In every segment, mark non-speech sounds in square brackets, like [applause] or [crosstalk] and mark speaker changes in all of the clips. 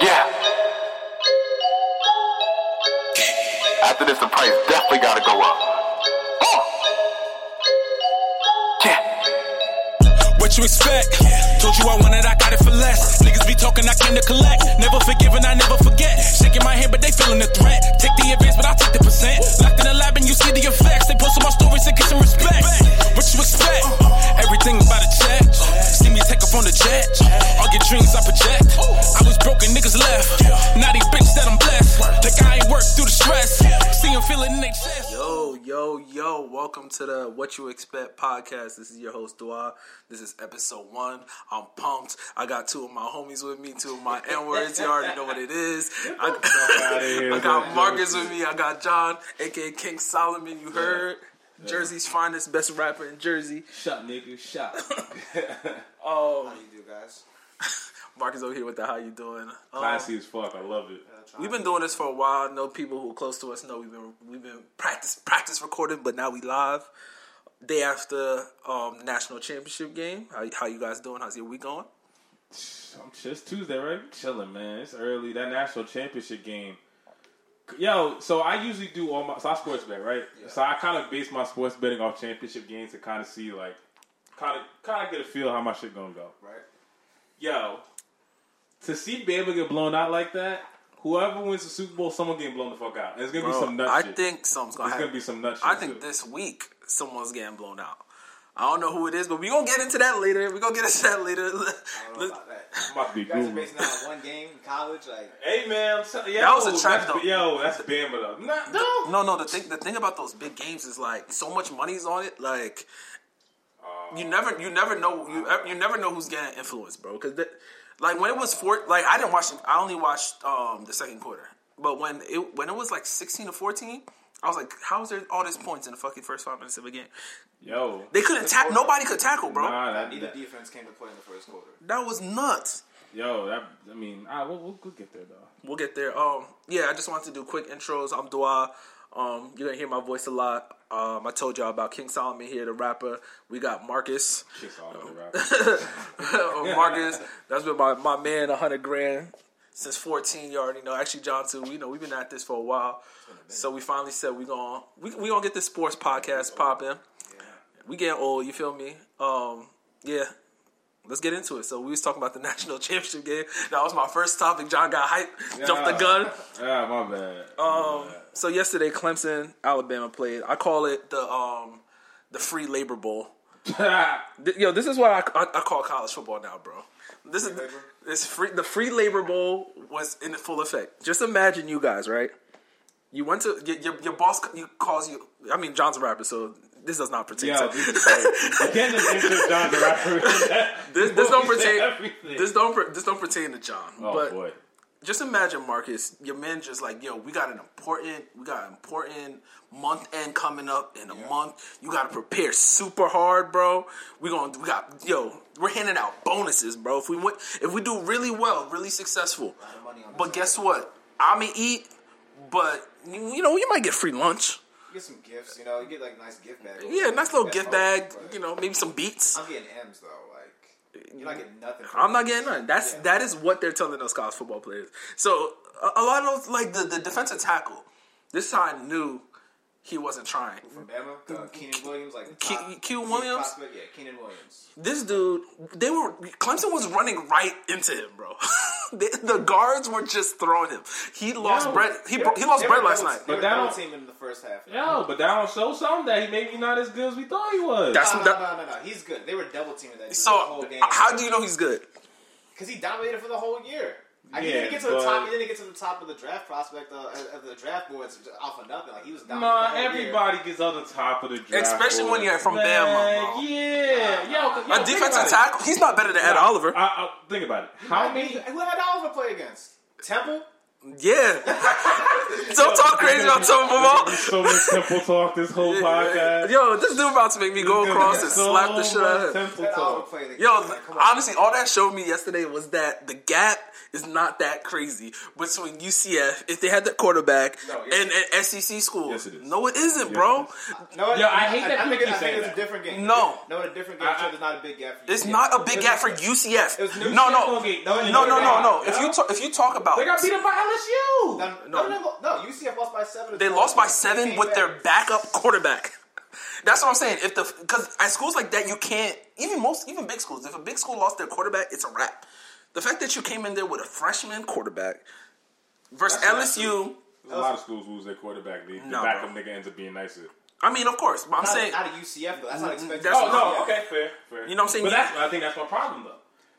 Speaker 1: Yeah. After this, the price definitely gotta go up. Mm. Yeah.
Speaker 2: What you expect? Told you I wanted, I got it for less. Niggas be talking, I came to collect. Never forgive and I never forget. Shaking my hand, but they feeling the threat. Take the advance, but I take the percent. Locked in the lab and you see the effects. They posted my stories and get some respect. What you expect? Everything about a check. See me take up on the jet. All your dreams I project. I was broken, niggas left. Now these bitches that I'm blessed. Like I ain't worked through the stress. See 'em feel it in their chest.
Speaker 3: Yo, yo, yo, welcome to the What You Expect podcast. This is your host, Dua. This is episode one. I'm pumped. I got two of my homies with me, two of my N words. You already know what it is. I, I got Marcus with me. I got John, aka King Solomon. You heard? Jersey's finest, best rapper in Jersey.
Speaker 4: Shot,
Speaker 3: [laughs]
Speaker 4: nigga, shot.
Speaker 3: Oh,
Speaker 5: How you do, guys?
Speaker 3: Marcus over here with the how you doing? Um,
Speaker 4: Classy as fuck. I love it.
Speaker 3: We've been doing this for a while. I know people who are close to us know we've been we've been practice practice recording, but now we live. Day after um, national championship game. How, how you guys doing? How's your week going?
Speaker 4: I'm just Tuesday, right? I'm chilling, man. It's early. That national championship game. Yo, so I usually do all my so I sports bet, right? So I kind of base my sports betting off championship games to kind of see like, kind of kind of get a feel how my shit gonna go.
Speaker 5: Right?
Speaker 4: Yo, to see Bama get blown out like that, whoever wins the Super Bowl, someone getting blown the fuck out. And it's gonna
Speaker 3: Bro,
Speaker 4: be some nut
Speaker 3: I
Speaker 4: shit.
Speaker 3: think something's gonna
Speaker 4: it's
Speaker 3: happen.
Speaker 4: gonna be some nut shit.
Speaker 3: I think
Speaker 4: too.
Speaker 3: this week someone's getting blown out. I don't know who it is, but we gonna get into that later. We gonna get into that later. [laughs]
Speaker 5: I don't know about that.
Speaker 4: I'm about to be
Speaker 5: You guys are
Speaker 4: Googling.
Speaker 5: basing it on one game in college, like
Speaker 4: Hey man, I'm telling yo,
Speaker 3: That was a trap,
Speaker 4: that's-
Speaker 3: though.
Speaker 4: Yo, that's Bama though. Nah, no.
Speaker 3: no, no. The thing, the thing about those big games is like so much money's on it. Like you never, you never know, you, ev- you never know who's getting influenced, bro. Because like when it was four, like I didn't watch, it- I only watched um the second quarter. But when it when it was like sixteen to fourteen, I was like, how is there all this points in the fucking first five minutes of a game?
Speaker 4: Yo,
Speaker 3: They couldn't tackle. Nobody could tackle, bro.
Speaker 4: Nah, that,
Speaker 5: neither
Speaker 4: that,
Speaker 5: defense came to play in the first quarter.
Speaker 3: That was nuts.
Speaker 4: yo, that. I mean, I we'll, we'll, we'll get there though.
Speaker 3: We'll get there. Um, yeah, I just wanted to do quick intros. I'm Dua. Um, you're gonna hear my voice a lot. Um, I told y'all about King Solomon here, the rapper. We got Marcus. [laughs]
Speaker 4: Kiss off the rap.
Speaker 3: Oh, Marcus, that's been my, my man, 100 grand since 14. You already know. Actually, John, too. We know we've been at this for a while. So we finally said we're going we, we gonna get this sports podcast popping. We getting old, you feel me? Um, yeah. Let's get into it. So we was talking about the [laughs] national championship game. That was my first topic. John got hyped, jumped the
Speaker 4: Yeah.
Speaker 3: gun.
Speaker 4: Ah, my bad.
Speaker 3: Um, so yesterday, Clemson, Alabama played. I call it the um, the free labor bowl. Th- Yo, this is what I, I, I call college football now, bro. This is
Speaker 5: labor?
Speaker 3: this free the free labor bowl was in full effect. Just imagine you guys, right? You went to your your, your boss c- you calls you. I mean, John's a rapper, so this does not pertain. [laughs]
Speaker 4: yo,
Speaker 3: to,
Speaker 4: this is great. [laughs] Again, this is John the rapper.
Speaker 3: [laughs] this, this don't
Speaker 4: You said
Speaker 3: pertain.
Speaker 4: [laughs] everything.
Speaker 3: This don't per- this don't pertain to John.
Speaker 4: Oh
Speaker 3: but
Speaker 4: boy.
Speaker 3: just imagine Marcus, your man just like, yo, we got an important, we got an important month end coming up in a month. You gotta prepare super hard, bro. We gonna we got yo, we're handing out bonuses, bro. If we win, if we do really well, really successful.
Speaker 5: of money on
Speaker 3: But
Speaker 5: this.
Speaker 3: guess what? I'ma eat, but you you know, you might get free lunch.
Speaker 5: You get some gifts, you know. You get like a nice gift bag.
Speaker 3: Yeah, nice little
Speaker 5: That's
Speaker 3: gift
Speaker 5: all,
Speaker 3: bag,
Speaker 5: but
Speaker 3: you know, maybe some beats.
Speaker 5: I'm getting M's though. Like you're not getting nothing. from
Speaker 3: I'm
Speaker 5: it.
Speaker 3: not getting none. That's
Speaker 5: Yeah.
Speaker 3: that is what they're telling us college football players. So a, a lot of those, like the, the defensive tackle, this time knew he wasn't trying.
Speaker 5: from Bama. Uh, Keenan Williams, like
Speaker 3: Ke-
Speaker 5: top-
Speaker 3: Ke-
Speaker 5: he's
Speaker 3: Williams?
Speaker 5: prospect, yeah, Keenan Williams.
Speaker 3: This dude, they were Clemson was running right into him, bro. [laughs] the, the guards were just throwing him. He lost
Speaker 4: Yeah.
Speaker 3: bread. He bro- he lost
Speaker 5: They
Speaker 3: bread
Speaker 5: were
Speaker 3: last
Speaker 5: double-
Speaker 3: night.
Speaker 5: They
Speaker 4: But
Speaker 5: were
Speaker 4: that
Speaker 5: double
Speaker 4: don't-
Speaker 5: teaming in the first half.
Speaker 4: Yo, but that don't show something that he maybe not as good as we thought he was.
Speaker 3: That's-
Speaker 5: No, no,
Speaker 3: that-
Speaker 5: no, no, no, He's good. They were double teaming that dude the whole
Speaker 3: So uh,
Speaker 5: game.
Speaker 3: how do you know he's good?
Speaker 5: Because he dominated for the whole year. I
Speaker 4: Yeah,
Speaker 5: he didn't get to the top.
Speaker 4: but-
Speaker 5: He didn't get to the top of the draft prospect uh, of the draft boards off of nothing. Like he was dominating. the
Speaker 4: Nah,
Speaker 5: whole year.
Speaker 4: everybody gets on the top of the draft.
Speaker 3: Especially when
Speaker 4: board.
Speaker 3: you're from
Speaker 4: Man,
Speaker 3: Bama, bro.
Speaker 4: Yeah, yo, yo,
Speaker 3: A
Speaker 4: think
Speaker 3: defensive
Speaker 4: about it.
Speaker 3: tackle. He's not better than Ed Oliver.
Speaker 4: I, I, think about it. How
Speaker 5: I mean,
Speaker 4: many?
Speaker 5: Who had Oliver play against? Temple.
Speaker 4: [laughs]
Speaker 3: Yeah. Don't talk crazy about Tony Bama.
Speaker 4: So much temple talk
Speaker 3: [laughs]
Speaker 4: this whole podcast.
Speaker 3: Yo, this dude about to make me go across and
Speaker 4: So
Speaker 3: slap the shit out of
Speaker 4: much
Speaker 3: him.
Speaker 4: Temple
Speaker 5: That album
Speaker 4: talk.
Speaker 5: played.
Speaker 3: Yo,
Speaker 5: Like, come on.
Speaker 3: honestly, all that showed me yesterday was that the gap is not that crazy between UCF, if they had the quarterback,
Speaker 5: No,
Speaker 3: and,
Speaker 5: yes.
Speaker 3: and SEC schools.
Speaker 4: Yes, it is.
Speaker 3: No, it isn't, bro.
Speaker 5: No,
Speaker 4: Yo, I hate that
Speaker 5: I,
Speaker 4: people
Speaker 5: think, it-
Speaker 4: keep
Speaker 5: I think
Speaker 4: saying
Speaker 5: it's
Speaker 4: that.
Speaker 5: a different game.
Speaker 3: No.
Speaker 5: no, it's a different game.
Speaker 4: I-
Speaker 5: so It's not a big gap for you.
Speaker 3: It's not a big gap for
Speaker 5: was
Speaker 3: UCF.
Speaker 5: New
Speaker 3: No,
Speaker 4: Shit
Speaker 3: no.
Speaker 4: gonna get-
Speaker 5: No,
Speaker 3: No, no, no, no.
Speaker 4: Yeah.
Speaker 3: If you talk, if you talk about
Speaker 4: They got beat up by LSU.
Speaker 5: No, no, no, no. UCF lost by seven.
Speaker 3: They lost by seven with their backup quarterback. [laughs] That's what I'm saying. If the because at schools like that, you can't even most even big schools. If a big school lost their quarterback, it's a wrap. The fact that you came in there with a freshman quarterback versus
Speaker 4: That's not
Speaker 3: LSU,
Speaker 4: A lot of schools lose their quarterback. The, the
Speaker 3: No,
Speaker 4: backup
Speaker 3: bro.
Speaker 4: nigga ends up being nicer.
Speaker 3: I mean, of course, but I'm
Speaker 5: Not,
Speaker 3: saying
Speaker 5: not a UCF though. That's not expected.
Speaker 3: that's-
Speaker 5: from
Speaker 3: Oh,
Speaker 5: UCF.
Speaker 4: okay, fair, fair.
Speaker 3: You know what I'm saying?
Speaker 4: But that's, I think that's my problem though.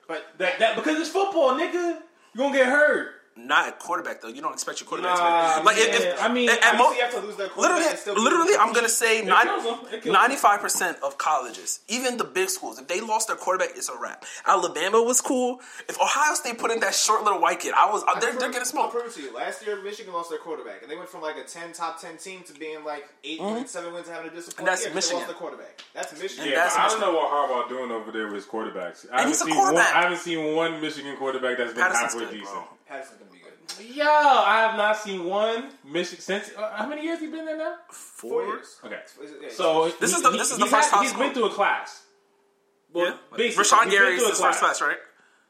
Speaker 5: But
Speaker 4: That that because it's football, nigga. You gonna get hurt.
Speaker 3: not a quarterback though. You don't expect your quarterback.
Speaker 4: Nah,
Speaker 3: to be- like if,
Speaker 4: yeah.
Speaker 3: if-
Speaker 4: I mean,
Speaker 3: at, at
Speaker 4: I
Speaker 3: mo-
Speaker 5: UCF to lose their quarterback
Speaker 3: literally,
Speaker 5: and still be-
Speaker 3: literally, I'm gonna say
Speaker 4: kills 'em. It kills 'em.
Speaker 3: 95 percent of colleges, even the big schools, if they lost their quarterback, it's a wrap. Alabama was cool. If Ohio State put in that short little white kid, I was uh,
Speaker 5: I
Speaker 3: they're,
Speaker 5: prove-
Speaker 3: they're getting
Speaker 5: I
Speaker 3: smoked.
Speaker 5: prove it to you. Last year, Michigan lost their quarterback, and they went from like a ten top ten team to being like 8 wins, seven wins, and having a disappointing
Speaker 3: Mm-hmm. And that's
Speaker 5: year. 'cause
Speaker 3: Michigan.
Speaker 5: They lost their quarterback. That's Michigan.
Speaker 3: And
Speaker 4: Yeah,
Speaker 3: that's
Speaker 4: but I
Speaker 3: Michigan.
Speaker 4: don't know what Harbaugh doing over there with his quarterbacks. I haven't
Speaker 3: he's a
Speaker 4: seen
Speaker 3: quarterback.
Speaker 4: One, I haven't seen one Michigan quarterback that's been
Speaker 3: Patterson's
Speaker 4: halfway
Speaker 3: good,
Speaker 4: decent.
Speaker 3: bro.
Speaker 5: Patterson's gonna be good.
Speaker 4: Yo, I have not seen one Michigan since uh, how many years he been there now?
Speaker 5: Four years.
Speaker 4: Okay,
Speaker 5: Yeah,
Speaker 4: so
Speaker 3: This
Speaker 4: he-
Speaker 3: is the-
Speaker 4: he-
Speaker 3: this is the
Speaker 4: he's
Speaker 3: first
Speaker 4: had-
Speaker 3: high
Speaker 4: He's
Speaker 3: school.
Speaker 4: been through a class.
Speaker 3: Yeah,
Speaker 4: basically,
Speaker 3: Rashawn
Speaker 4: he's been
Speaker 3: Gary's
Speaker 4: through
Speaker 3: his
Speaker 4: a
Speaker 3: first
Speaker 4: class.
Speaker 3: class, right?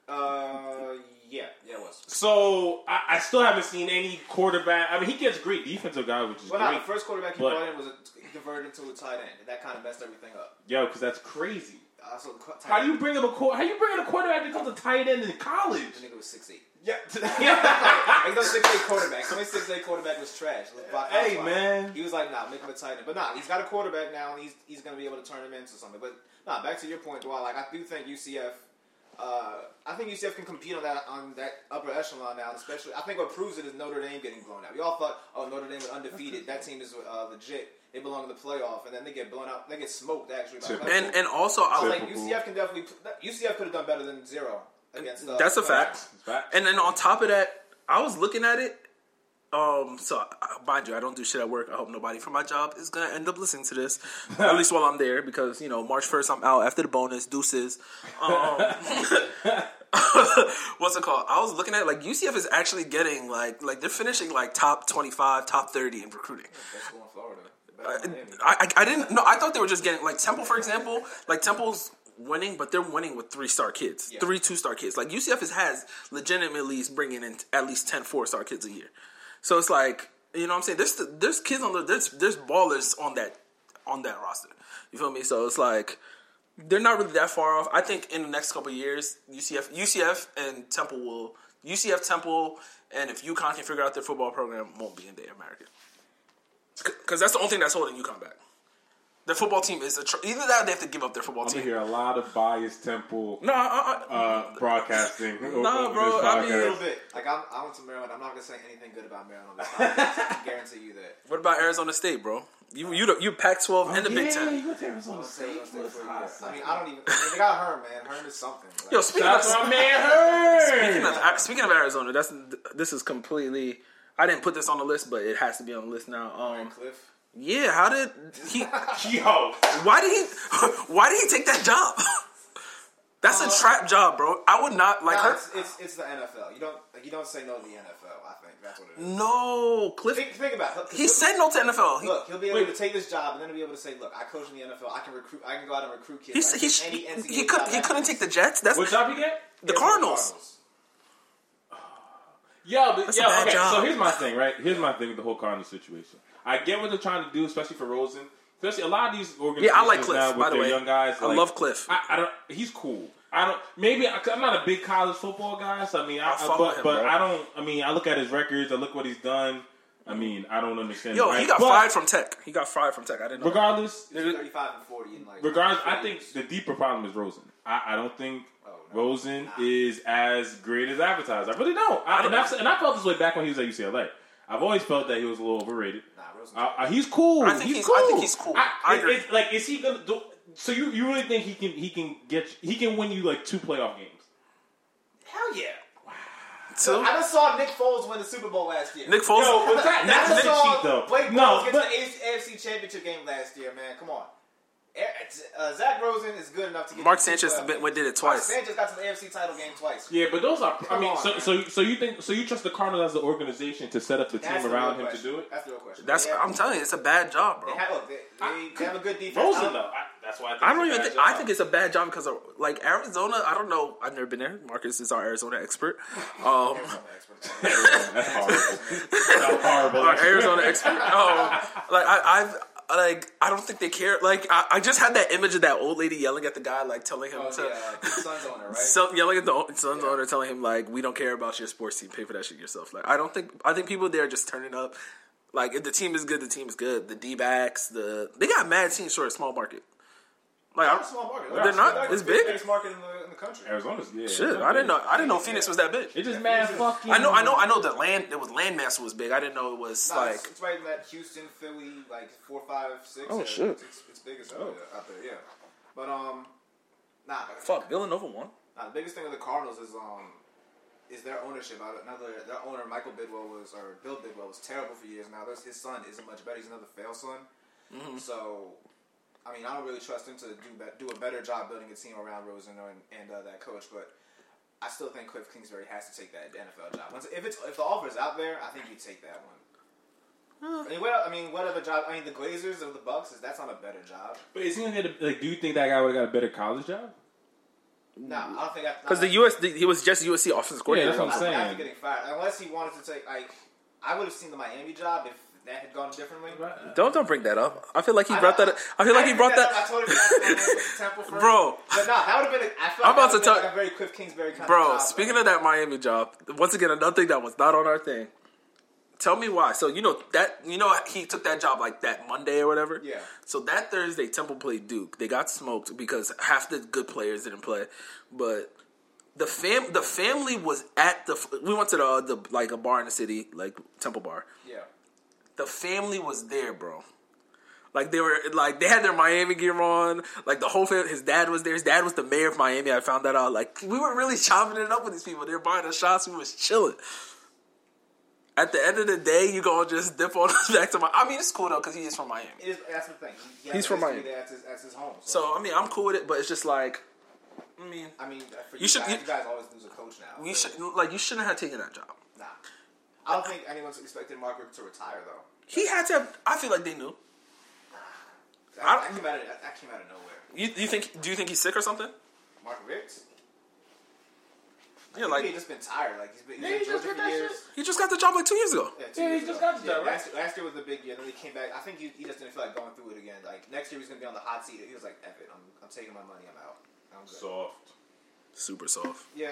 Speaker 5: Uh, yeah, yeah, it was.
Speaker 4: So I, I still haven't seen any quarterback. I mean, he gets great defensive guys, which is
Speaker 5: Well,
Speaker 4: great.
Speaker 5: no, the first quarterback he
Speaker 4: But-
Speaker 5: brought in was a, he converted into a tight end, and that kind of messed everything up.
Speaker 4: Yo, because that's crazy.
Speaker 5: Uh, so the qu- tight
Speaker 4: How do you
Speaker 5: end-
Speaker 4: bring up a quar- how you bring in a quarterback that comes a tight end in college?
Speaker 5: The nigga was six eight. [laughs]
Speaker 4: Yeah.
Speaker 5: Like no six eight quarterback. Somebody's six eight quarterback was trash. Like, Brock
Speaker 4: Hey,
Speaker 5: Osweiler.
Speaker 4: man.
Speaker 5: He was like, nah, make him a tight end. But nah, he's got a quarterback now, and he's he's gonna be able to turn him into something. But nah, back to your point, Dwight. Like I do think UCF. Uh, I think UCF can compete on that on that upper echelon now, especially. I think what proves it is Notre Dame getting blown out. We all thought, oh, Notre Dame was undefeated. That team is uh, legit. They belong in the playoff, and then they get blown out. They get smoked actually. By
Speaker 4: Typical.
Speaker 5: Clemson.
Speaker 3: And and also, I
Speaker 5: I
Speaker 3: was
Speaker 5: was
Speaker 3: like,
Speaker 5: like
Speaker 4: Typical.
Speaker 5: UCF can definitely UCF could have done better than zero against. Uh,
Speaker 3: that's a
Speaker 5: Clemson.
Speaker 3: fact. And then on top of that, I was looking at it. Um, so I- mind you, I don't do shit at work. I hope nobody from my job is gonna end up listening to this, at least while I'm there, because you know March first I'm out after the bonus deuces. Um, [laughs] what's it called? I was looking at like UCF is actually getting like like they're finishing like top twenty five, top thirty in recruiting.
Speaker 5: That's going Florida.
Speaker 3: Uh, I, I I didn't no. I thought they were just getting like Temple, for example. Like Temple's winning, but they're winning with three star kids,
Speaker 5: Yeah.
Speaker 3: three two star kids. Like UCF is, has legitimately is bringing in at least 10 four star kids a year. So it's like you know what I'm saying. There's there's kids on the there's there's ballers on that on that roster. You feel me? So it's like they're not really that far off. I think in the next couple of years, UCF, UCF and Temple will UCF Temple, and if UConn can figure out their football program, won't be in the American. Because that's the only thing that's holding UConn back. Their football team is a tr- either that or they have to give up their football
Speaker 4: I'm gonna
Speaker 3: team.
Speaker 4: hear a lot of biased temple
Speaker 3: No, I, I,
Speaker 4: uh, broadcasting.
Speaker 3: Nah,
Speaker 4: over
Speaker 3: bro,
Speaker 4: this
Speaker 3: I mean-
Speaker 5: A
Speaker 4: podcast.
Speaker 5: little bit. Like I'm, I went to Maryland. I'm not gonna say anything good about Maryland. on
Speaker 3: [laughs]
Speaker 5: this podcast. I can guarantee you that.
Speaker 3: what about Arizona State, bro? You you the- you Pac-12 and the Big
Speaker 4: Oh, Yeah,
Speaker 3: Ten.
Speaker 4: you went to Arizona
Speaker 5: Say
Speaker 4: State.
Speaker 5: what's there for you.
Speaker 4: What's
Speaker 5: I mean, I don't even. I mean, they got Herm, man. Herm is something. Like,
Speaker 3: Yo, speaking
Speaker 4: That's
Speaker 3: of,
Speaker 4: my man Hurd.
Speaker 3: [laughs] Speaking of, speaking of Arizona, that's this is completely. I didn't put this on the list, but it has to be on the list now. Um,
Speaker 5: Cliff.
Speaker 3: yeah, how did he?
Speaker 4: Yo,
Speaker 3: Why did he? Why did he take that job? [laughs] That's a trap job, bro. I would not like
Speaker 5: Nah,
Speaker 3: her.
Speaker 5: it's, it's it's the NFL. You don't like you don't say no to the NFL. I think that's what it is.
Speaker 3: No, Cliff.
Speaker 5: Think, think about it.
Speaker 3: He said no to NFL. He-
Speaker 5: Look, he'll be able
Speaker 4: Wait.
Speaker 5: to take this job and then be able to say, "Look, I coach in the NFL. I can recruit. I can go out and recruit
Speaker 3: He
Speaker 5: kids.
Speaker 3: said
Speaker 5: I
Speaker 3: he,
Speaker 5: can
Speaker 3: sh-
Speaker 5: get any
Speaker 3: he
Speaker 5: NCAA
Speaker 3: could he
Speaker 5: job athlete."
Speaker 3: couldn't take the Jets. That's
Speaker 4: what job you get?
Speaker 3: the Cardinals.
Speaker 4: Yo, but,
Speaker 3: a
Speaker 4: yo,
Speaker 3: bad
Speaker 4: okay.
Speaker 3: job.
Speaker 4: So here's my thing, right? Here's my thing with the whole Cardinals situation. I get what they're trying to do, especially for Rosen. Especially a lot of these organizations
Speaker 3: Yeah, I like Cliff,
Speaker 4: now with
Speaker 3: by the
Speaker 4: their
Speaker 3: way.
Speaker 4: young guys.
Speaker 3: I
Speaker 4: like-
Speaker 3: love Cliff.
Speaker 4: I, I don't. He's cool. I don't. Maybe I, 'cause I'm not a big college football guy. So I mean, I,
Speaker 3: I follow
Speaker 4: but
Speaker 3: him,
Speaker 4: but
Speaker 3: bro.
Speaker 4: I don't. I mean, I look at his records. I look what he's done. I mean, I don't understand.
Speaker 3: Yo,
Speaker 4: it,
Speaker 3: he
Speaker 4: right?
Speaker 3: got
Speaker 4: But
Speaker 3: fired from Tech. He got fired from Tech. I didn't know. that.
Speaker 4: Regardless,
Speaker 5: Thirty-five and forty, and like
Speaker 4: Regardless, I think the deeper problem is Rosen. I, I don't think
Speaker 5: no.
Speaker 4: Rosen is as great as advertised. I really don't. I, and, I've, and I felt this way back when he was at UCLA. I've always felt that he was a little overrated.
Speaker 5: Nah, Rosen-
Speaker 4: I, I- he's cool.
Speaker 3: I think
Speaker 4: he's,
Speaker 3: he's-
Speaker 4: cool.
Speaker 3: I think he's cool. I
Speaker 4: it-
Speaker 3: agree.
Speaker 4: it's like, is he gonna do? So you, you really think he can he can get he can win you like two playoff games?
Speaker 5: Hell yeah.
Speaker 3: Two?
Speaker 5: I just saw Nick Foles win the Super Bowl last year.
Speaker 3: Nick Foles.
Speaker 4: Yo, but
Speaker 5: I
Speaker 4: that- that's
Speaker 5: just
Speaker 4: Nick
Speaker 5: saw
Speaker 4: cheat, though.
Speaker 5: Blake
Speaker 4: No,
Speaker 5: Bortles get
Speaker 4: but-
Speaker 5: to the AFC Championship game last year, man. Come on. Eh, it's- Uh, Zach Rosen is good enough to get
Speaker 3: [laughs] Mark
Speaker 5: to the
Speaker 3: Sanchez
Speaker 5: Super Bowl.
Speaker 3: been- did it
Speaker 5: Mark
Speaker 3: twice.
Speaker 5: Sanchez got to the AFC title game twice.
Speaker 4: Yeah, but those are. I
Speaker 5: Come
Speaker 4: mean,
Speaker 5: on,
Speaker 4: so
Speaker 5: man.
Speaker 4: so you, so you think so you trust the Cardinals as the organization to set up the
Speaker 5: That's the
Speaker 4: team
Speaker 5: real
Speaker 4: around him to
Speaker 5: question.
Speaker 4: do it?
Speaker 5: That's the real question.
Speaker 3: That's
Speaker 5: They have-
Speaker 3: I'm telling you, it's a bad job, bro.
Speaker 5: They have, look, they, they, they have a good defense. I
Speaker 4: Rosen
Speaker 5: don't-
Speaker 4: though, I, that's why I, think
Speaker 3: I don't
Speaker 4: it's a
Speaker 3: even.
Speaker 4: bad
Speaker 3: Think,
Speaker 4: job.
Speaker 3: I think it's a bad job because of, like Arizona. I don't know. I've never been there. Marcus is our Arizona
Speaker 4: [laughs]
Speaker 3: expert. Um, [laughs]
Speaker 4: that's horrible. that's horrible.
Speaker 3: our Arizona expert. Um, like I, I've. Like I don't think they care. Like I, I just had that image of that old lady yelling at the guy, like telling him
Speaker 5: Oh,
Speaker 3: to,
Speaker 5: yeah, the Suns owner, right?
Speaker 3: So yelling at the o- son's owner, telling him like, "We don't care about your sports team. Pay for that shit yourself." Like, I don't think I think people there are just turning up. Like, if the team is good, the team is good. The D backs, the they got mad teams for a small market. Like,
Speaker 5: Not
Speaker 3: I'm,
Speaker 5: a small market.
Speaker 4: They're not-
Speaker 5: Like,
Speaker 3: it's
Speaker 5: the
Speaker 3: big.
Speaker 5: biggest market in the, in the country.
Speaker 4: Arizona's yeah.
Speaker 3: shit, I didn't know. I didn't know Phoenix was that big.
Speaker 4: It just mad fucking.
Speaker 3: I know, I know, I know. The land, it was landmass was big. I didn't know it was
Speaker 5: Nah,
Speaker 3: like.
Speaker 5: it's, it's right in that Houston, Philly, like four, five, six.
Speaker 3: Oh,
Speaker 5: area.
Speaker 3: shit.
Speaker 5: It's, it's, it's big as hell out there, yeah. But um, nah, but-
Speaker 3: Fuck, Villanova won.
Speaker 5: nah. The Uh, biggest thing with the Cardinals is um, is their ownership. I don't- Another their owner Michael Bidwell was or Bill Bidwell was terrible for years. Now There's- his son isn't much better. He's another failed son.
Speaker 3: Mm-hmm.
Speaker 5: So, I mean, I don't really trust him to do be- do a better job building a team around Rosen and and uh, that coach, but. I still think Cliff Kingsbury has to take that NFL job. Once, if it's if the offer's out there, I think you take that one. I mean, what, I mean, what other job? I mean, the Glazers or the Bucks is that's not a better job.
Speaker 4: But is he gonna get a, like? Do you think that guy would have got a better college job?
Speaker 5: No, I don't think
Speaker 3: Because the US, the, he was just USC offensive coordinator.
Speaker 4: that's what I'm
Speaker 5: I think
Speaker 4: saying.
Speaker 5: after getting fired, unless he wanted to take like, I would have seen the Miami job if that had gone differently.
Speaker 3: don't don't bring that up. I feel like he brought that. up. I feel like he
Speaker 5: didn't
Speaker 3: brought
Speaker 5: pick
Speaker 3: that.
Speaker 5: up. I told him that
Speaker 3: [laughs]
Speaker 5: Temple first.
Speaker 3: Bro.
Speaker 5: But no, that would have been. A, I feel
Speaker 3: I'm
Speaker 5: like
Speaker 3: about to
Speaker 5: that would've been
Speaker 3: talk-
Speaker 5: Like a very Cliff Kingsbury kind
Speaker 3: Bro,
Speaker 5: of job.
Speaker 3: speaking of that Miami job, once again another thing that was not on our thing. Tell me why. So you know that you know he took that job like that Monday or whatever.
Speaker 5: Yeah.
Speaker 3: So that Thursday, Temple played Duke. They got smoked because half the good players didn't play, but the fam the family was at the. We went to the, the like a bar in the city, like Temple Bar
Speaker 5: yeah,
Speaker 3: the family was there, bro. Like they were like they had their Miami gear on. Like the whole family, his dad was there. His dad was the mayor of Miami. I found that out. Like we were really [laughs] chopping it up with these people. They were buying us shots. We was chilling. At the end of the day, you gonna just dip on [laughs] us back to my. I mean, it's cool though because he is from Miami.
Speaker 5: it is, that's the thing. He has
Speaker 3: He's from
Speaker 5: history
Speaker 3: Miami.
Speaker 5: there. That's his, that's his home.
Speaker 3: So I mean, I'm cool with it. But it's just like, I mean,
Speaker 5: I mean, for you,
Speaker 3: You should-
Speaker 5: guys,
Speaker 3: you-
Speaker 5: you guys always lose a coach now.
Speaker 3: we
Speaker 5: so,
Speaker 3: should like you shouldn't have taken that job.
Speaker 5: Nah, I don't think anyone's expecting Margaret to retire though.
Speaker 3: He had to. Have, I feel like they knew.
Speaker 5: That,
Speaker 3: I-
Speaker 5: that came out of that, that came out of nowhere.
Speaker 3: You, you think? Do you think he's sick or something?
Speaker 5: Margaret,
Speaker 3: Yeah,
Speaker 5: like he
Speaker 3: like
Speaker 5: just been tired. Like he's been he's
Speaker 4: Yeah,
Speaker 5: in
Speaker 4: he just
Speaker 5: Georgia
Speaker 4: did
Speaker 5: for
Speaker 4: that
Speaker 5: years.
Speaker 4: shit.
Speaker 3: he just got the job like two years ago.
Speaker 5: Yeah, two
Speaker 4: Yeah, he
Speaker 5: years
Speaker 4: just
Speaker 5: ago.
Speaker 4: got the job, right?
Speaker 5: Last, last year was the big year. Then he came back. I think he, he just didn't feel like going through it again. Like next year he's gonna be on the hot seat. He was like, "F it, I'm, I'm taking my money. I'm out. I'm good."
Speaker 4: Soft.
Speaker 3: Super soft.
Speaker 5: yeah,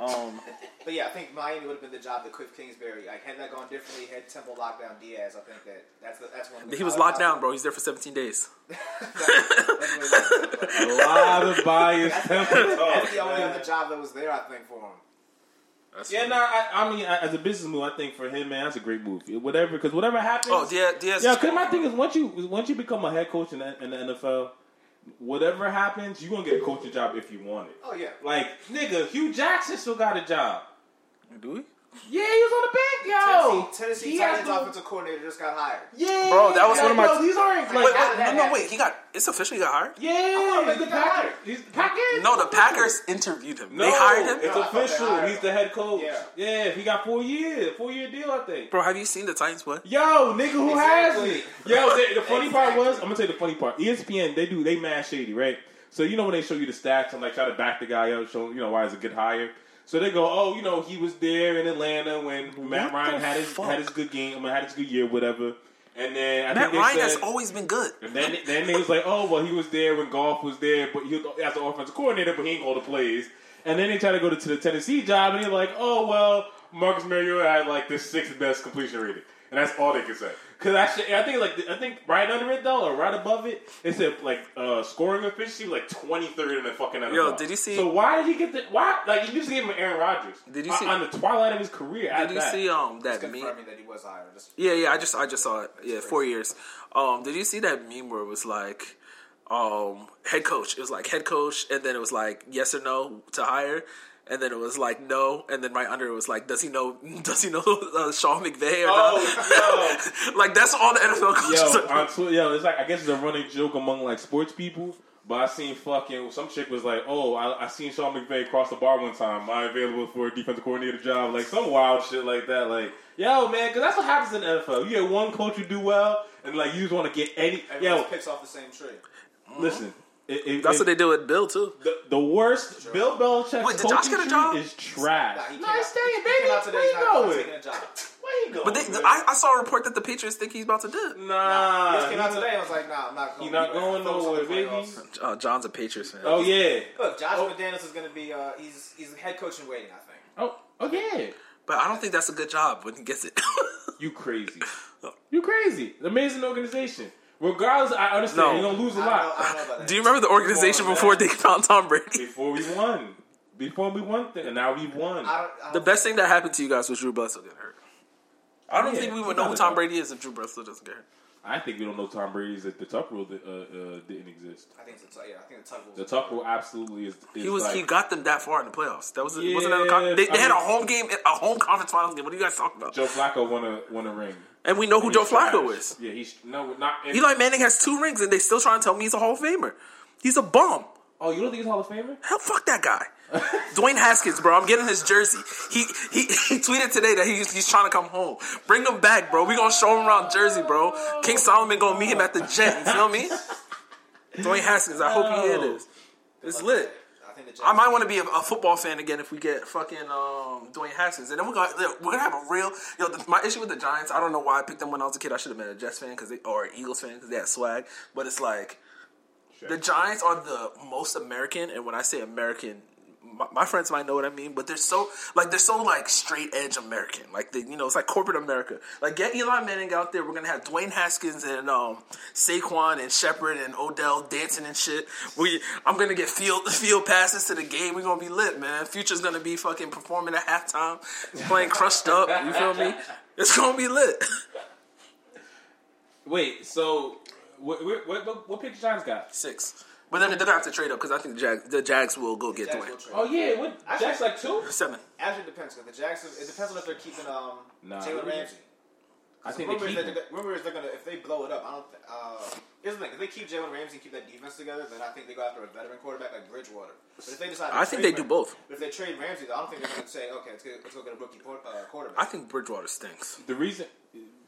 Speaker 3: Um.
Speaker 5: but yeah, I think Miami would have been the job that Cliff Kingsbury. Like had that gone differently, had Temple locked down Diaz. I think that that's the, that's one. of the-
Speaker 3: He was locked down, bro. He's there for 17 days.
Speaker 5: That's really locked down,
Speaker 4: A lot of [laughs] bias. temper
Speaker 5: but
Speaker 4: talk.
Speaker 5: That's the only other job that was there. I think for him.
Speaker 4: Yeah, no, I, I mean, I- as a business move, I think for him, man, that's a great move. Whatever, because whatever happens,
Speaker 3: Oh, Diaz. Diaz
Speaker 4: yeah. Because my thing is, once you once you become a head coach in the, in the NFL, whatever happens, you are gonna get a coaching job if you want it.
Speaker 5: Oh yeah.
Speaker 4: Like nigga, Hugh Jackson still got a job.
Speaker 3: Do we?
Speaker 4: Yeah, he was on the
Speaker 5: Tennessee,
Speaker 4: bank, yo.
Speaker 5: Tennessee
Speaker 4: He
Speaker 5: Titans
Speaker 4: has to-
Speaker 5: offensive coordinator just got hired.
Speaker 4: Yeah,
Speaker 3: Bro, that was one of my-
Speaker 4: yo, These aren't
Speaker 3: Wait,
Speaker 4: like,
Speaker 5: how did
Speaker 3: wait,
Speaker 5: that
Speaker 3: no, no,
Speaker 5: happen?
Speaker 3: wait. He got. It's official. He got hired.
Speaker 5: wanna
Speaker 4: yeah,
Speaker 5: make
Speaker 4: the
Speaker 5: the
Speaker 4: Packers.
Speaker 5: Packers.
Speaker 4: He's Packers.
Speaker 3: No, the Packers interviewed him.
Speaker 4: No,
Speaker 3: they hired him.
Speaker 4: It's
Speaker 5: No, I thought they
Speaker 4: official.
Speaker 5: hired
Speaker 4: He's
Speaker 5: him.
Speaker 4: the head coach.
Speaker 5: Yeah.
Speaker 4: yeah, he got four year, four year deal, I think.
Speaker 3: Bro, have you seen the Titans play?
Speaker 4: Yo, nigga, who
Speaker 5: Exactly.
Speaker 4: has it? Yo, the, the
Speaker 5: [laughs]
Speaker 4: funny part
Speaker 5: Exactly.
Speaker 4: was, I'm gonna tell you the funny part. E ESPN, they do, they mad shady, right? So you know when they show you the stats and like try to back the guy up, show you know why he's a good hire. So they go, oh, you know he was there in Atlanta when Matt
Speaker 3: What
Speaker 4: Ryan
Speaker 3: the
Speaker 4: had his
Speaker 3: fuck?
Speaker 4: had his good game, I mean, had his good year, whatever. And then I
Speaker 3: Matt
Speaker 4: think they
Speaker 3: Ryan
Speaker 4: said,
Speaker 3: has always been good.
Speaker 4: and then, then they was like, oh, well, he was there when golf was there, but he was as the offensive coordinator, but he ain't called the plays. And then they try to go to, to the Tennessee job, and he's like, oh, well, Marcus Mariota had like the sixth best completion rating. And that's all they can say. Cause actually, I think like I think right under it though, or right above it, it said like uh, scoring efficiency was, like twenty third in the fucking NFL.
Speaker 3: did you see-
Speaker 4: So why did he get the why? Like you just gave him Aaron Rodgers.
Speaker 3: Did you
Speaker 4: on-
Speaker 3: see-
Speaker 4: on the twilight of his career? at
Speaker 3: Did you
Speaker 4: that.
Speaker 3: see um that meme?
Speaker 5: Confirming that he was hired. Just
Speaker 3: Yeah, yeah. I just I just saw it. Yeah, four years. Um, did you see that meme where it was like, um, head coach? It was like head coach, and then it was like yes or no to hire. And then it was like no, and then right under it was like, does he know? [laughs] Does he know uh, Sean McVay or
Speaker 4: Oh,
Speaker 3: not? [laughs] like that's all the NFL [laughs] coaches.
Speaker 4: yo,
Speaker 3: are-
Speaker 4: on Twitter, yo, it's like I guess it's a running joke among like sports people. But I seen fucking some chick was like, "Oh, I, I seen Sean McVay cross the bar one time. Am I available for a defensive coordinator job?" Like some wild shit like that. Like, yo, man, because that's what happens in the NFL. You get one coach you do well, and like you just want to get any.
Speaker 5: Everyone
Speaker 4: Yo,
Speaker 5: picks off the same tree.
Speaker 4: listen, it, it,
Speaker 3: that's
Speaker 4: it-
Speaker 3: what they do with Bill too.
Speaker 4: The, the worst Bill Belichick's
Speaker 3: Wait, did Josh
Speaker 4: coaching
Speaker 3: get a job?
Speaker 4: tree is trash.
Speaker 5: Nah, he
Speaker 4: no,
Speaker 5: came
Speaker 4: he's
Speaker 5: out-
Speaker 4: staying,
Speaker 5: he came
Speaker 4: baby.
Speaker 5: out today,
Speaker 4: Where you
Speaker 5: he's not- not
Speaker 4: going?
Speaker 5: taking a job.
Speaker 4: Where you going?
Speaker 3: But they,
Speaker 4: man?
Speaker 3: I, I saw a report that the Patriots think he's about to dip.
Speaker 5: He just
Speaker 4: nah,
Speaker 5: came out today. I was like, nah, I'm not going.
Speaker 4: He not going
Speaker 5: Focus on the
Speaker 4: nowhere,
Speaker 5: playoffs.
Speaker 4: baby.
Speaker 3: Uh, John's a Patriots fan.
Speaker 4: Oh yeah.
Speaker 5: Look, Josh McDaniels is going to be. Uh, he's he's the head coach in waiting. I think.
Speaker 4: Oh, oh yeah.
Speaker 3: But I don't think that's a good job when he gets it. [laughs]
Speaker 4: You crazy. You crazy. Amazing organization. Regardless, I understand
Speaker 3: No.
Speaker 4: you're gonna lose a
Speaker 5: I don't, know, I
Speaker 4: lot.
Speaker 5: don't know about that.
Speaker 3: do you remember the organization before they found Tom
Speaker 4: [laughs]
Speaker 3: Brady?
Speaker 4: Before we won. Before we won th- and now we won.
Speaker 5: I don't, I don't
Speaker 3: The best thing that happened to you guys was Drew Bledsoe getting hurt. I don't
Speaker 4: Yeah,
Speaker 3: think we
Speaker 4: he's
Speaker 3: would know
Speaker 4: not
Speaker 3: who
Speaker 4: a
Speaker 3: Tom
Speaker 4: dog.
Speaker 3: Brady is if Drew Bledsoe doesn't get hurt.
Speaker 4: I think we don't know Tom Brady's that the tuck rule that, uh, uh, didn't exist.
Speaker 5: I think it's a, yeah. I think the tug
Speaker 4: The
Speaker 5: was.
Speaker 4: tuck rule absolutely is, is
Speaker 3: He was
Speaker 4: like,
Speaker 3: he got them that far in the playoffs. That was wasn't that a
Speaker 4: Yeah,
Speaker 3: con- they,
Speaker 4: I
Speaker 3: they had a
Speaker 4: mean-
Speaker 3: home game, a home conference finals game. What are you guys talking about?
Speaker 4: Joe Flacco won a won a ring.
Speaker 3: and we know who Joe
Speaker 4: He's trash.
Speaker 3: Flacco is.
Speaker 4: Yeah, he's no not
Speaker 3: Eli Manning has two rings, and they still trying to tell me he's a Hall of Famer. He's a bum.
Speaker 4: Oh, you don't think he's Hall of Famer?
Speaker 3: Hell, fuck that guy. Dwayne Haskins, bro. I'm getting his jersey. He he, he tweeted today that he's, he's trying to come home. Bring him back, bro. We gonna show him around Jersey, bro. King Solomon gonna meet him at the Jet. You feel me? Dwayne Haskins. I hope he hear this. It's lit.
Speaker 5: I think the Jets.
Speaker 3: I might want to be a, a football fan again if we get fucking um, Dwayne Haskins, and then we're gonna we're gonna have a real. You know, the, my issue with the Giants, I don't know why I picked them when I was a kid. I should have been a Jets fan because they or an Eagles fan because they had swag. But it's like the Giants are the most American, and when I say American, my, my friends might know what I mean. But they're so like they're so like straight edge American, like they, you know it's like corporate America. Like get Eli Manning out there. We're gonna have Dwayne Haskins and um, Saquon and Shepard and Odell dancing and shit. We I'm gonna get field [laughs] field passes to the game. We're gonna be lit, man. Future's gonna be fucking performing at halftime, playing crushed up. You feel me? It's gonna be lit. [laughs]
Speaker 4: Wait, so what what, what, what pick the Giants got?
Speaker 3: Six. But then they're gonna have to trade up because I think the Jags, the Jags will go get
Speaker 5: Jags will
Speaker 3: Dwayne.
Speaker 5: trade.
Speaker 4: Oh yeah, what Jack's like two?
Speaker 3: Seven.
Speaker 5: Actually, it depends. 'cause the Jags, it depends on if they're keeping um
Speaker 4: Nah.
Speaker 5: Taylor Ramsey.
Speaker 4: I think
Speaker 5: rumor,
Speaker 4: they keep
Speaker 5: is that
Speaker 4: him.
Speaker 5: they're, rumor is they're gonna if they blow it up. I don't. Th- uh, here's the thing: if they keep Jalen Ramsey and keep that defense together, then I think they go after a veteran quarterback like Bridgewater. But if they decide, to
Speaker 3: I think
Speaker 5: trade
Speaker 3: they do
Speaker 5: Ram-
Speaker 3: both.
Speaker 5: But if they trade Ramsey, though, I don't think they're gonna say, okay, let's go, let's go get a rookie por- uh, quarterback.
Speaker 3: I think Bridgewater stinks.
Speaker 4: The reason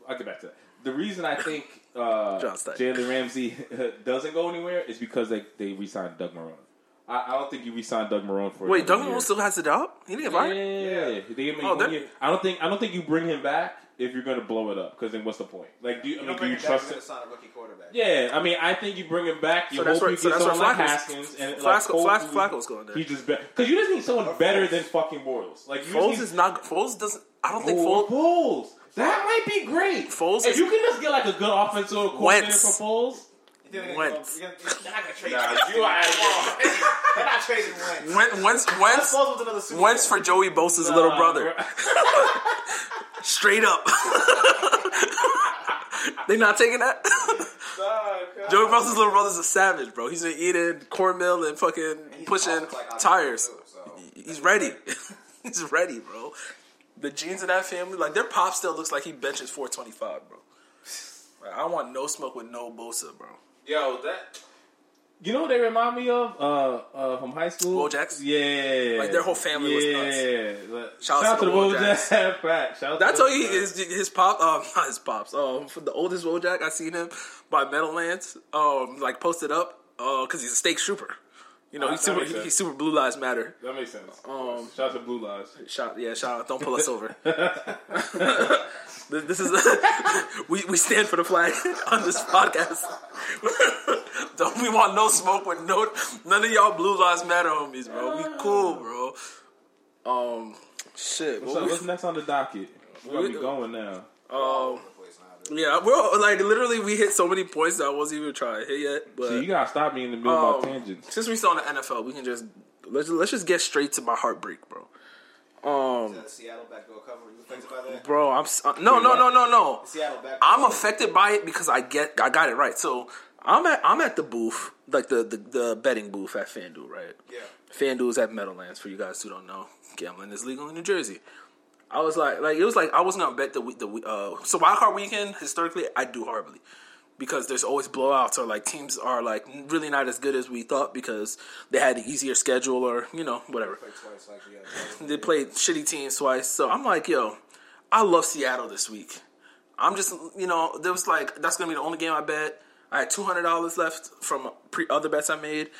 Speaker 4: I'll get back to that. The reason I think uh,
Speaker 3: [coughs] John Stein.
Speaker 4: Jalen Ramsey [laughs] doesn't go anywhere is because they they re-signed Doug Marone. I, I don't think you re-signed Doug Marone for
Speaker 3: Wait,
Speaker 4: another
Speaker 3: Doug
Speaker 4: year.
Speaker 3: Marone still has the job? He didn't get
Speaker 4: yeah,
Speaker 3: fired?
Speaker 4: yeah, yeah. They give him
Speaker 3: Oh,
Speaker 4: one
Speaker 3: that-
Speaker 4: year. I don't think I don't think you bring him back if you're going to blow it up. Because then what's the point? Like, do you, I mean,
Speaker 5: You don't
Speaker 4: do
Speaker 5: bring
Speaker 4: you
Speaker 5: him back,
Speaker 4: trust
Speaker 5: you're
Speaker 4: him?
Speaker 5: gonna sign a rookie quarterback.
Speaker 4: Yeah, I mean, I think you bring him back. You
Speaker 3: So
Speaker 4: hope
Speaker 3: that's
Speaker 4: you
Speaker 3: where-
Speaker 4: get
Speaker 3: so that's
Speaker 4: someone
Speaker 3: where
Speaker 4: like
Speaker 3: Flacco's-
Speaker 4: Haskins and like
Speaker 3: Flacco-
Speaker 4: Foles,
Speaker 3: Flacco-
Speaker 4: who-
Speaker 3: Flacco's going there.
Speaker 4: He just better because you just need someone better
Speaker 5: Foles.
Speaker 4: than fucking Bortles. Like you just
Speaker 3: Foles
Speaker 4: need-
Speaker 3: is not. Foles doesn't. I don't think
Speaker 4: Foles.
Speaker 3: Foles.
Speaker 4: Foles. That might be great.
Speaker 3: Foles
Speaker 4: If
Speaker 3: is-
Speaker 4: you can just get like a good offensive coordinator
Speaker 3: Wentz.
Speaker 4: for Foles.
Speaker 5: You think they're gonna,
Speaker 3: Wentz.
Speaker 5: you're gonna, you're not gonna trade.
Speaker 4: you
Speaker 5: [laughs]
Speaker 4: are out of [laughs]
Speaker 5: They're not trading Wentz.
Speaker 3: When, when's, when's,
Speaker 5: Falls with another Super
Speaker 3: when's
Speaker 5: Bowl.
Speaker 3: for Joey Bosa's little brother? Straight up. [laughs] they not taking that? [laughs] Joey Bosa's little brother's a savage, bro. He's been eating cornmeal and fucking
Speaker 5: He's
Speaker 3: pushing
Speaker 5: also, like, out of
Speaker 3: tires.
Speaker 5: the blue, so.
Speaker 3: He's ready. [laughs] He's ready, bro. The genes in that family, like their pop still looks like he benches 425, bro. Like, I want no smoke with no Bosa, bro.
Speaker 4: Yo, that. You know what they remind me of? Uh, uh, from high school.
Speaker 3: Bo Jackson?
Speaker 4: Yeah.
Speaker 3: Like, their whole family was nuts.
Speaker 4: Yeah. Like,
Speaker 3: Shout out
Speaker 4: Shout out
Speaker 3: to
Speaker 4: to the
Speaker 3: the Bo
Speaker 4: Bo Jack. [laughs] Fact. Shout out to
Speaker 3: That's
Speaker 4: the
Speaker 3: how
Speaker 4: Bo
Speaker 3: he
Speaker 4: Jack.
Speaker 3: his, his pop. Um, [laughs] not his pops. Um, for the oldest Wojak I seen him by Meadowlands. Um, like posted up. Uh, cause he's a state trooper. You know,
Speaker 4: Ah,
Speaker 3: he's
Speaker 4: that
Speaker 3: super.
Speaker 4: makes
Speaker 3: he-
Speaker 4: sense.
Speaker 3: He's super. Blue lives matter.
Speaker 4: That makes sense.
Speaker 3: Um,
Speaker 4: Shout out to Blue Lives.
Speaker 3: Shout, yeah, shout out. Don't pull us
Speaker 4: [laughs]
Speaker 3: over. this, this is [laughs] we we stand for the flag [laughs] on this podcast. [laughs] Don't we want no smoke with no none of y'all blue lives matter homies, bro. We cool, bro. Um, shit.
Speaker 4: What's,
Speaker 3: what
Speaker 4: up?
Speaker 3: we-
Speaker 4: what's next on the docket? Where are we
Speaker 3: We-
Speaker 4: going now?
Speaker 5: All over the place now, dude.
Speaker 3: yeah, we're like literally we hit so many points that I wasn't even trying to hit yet. But
Speaker 4: See, you gotta stop me in the middle of
Speaker 3: Um,
Speaker 4: my tangents.
Speaker 3: Since we still on the NFL, we can just let's let's just get straight to my heartbreak, bro. Um,
Speaker 5: Is that Seattle back door cover. You affected by that?
Speaker 3: bro, I'm s- uh, no, no, no, no, no.
Speaker 5: Seattle back.
Speaker 3: I'm affected by it because I get I got it right. So I'm at I'm at the booth, like the the, the betting booth at FanDuel, right?
Speaker 5: Yeah.
Speaker 3: FanDuel is at Meadowlands for you guys who don't know. Gambling is legal in New Jersey. I was like, like it was like I was gonna bet the we- the we- uh, so wild card weekend historically I do horribly because there's always blowouts or like teams are like really not as good as we thought because they had an easier schedule or you know whatever
Speaker 5: Twice, like, yeah.
Speaker 3: they played shitty teams twice. So I'm like, yo, I love Seattle this week. I'm just, you know, there was like that's gonna be the only game I bet. I had two hundred dollars left from pre- other bets I made.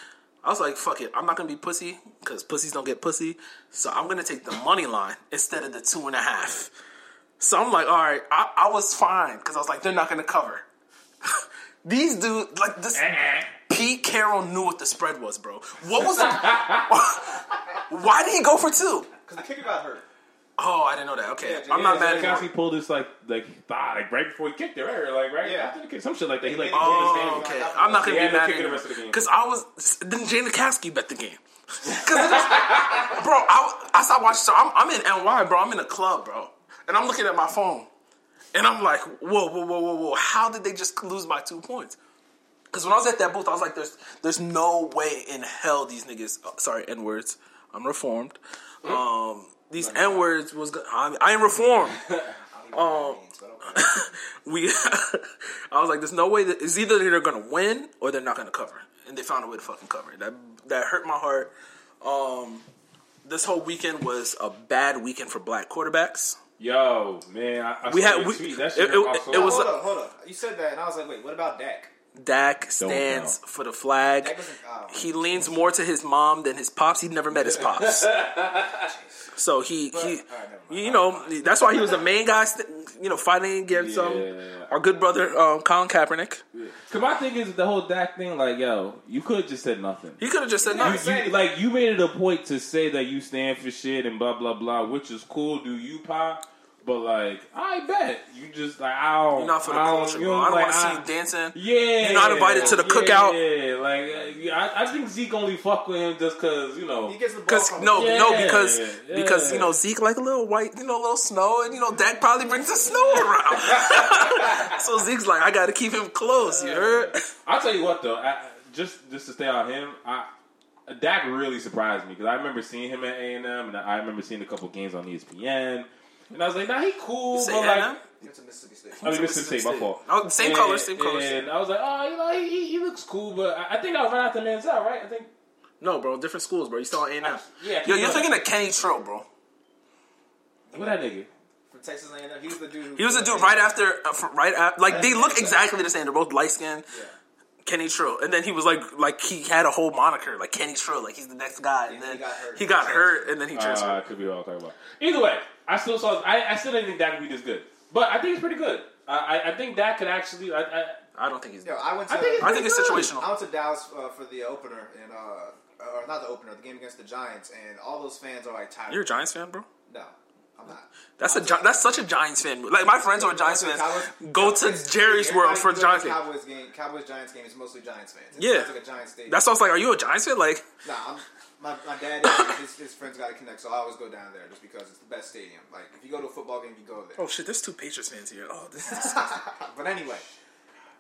Speaker 3: I was like, fuck it, I'm not gonna be pussy because pussies don't get pussy. So I'm gonna take the money line instead of the two and a half. So I'm like, all right, I, I was fine because I was like, they're not gonna cover. [laughs] These dudes, like this, Pete Carroll knew what the spread was, bro. What was the? [laughs] why did he go for two?
Speaker 5: Because the kicker got hurt.
Speaker 3: Oh, I didn't know that. Okay,
Speaker 5: Yeah,
Speaker 3: I'm not mad
Speaker 5: yeah, yeah,
Speaker 4: Because
Speaker 3: anymore.
Speaker 4: he pulled his like like thigh like right before he kicked it, right? Or, like right
Speaker 5: Yeah.
Speaker 4: after the kick, some shit like that. He like
Speaker 3: Oh,
Speaker 4: pulled his hand.
Speaker 3: okay. I'm not gonna
Speaker 4: Yeah,
Speaker 3: be
Speaker 4: no
Speaker 3: mad
Speaker 4: kick in the
Speaker 3: anymore
Speaker 4: rest of the game.
Speaker 3: because I was then Jane Kasky bet the game. 'Cause it just- [laughs] bro, I, I started watching. So I'm, I'm in NY, bro. I'm in a club, bro, and I'm looking at my phone, and I'm like, whoa, whoa, whoa, whoa, whoa. How did they just lose by two points? Because when I was at that booth, I was like, there's, there's no way in hell these niggas. oh, sorry, n words. I'm reformed.
Speaker 4: Mm-hmm.
Speaker 3: Um, these n words was. go- I'm, I am reformed.
Speaker 5: Oh.
Speaker 3: we [laughs] I was like, there's no way that it's either they're gonna win or they're not gonna cover. And they found a way to fucking cover it. That that hurt my heart. Um this whole weekend was a bad weekend for black quarterbacks.
Speaker 4: Yo, man, I, I
Speaker 3: We
Speaker 4: saw
Speaker 3: had-
Speaker 4: your
Speaker 3: we-
Speaker 4: tweet. That
Speaker 3: it-
Speaker 4: shit
Speaker 3: it-
Speaker 4: hurt my soul.
Speaker 3: it was-
Speaker 5: Hold up, hold up. You said that, and I was like, wait, what about Dak?
Speaker 3: Dak stands
Speaker 4: count.
Speaker 3: for the flag.
Speaker 5: Dak doesn't. Oh,
Speaker 3: He leans more to his mom than his pops. He'd never met his
Speaker 5: [laughs]
Speaker 3: pops. So he, he
Speaker 5: alright, never mind.
Speaker 3: you know, that's why he was the main guy, st- you know, fighting against um,
Speaker 4: Yeah.
Speaker 3: our good brother, um, Colin Kaepernick.
Speaker 4: Cause my thing is the whole Dak thing. Like, yo, you could have just said nothing.
Speaker 3: He could have just said,
Speaker 4: You-
Speaker 3: no,
Speaker 4: you- like you made it a point to say that you stand for shit and blah blah blah, which is cool. Do you pop? But like, I bet you just like I don't.
Speaker 3: you're not for the
Speaker 4: I don't-
Speaker 3: culture,
Speaker 4: you
Speaker 3: bro.
Speaker 4: know,
Speaker 3: I don't
Speaker 4: like,
Speaker 3: want to see you
Speaker 4: I-
Speaker 3: dancing.
Speaker 4: Yeah,
Speaker 3: You're not invited to the
Speaker 4: yeah,
Speaker 3: cookout.
Speaker 4: Yeah, like uh, I, I think Zeke only fuck with him just cause you know.
Speaker 5: He gets the ball
Speaker 3: Because
Speaker 5: from
Speaker 3: no,
Speaker 5: him.
Speaker 3: no,
Speaker 4: Oh, Yeah,
Speaker 3: because
Speaker 4: yeah.
Speaker 3: because you know Zeke like a little white, you know, a little snow, and you know Dak probably brings the snow around. [laughs] so Zeke's like, I got to keep him close. You heard? [laughs]
Speaker 4: I'll tell you what though, I, I- just just to stay on him, I. Dak really surprised me because I remember seeing him at A and M, and I remember seeing a couple games on E ESPN, and I was like, "Nah, he cool."
Speaker 3: Say
Speaker 4: but
Speaker 3: Anna?
Speaker 4: like,
Speaker 5: He went to Mississippi State.
Speaker 4: I mean, Mississippi State, my fault.
Speaker 3: Oh, same
Speaker 4: And-
Speaker 3: color, same color.
Speaker 4: And I was like, oh, you know, he, he, he looks cool, but I, I think I'll run out the man's out, right? I think.
Speaker 3: No, bro, different schools, bro. You still on A and M?
Speaker 4: Yeah,
Speaker 3: Yo,
Speaker 4: keep
Speaker 3: you're
Speaker 4: going.
Speaker 3: thinking of Kenny Trill, bro.
Speaker 4: What that nigga?
Speaker 5: From Texas A&M. He was the dude. Who
Speaker 3: He was a dude right after, uh, fr- right after, like they look exactly the same. They're both light skinned. Kenny Trill, and then he was like, like he had a whole moniker, like Kenny Trill, like he's the next guy, and
Speaker 5: Yeah,
Speaker 3: then
Speaker 5: he got hurt.
Speaker 3: he got hurt, and then he transferred.
Speaker 4: Uh, could be what I'm talking about. Either way, I still saw. I, I still didn't think Dak would be this good, but I think it's pretty good. I, I, I think Dak could actually. I, I,
Speaker 3: I don't think he's.
Speaker 5: Yo, I went to.
Speaker 4: I
Speaker 5: I,
Speaker 4: think
Speaker 3: I think it's situational.
Speaker 5: went to Dallas uh, for the opener and uh, or not the opener, the game against the Giants, and all those fans are like tired.
Speaker 3: You're a Giants fan, bro.
Speaker 5: no, I'm not.
Speaker 3: That's a Gi- that's such a Giants fan. move. Like my friends who are Giants fans
Speaker 5: Cowboys-
Speaker 3: go to Jerry's World
Speaker 5: Everybody
Speaker 3: for
Speaker 5: goes to
Speaker 3: Giants.
Speaker 5: the
Speaker 3: Fan.
Speaker 5: Cowboys game, Cowboys Giants game is mostly Giants fans. It's,
Speaker 3: Yeah.
Speaker 5: it's like a Giants stadium.
Speaker 3: That's why I was like, "Are you a Giants fan?" Like,
Speaker 5: Nah, I'm, my, my dad and his, his friends got to connect, so I always go down there just because it's the best stadium. Like, if you go to a football game, you go there.
Speaker 3: oh shit, there's two Patriots fans here. Oh, this is
Speaker 5: But anyway,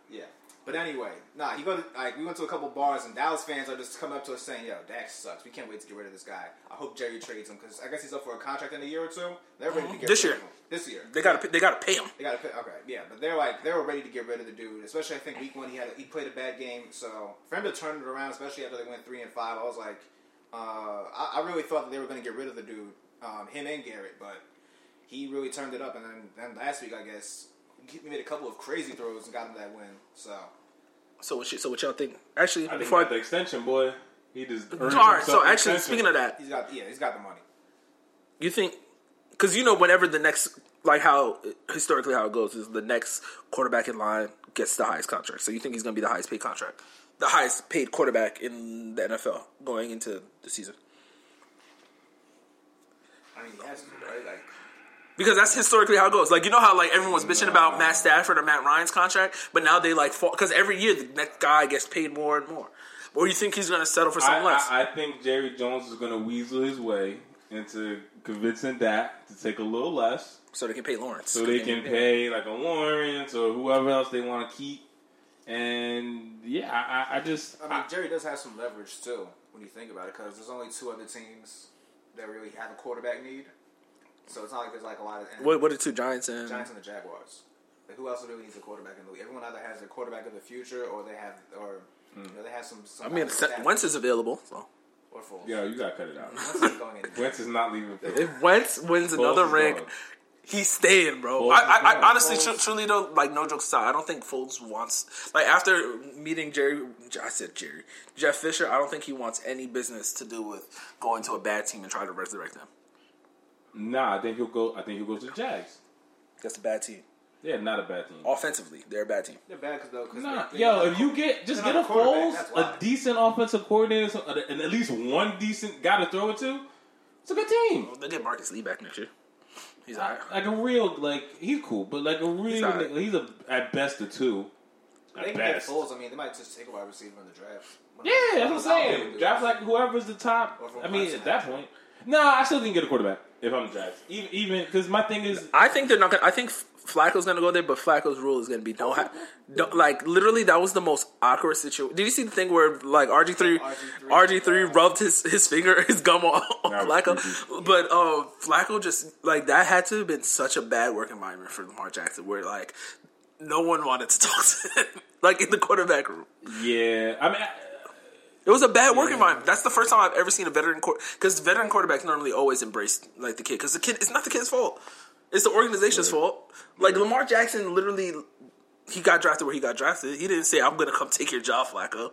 Speaker 5: yeah. But anyway, nah, you go to, like, we went to a couple bars, and Dallas fans are just coming up to us saying, yo, Dax sucks. We can't wait to get rid of this guy. I hope Jerry trades him because I guess he's up for a contract in a year or two. They're ready to get
Speaker 3: Mm-hmm. This
Speaker 5: rid
Speaker 3: year.
Speaker 5: Of him. This year.
Speaker 3: they gotta they gotta pay him.
Speaker 5: They got to okay, yeah, but they're like they were ready to get rid of the dude. Especially I think week one he had a, he played a bad game, so for him to turn it around, especially after they went three and five, I was like, uh, I, I really thought that they were going to get rid of the dude, um, him and Garrett, but he really turned it up. And then, then last week, I guess he made a couple of crazy throws and got him that win. So
Speaker 3: So what? you- So what y'all think? Actually,
Speaker 4: I think
Speaker 3: before I,
Speaker 4: like the extension boy, he just.
Speaker 3: all
Speaker 4: earned
Speaker 3: right.
Speaker 4: himself
Speaker 3: So
Speaker 4: an
Speaker 3: actually,
Speaker 4: extension.
Speaker 3: speaking of that,
Speaker 5: he's got yeah, he's got the money.
Speaker 3: you think because you know whenever the next like how historically how it goes is the next quarterback in line gets the highest contract. So you think he's gonna be the highest paid contract, the highest paid quarterback in the NFL going into the season.
Speaker 5: I mean, he has to right like.
Speaker 3: Because that's historically how it goes. Like you know how like everyone's bitching about Matt Stafford or Matt Ryan's contract, but now they like fall because every year the next guy gets paid more and more. Or you think he's gonna settle for
Speaker 4: I,
Speaker 3: something less?
Speaker 4: I, I think Jerry Jones is going to weasel his way into convincing Dak to take a little less.
Speaker 3: so they can pay Lawrence.
Speaker 4: so they can pay like a Lawrence or whoever else they want to keep. And yeah, I, I, I just
Speaker 5: I mean, Jerry does have some leverage too when you think about it, because there's only two other teams that really have a quarterback need. So it's not like there's like a lot of
Speaker 3: What what are two Giants and
Speaker 5: Giants and the Jaguars. Like, who else really needs a quarterback in the league? Everyone either has their quarterback of the future, or they have, or you know, they have some. some
Speaker 3: I mean, se- Wentz is available. So
Speaker 5: or full.
Speaker 4: yo, you gotta cut it out.
Speaker 5: Wentz is going in.
Speaker 4: Wentz is not leaving. Philly.
Speaker 3: if Wentz wins another
Speaker 4: is
Speaker 3: ring,
Speaker 4: gone.
Speaker 3: he's staying, bro.
Speaker 4: Foles
Speaker 3: I,
Speaker 4: is
Speaker 3: I,
Speaker 4: gone.
Speaker 3: I honestly, tru-
Speaker 5: Foles-
Speaker 3: truly though, like no joke aside, I don't think Foles wants like after meeting Jerry. I said Jerry Jeff Fisher. I don't think he wants any business to do with going to a bad team and try to resurrect them.
Speaker 4: Nah, I think he'll go. I think he'll go to the Jags.
Speaker 3: That's a bad team.
Speaker 4: Yeah, not a bad team.
Speaker 3: Offensively, they're a bad team.
Speaker 5: They're bad because though, cause
Speaker 4: Nah,
Speaker 5: they- they
Speaker 4: yo,
Speaker 5: got-
Speaker 4: if you get just
Speaker 5: they're
Speaker 4: get a
Speaker 5: not a quarterback,
Speaker 4: Foles,
Speaker 5: that's
Speaker 4: a
Speaker 5: why.
Speaker 4: decent offensive coordinator, so- uh, and at least one decent guy to throw it to, it's a good team.
Speaker 3: They get Marcus Lee back next year. He's alright.
Speaker 4: Like a real, like he's cool, but like a real, he's,
Speaker 3: alright.
Speaker 4: a at best a two.
Speaker 5: they
Speaker 4: At
Speaker 5: can get
Speaker 4: best,
Speaker 5: Foles. I mean, they might just take a wide receiver in the draft.
Speaker 4: yeah, that's what I'm saying. Draft like whoever's the top.
Speaker 5: Or from
Speaker 4: I mean,
Speaker 5: Clemson.
Speaker 4: at that point, no, nah, I still didn't get a quarterback if I'm the Jags. Even, even because my thing is,
Speaker 3: I think they're not gonna. I think Flacco's gonna go there, but Flacco's rule is gonna be don't have, don't, like literally. That was the most awkward situation. Did you see the thing where like RG three,
Speaker 5: RG3,
Speaker 3: RG three
Speaker 5: yeah.
Speaker 3: rubbed his his finger [laughs] his gum on, on
Speaker 4: That was creepy.
Speaker 3: Flacco, but um, Flacco just like that had to have been such a bad work environment for Lamar Jackson, where like no one wanted to [laughs] talk to him, like in the quarterback room.
Speaker 4: yeah, I mean. I,
Speaker 3: It was a bad work environment. That's the first time I've ever seen a veteran court because veteran quarterbacks normally always embrace like the kid because the kid it's not the kid's fault. It's the organization's fault. Like Lamar Jackson, literally, he got drafted where he got drafted. He didn't say, "I'm going to come take your job, Flacco."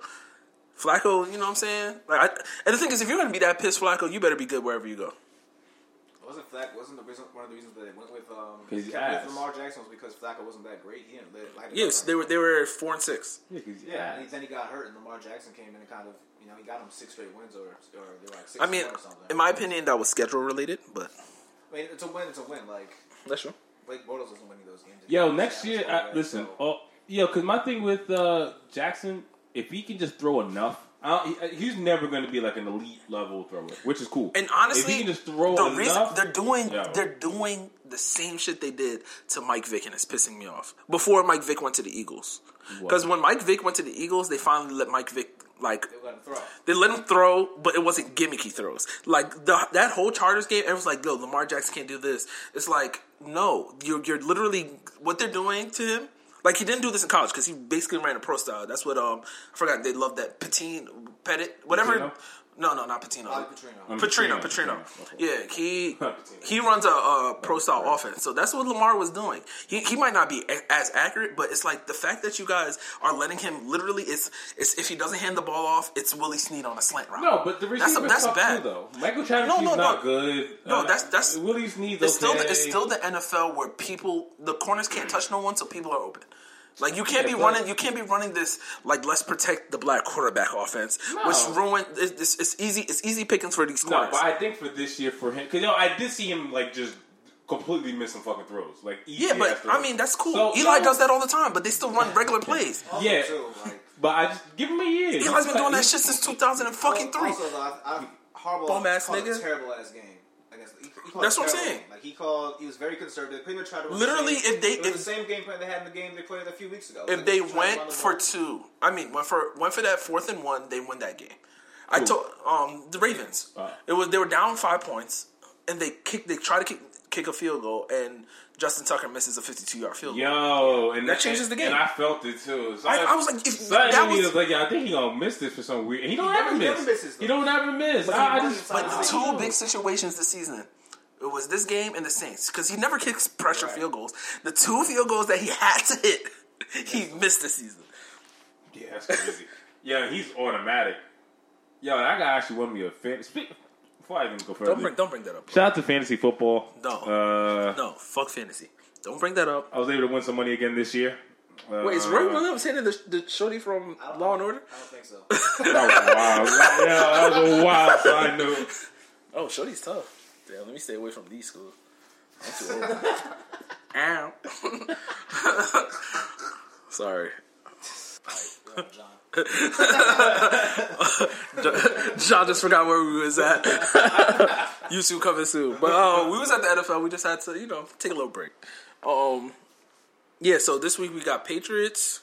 Speaker 3: Flacco, you know what I'm saying? Like, I, and the thing is, if you're going to be that pissed, Flacco, you better be good wherever you go.
Speaker 5: Wasn't Flack? Wasn't the reason one of the reasons that they went with um
Speaker 4: His
Speaker 5: kept
Speaker 4: ass.
Speaker 5: with Lamar Jackson was because Flacco wasn't that great. He didn't live. Like,
Speaker 3: Yes, they were they were four and six.
Speaker 5: Yeah, and then he got hurt, and Lamar Jackson came in and kind of, you know, he got him six straight wins, or, or they were like six
Speaker 3: I mean,
Speaker 5: or something.
Speaker 3: in my opinion, that was schedule related, but
Speaker 5: I mean, it's a win, it's a win. Like,
Speaker 3: that's true.
Speaker 5: Blake Bortles isn't winning those games.
Speaker 4: Yo,
Speaker 5: He's
Speaker 4: next
Speaker 5: average
Speaker 4: year, I,
Speaker 5: quarterback,
Speaker 4: listen.
Speaker 5: so-
Speaker 4: Oh, yo, because my thing with uh, Jackson, if he can just throw enough, I don't, he, he's never going to be like an elite level thrower, which is cool.
Speaker 3: And honestly,
Speaker 4: if he can just throw
Speaker 3: the
Speaker 4: enough,
Speaker 3: reason they're doing
Speaker 4: Yo.
Speaker 3: they're doing the same shit they did to Mike Vick, and it's pissing me off. Before Mike Vick went to the Eagles, because when Mike Vick went to the Eagles, they finally let Mike Vick like
Speaker 5: They let him throw.
Speaker 3: they let him throw, but it wasn't gimmicky throws. Like the, that whole Chargers game, everyone's like, "Yo, Lamar Jackson can't do this." It's like, no, you're you're literally what they're doing to him. Like he didn't do this in college because he basically ran a pro style. That's what um I forgot they loved that Patine Pettit whatever.
Speaker 4: Patino?
Speaker 3: No, no, not Patino.
Speaker 5: Bobby Petrino.
Speaker 4: Um,
Speaker 3: Petrino,
Speaker 4: Petrino,
Speaker 3: Petrino.
Speaker 4: Petrino.
Speaker 3: Yeah, he
Speaker 4: Petrino.
Speaker 3: he runs a, uh pro style offense, so that's what Lamar was doing. He, he might not be a- as accurate, but it's like the fact that you guys are letting him literally it's it's if he doesn't hand the ball off, it's Willie Snead on a slant route.
Speaker 4: no, but the
Speaker 3: That's-
Speaker 4: receiver
Speaker 3: that's
Speaker 4: suck
Speaker 3: bad.
Speaker 4: too, though. Michael Travis
Speaker 3: No,
Speaker 4: no,
Speaker 3: no,
Speaker 4: not
Speaker 3: no.
Speaker 4: good.
Speaker 3: No,
Speaker 4: Uh,
Speaker 3: that's- that's-
Speaker 4: Willie's needs.
Speaker 3: it's still
Speaker 4: okay.
Speaker 3: the, it's still the NFL where people the corners can't touch no one, so people are open. Like you can't
Speaker 4: Yeah,
Speaker 3: be
Speaker 4: but-
Speaker 3: running, you can't be running this like let's protect the black quarterback offense, which
Speaker 4: No.
Speaker 3: ruined. It's, it's, it's easy, it's easy pickings for these
Speaker 4: No,
Speaker 3: corners.
Speaker 4: but I think for this year for him, because yo, I did see him like just completely missing fucking throws, like easy
Speaker 3: yeah,
Speaker 4: ass
Speaker 3: but
Speaker 4: throws.
Speaker 3: I mean that's cool.
Speaker 4: So-
Speaker 3: Eli
Speaker 4: no.
Speaker 3: does that all the time, but they still run regular plays.
Speaker 5: Also,
Speaker 4: Yeah.
Speaker 5: Too, like,
Speaker 4: But I just give him a year.
Speaker 3: Eli's been doing that
Speaker 4: He-
Speaker 3: shit since 2000 and fucking three.
Speaker 5: Also, though, I, I, Harbaugh
Speaker 3: Bum ass
Speaker 5: called
Speaker 3: nigga.
Speaker 5: a terrible ass game. I guess he, he called
Speaker 3: That's
Speaker 5: a
Speaker 3: what I'm
Speaker 5: terrible
Speaker 3: saying.
Speaker 5: game. Like he called, he was very conservative. Pretty much tried to run the
Speaker 3: Literally,
Speaker 5: same-
Speaker 3: if they-
Speaker 5: it was
Speaker 3: if-
Speaker 5: the same game plan they had in the game they played a few weeks ago.
Speaker 3: If
Speaker 5: Like,
Speaker 3: they
Speaker 5: try to run
Speaker 3: went
Speaker 5: the
Speaker 3: for
Speaker 5: ball.
Speaker 3: two, I mean, went for went for that fourth and one, they win that game. I told um the Ravens
Speaker 4: Uh.
Speaker 3: it was they were down five points and they kicked they tried to kick, kick a field goal and Justin Tucker misses a 52 yard field goal.
Speaker 4: Yo, and
Speaker 3: That changes the game.
Speaker 4: And I felt it too. So
Speaker 3: I, I was like, if
Speaker 4: Suddenly
Speaker 3: that
Speaker 4: he
Speaker 3: was
Speaker 4: was like, yeah, I think he gonna miss this for some weird. He don't
Speaker 5: He
Speaker 4: ever
Speaker 5: never- he
Speaker 4: miss.
Speaker 5: never misses, though.
Speaker 4: he don't ever miss.
Speaker 5: he
Speaker 4: I, I
Speaker 5: runs
Speaker 4: just
Speaker 5: inside
Speaker 4: I
Speaker 5: the
Speaker 4: just-
Speaker 5: six.
Speaker 3: two big situations this season. It was this game and the Saints because he never kicks pressure
Speaker 5: Right.
Speaker 3: field goals. The two field goals that he had to hit, [laughs] he missed this season.
Speaker 4: [laughs] Yeah, that's crazy. yeah, he's automatic. Yo, that guy actually won me a fantasy. Before I even go further,
Speaker 3: Don't bring don't bring that up.
Speaker 4: shout out to fantasy football.
Speaker 3: No.
Speaker 4: uh,
Speaker 3: No, fuck fantasy. Don't bring that up.
Speaker 4: I was able to win some money again this year. Uh,
Speaker 3: Wait, is Roy Williams hitting the, the shorty from
Speaker 5: I don't-
Speaker 3: Law and Order?
Speaker 5: I don't
Speaker 3: [laughs]
Speaker 5: think so.
Speaker 4: That was wild. yeah, that was a wild side note.
Speaker 3: Oh, shorty's tough. Damn, let me stay away from these schools. I'm too old. Ow. [laughs] Sorry.
Speaker 5: Like, John.
Speaker 3: John just forgot where we was at. [laughs] YouTube coming soon. But uh, we was at the NFL. We just had to, you know, take a little break. Um, yeah, so this week we got Patriots,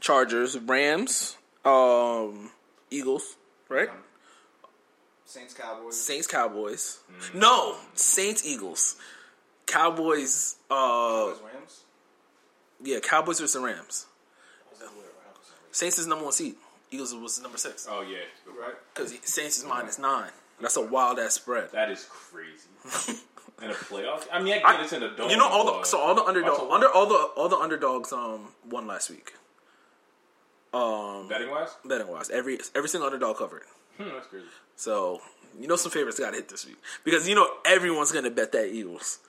Speaker 3: Chargers, Rams, um, Eagles, right?
Speaker 5: Saints Cowboys.
Speaker 3: Saints, Cowboys.
Speaker 4: Mm.
Speaker 3: No, Saints, Eagles, Cowboys. Uh,
Speaker 5: Cowboys, Rams.
Speaker 3: yeah, Cowboys versus the Rams.
Speaker 5: That was weird, right?
Speaker 3: Saints is number one seed. Eagles was number six
Speaker 4: Oh yeah,
Speaker 5: Right.
Speaker 3: because Saints is minus nine. That's a wild ass spread.
Speaker 4: that is crazy.
Speaker 3: [laughs]
Speaker 4: in a playoff, I mean, I get
Speaker 3: I-
Speaker 4: it's in a dome.
Speaker 3: You know all the
Speaker 4: but-
Speaker 3: so all the underdog
Speaker 4: That's a-
Speaker 3: under all the all the underdogs um won last week
Speaker 4: betting wise.
Speaker 3: betting wise every every single underdog covered.
Speaker 4: Hmm, that's crazy.
Speaker 3: So you know some favorites got to hit this week because you know everyone's gonna bet that Eagles.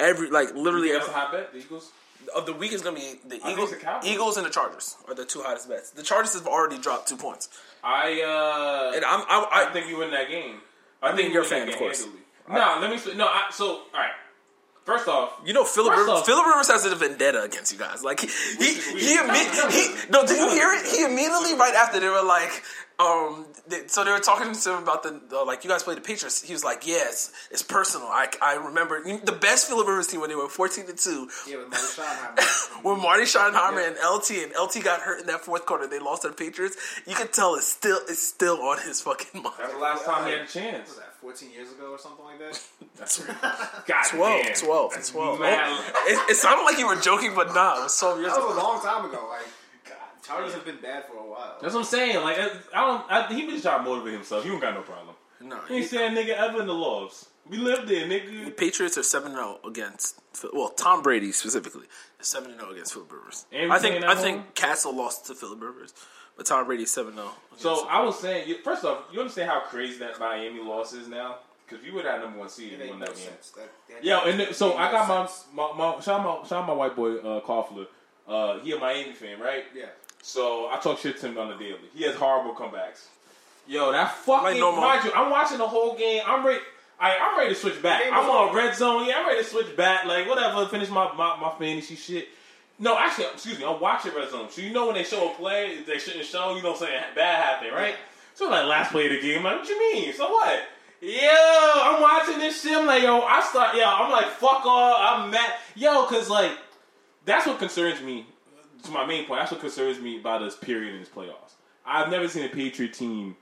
Speaker 3: Every like literally
Speaker 4: That's a
Speaker 3: every,
Speaker 4: hot bet. The Eagles.
Speaker 3: of the week is gonna be the
Speaker 4: think
Speaker 3: Eagles,
Speaker 4: it's the Cowboys.
Speaker 3: Eagles and the Chargers are the two hottest bets. The Chargers have already dropped two points,
Speaker 4: I uh,
Speaker 3: and I'm I, I,
Speaker 4: I think you win that game. I,
Speaker 3: think
Speaker 4: you
Speaker 3: you're a
Speaker 4: win that
Speaker 3: fan, of
Speaker 4: game
Speaker 3: course.
Speaker 4: handily. Nah, let me. sp- No, I, so all right. First off,
Speaker 3: You know, Philip
Speaker 4: First
Speaker 3: Rivers,
Speaker 4: off-
Speaker 3: Philip Rivers has a vendetta against you guys. Like he he
Speaker 4: should- we
Speaker 3: he,
Speaker 4: should-
Speaker 3: imme- he no, did you hear it? He immediately right after they were like, um, they, so they were talking to him about the uh, like you guys played the Patriots. He was like, yeah, it's, it's personal. I, I remember you- the best Philip Rivers team when they were fourteen to two
Speaker 5: Yeah, with Marty Schottenheimer.
Speaker 3: when Marty Schottenheimer and LT and LT got hurt in that fourth quarter. They lost to the Patriots. You could tell it's still it's still on his fucking mind.
Speaker 4: that's the last time he had a chance.
Speaker 5: was that 14 years ago or something like that?
Speaker 4: God
Speaker 3: Twelve,
Speaker 4: damn.
Speaker 3: twelve,
Speaker 4: That's
Speaker 3: twelve.
Speaker 4: mad.
Speaker 3: It, it sounded like you were joking, but nah, it was twelve years
Speaker 5: That
Speaker 3: ago.
Speaker 5: was a long time ago.
Speaker 3: [laughs]
Speaker 5: Like, God, Chargers have been bad for a while.
Speaker 4: That's what I'm saying. Like I, I don't. I, he been just trying to motivate himself. He don't got no problem.
Speaker 3: No,
Speaker 4: He ain't saying nigga ever in the loves. We live there, nigga.
Speaker 3: Patriots are seven zero against well Tom Brady specifically is seven zero against Philip Rivers.
Speaker 4: And we
Speaker 3: I think
Speaker 4: playing at
Speaker 3: I think
Speaker 4: home?
Speaker 3: Castle lost to Philip Rivers, but Tom Brady seven oh zero.
Speaker 4: So I was saying, you- first off, you understand how crazy that Miami loss is now? Because you were that number one seed and
Speaker 5: It
Speaker 4: you
Speaker 5: made
Speaker 4: won
Speaker 5: no
Speaker 4: that game.
Speaker 5: sense. That, that
Speaker 4: Yeah, and then- so
Speaker 5: made
Speaker 4: I
Speaker 5: no
Speaker 4: got my,
Speaker 5: sense.
Speaker 4: my, my shout out my shout out my white boy uh, Koffler. Uh, he a Miami fan, right?
Speaker 5: Yeah.
Speaker 4: So I talk shit to him on the daily. He has horrible comebacks. Yo, that fucking
Speaker 3: Like normal.
Speaker 4: mind you, I'm watching the whole game. I'm ready. I, I'm ready to switch back.
Speaker 5: Game
Speaker 4: I'm
Speaker 5: is
Speaker 4: on red zone. Yeah, I'm ready to switch back. Like whatever, finish my my, my fantasy shit. No, actually, excuse me. I'm watching red zone. So you know when they show a play they shouldn't show, you know, what I'm saying bad happened, right? So like last play of the game, I'm like what you mean? So what? Yo, I'm watching this shit. I'm like, yo, I start, yo, I'm like, fuck all. I'm mad, yo, cause like that's what concerns me. To my main point, that's what concerns me about this period in this playoffs. I've never seen a Patriot team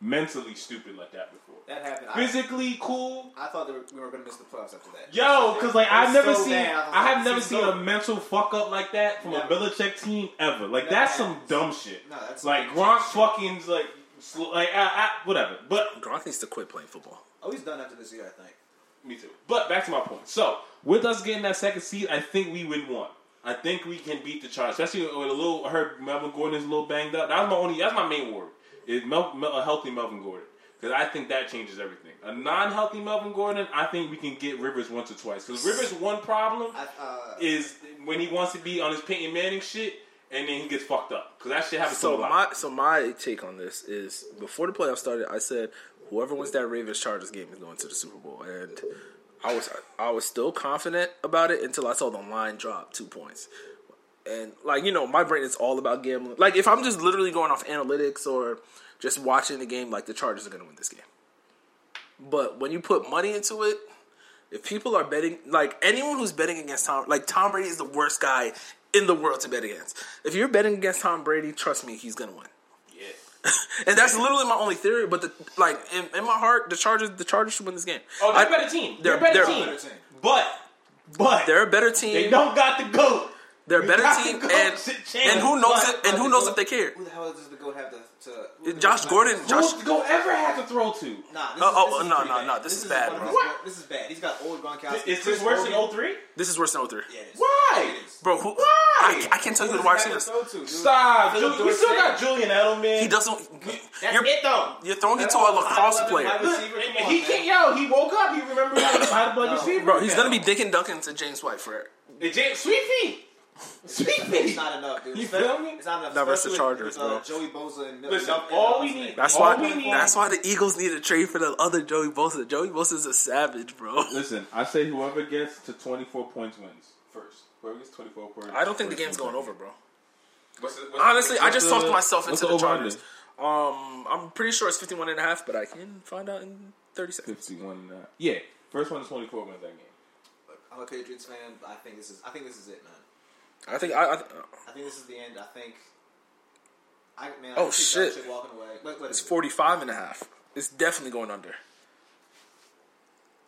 Speaker 4: mentally stupid like that before.
Speaker 5: That happened. I,
Speaker 4: Physically cool,
Speaker 5: I thought that we were going to miss the playoffs after that.
Speaker 4: yo, because like
Speaker 5: It was
Speaker 4: I've never
Speaker 5: so
Speaker 4: seen,
Speaker 5: bad. was
Speaker 4: I
Speaker 5: like,
Speaker 4: have never
Speaker 5: this is
Speaker 4: seen
Speaker 5: so-
Speaker 4: a mental fuck up like that from
Speaker 5: Never.
Speaker 4: a Belichick team ever. Like
Speaker 5: Never
Speaker 4: that's some
Speaker 5: happens.
Speaker 4: dumb shit.
Speaker 5: No, that's
Speaker 4: like
Speaker 5: some
Speaker 4: Gronk fucking like sl- like I, I, whatever. But
Speaker 3: Gronk needs to quit playing football.
Speaker 5: Oh, he's done after this year, I think.
Speaker 4: Me too. But back to my point. So with us getting that second seed, I think we win one. I think we can beat the Chargers, especially with a little. I heard Melvin Gordon is a little banged up. That was my only. That's my main worry. Is Mel, Mel, a healthy Melvin Gordon because I think that changes everything. A non-healthy Melvin Gordon, I think we can get Rivers once or twice. Because Rivers' one problem
Speaker 5: I, uh,
Speaker 4: is when he wants to be on his Peyton Manning shit, and then he gets fucked up. Because that shit happens
Speaker 3: So
Speaker 4: to a lot.
Speaker 3: my so my take on this is before the playoffs started, I said whoever wins that Ravens Chargers game is going to the Super Bowl, and I was I was still confident about it until I saw the line drop two points. And like you know, my brain is all about gambling. Like if I'm just literally going off analytics or just watching the game, like the Chargers are going to win this game. But when you put money into it, if people are betting, like anyone who's betting against Tom, like Tom Brady is the worst guy in the world to bet against. If you're betting against Tom Brady, trust me, he's gonna win. [laughs]
Speaker 4: yeah.
Speaker 3: And that's literally my only theory. But the like in, in my heart, the Chargers, the Chargers should win this game.
Speaker 4: Oh, they're
Speaker 3: I-
Speaker 4: a better team.
Speaker 3: they're-
Speaker 4: They're, a better
Speaker 3: they're-
Speaker 4: team.
Speaker 5: Better team.
Speaker 4: But but
Speaker 3: They're a better team.
Speaker 4: they don't got the goat.
Speaker 3: They're a
Speaker 4: You
Speaker 3: better
Speaker 4: got
Speaker 3: team,
Speaker 4: to go
Speaker 3: and
Speaker 4: to
Speaker 3: and who
Speaker 4: chance,
Speaker 3: knows
Speaker 4: but-
Speaker 3: it, and who knows if they care.
Speaker 5: who the hell does the GOAT have to. to who the
Speaker 3: Josh
Speaker 5: GOAT-
Speaker 3: Gordon, Josh.
Speaker 4: Who's the goat ever had to throw to?
Speaker 5: Nah,
Speaker 3: Oh,
Speaker 5: this is,
Speaker 3: oh,
Speaker 5: this is
Speaker 3: no,
Speaker 5: pretty
Speaker 3: no,
Speaker 5: bad.
Speaker 3: no, this is bad,
Speaker 5: one of
Speaker 3: bro.
Speaker 5: his wor- This is bad. He's got old Gronkowski.
Speaker 4: Is
Speaker 5: Chris
Speaker 4: this worse
Speaker 5: Hogan.
Speaker 4: than 03?
Speaker 3: This is worse than 03.
Speaker 5: Yeah, it is.
Speaker 4: Why?
Speaker 5: It is.
Speaker 3: Bro, who? I,
Speaker 4: Why?
Speaker 3: I can't tell you who the wide receivers.
Speaker 4: Stop.
Speaker 5: Philip
Speaker 4: Ju- we still got
Speaker 5: Dorsett.
Speaker 4: Julian Edelman.
Speaker 3: He doesn't.
Speaker 5: That's
Speaker 3: You're,
Speaker 5: it though.
Speaker 3: you're throwing it to a lacrosse player.
Speaker 4: Look,
Speaker 5: Receiver,
Speaker 4: and
Speaker 5: come on,
Speaker 4: he
Speaker 5: man.
Speaker 4: can't. Yo, he woke up. He remembered how to hide blood
Speaker 5: No.
Speaker 4: receiver.
Speaker 3: Bro, he's gonna be Dick and Duncan to James White for
Speaker 4: And James- Sweet feet. Sweet
Speaker 5: It's
Speaker 4: feat.
Speaker 5: not enough, dude.
Speaker 4: You
Speaker 5: Especially-
Speaker 4: feel me?
Speaker 5: It's not enough.
Speaker 3: Not versus
Speaker 5: especially
Speaker 3: the
Speaker 5: with,
Speaker 3: Chargers,
Speaker 5: with, uh,
Speaker 3: bro.
Speaker 5: Joey Bosa and Milton.
Speaker 4: Listen, all we need.
Speaker 3: That's
Speaker 4: all
Speaker 3: why.
Speaker 4: We need,
Speaker 3: That's why the Eagles need a trade for the other Joey Bosa. Joey Bosa's a savage, bro.
Speaker 4: Listen, I say whoever gets to 24 points wins first. Whoever gets 24 points.
Speaker 3: I don't think the game's going over, bro.
Speaker 4: What's the- what's the-
Speaker 3: Honestly, I
Speaker 4: what's
Speaker 3: just
Speaker 4: the-
Speaker 3: talked myself
Speaker 4: what's
Speaker 3: into the
Speaker 4: over-under?
Speaker 3: Chargers. Um, I'm pretty sure it's 51 and a half, but I can find out in 30 seconds.
Speaker 4: 51 and a- Yeah, first one to 24 wins that game.
Speaker 5: I'm a Patriots fan. But I think this is. I think this is it, man.
Speaker 3: I think I. I
Speaker 5: I think this is the end. I think. I, man, I
Speaker 3: Oh,
Speaker 5: can see Belichick
Speaker 3: shit.
Speaker 5: Walking away. What, what
Speaker 3: it's
Speaker 5: is it?
Speaker 3: 45 and a half. It's definitely going under.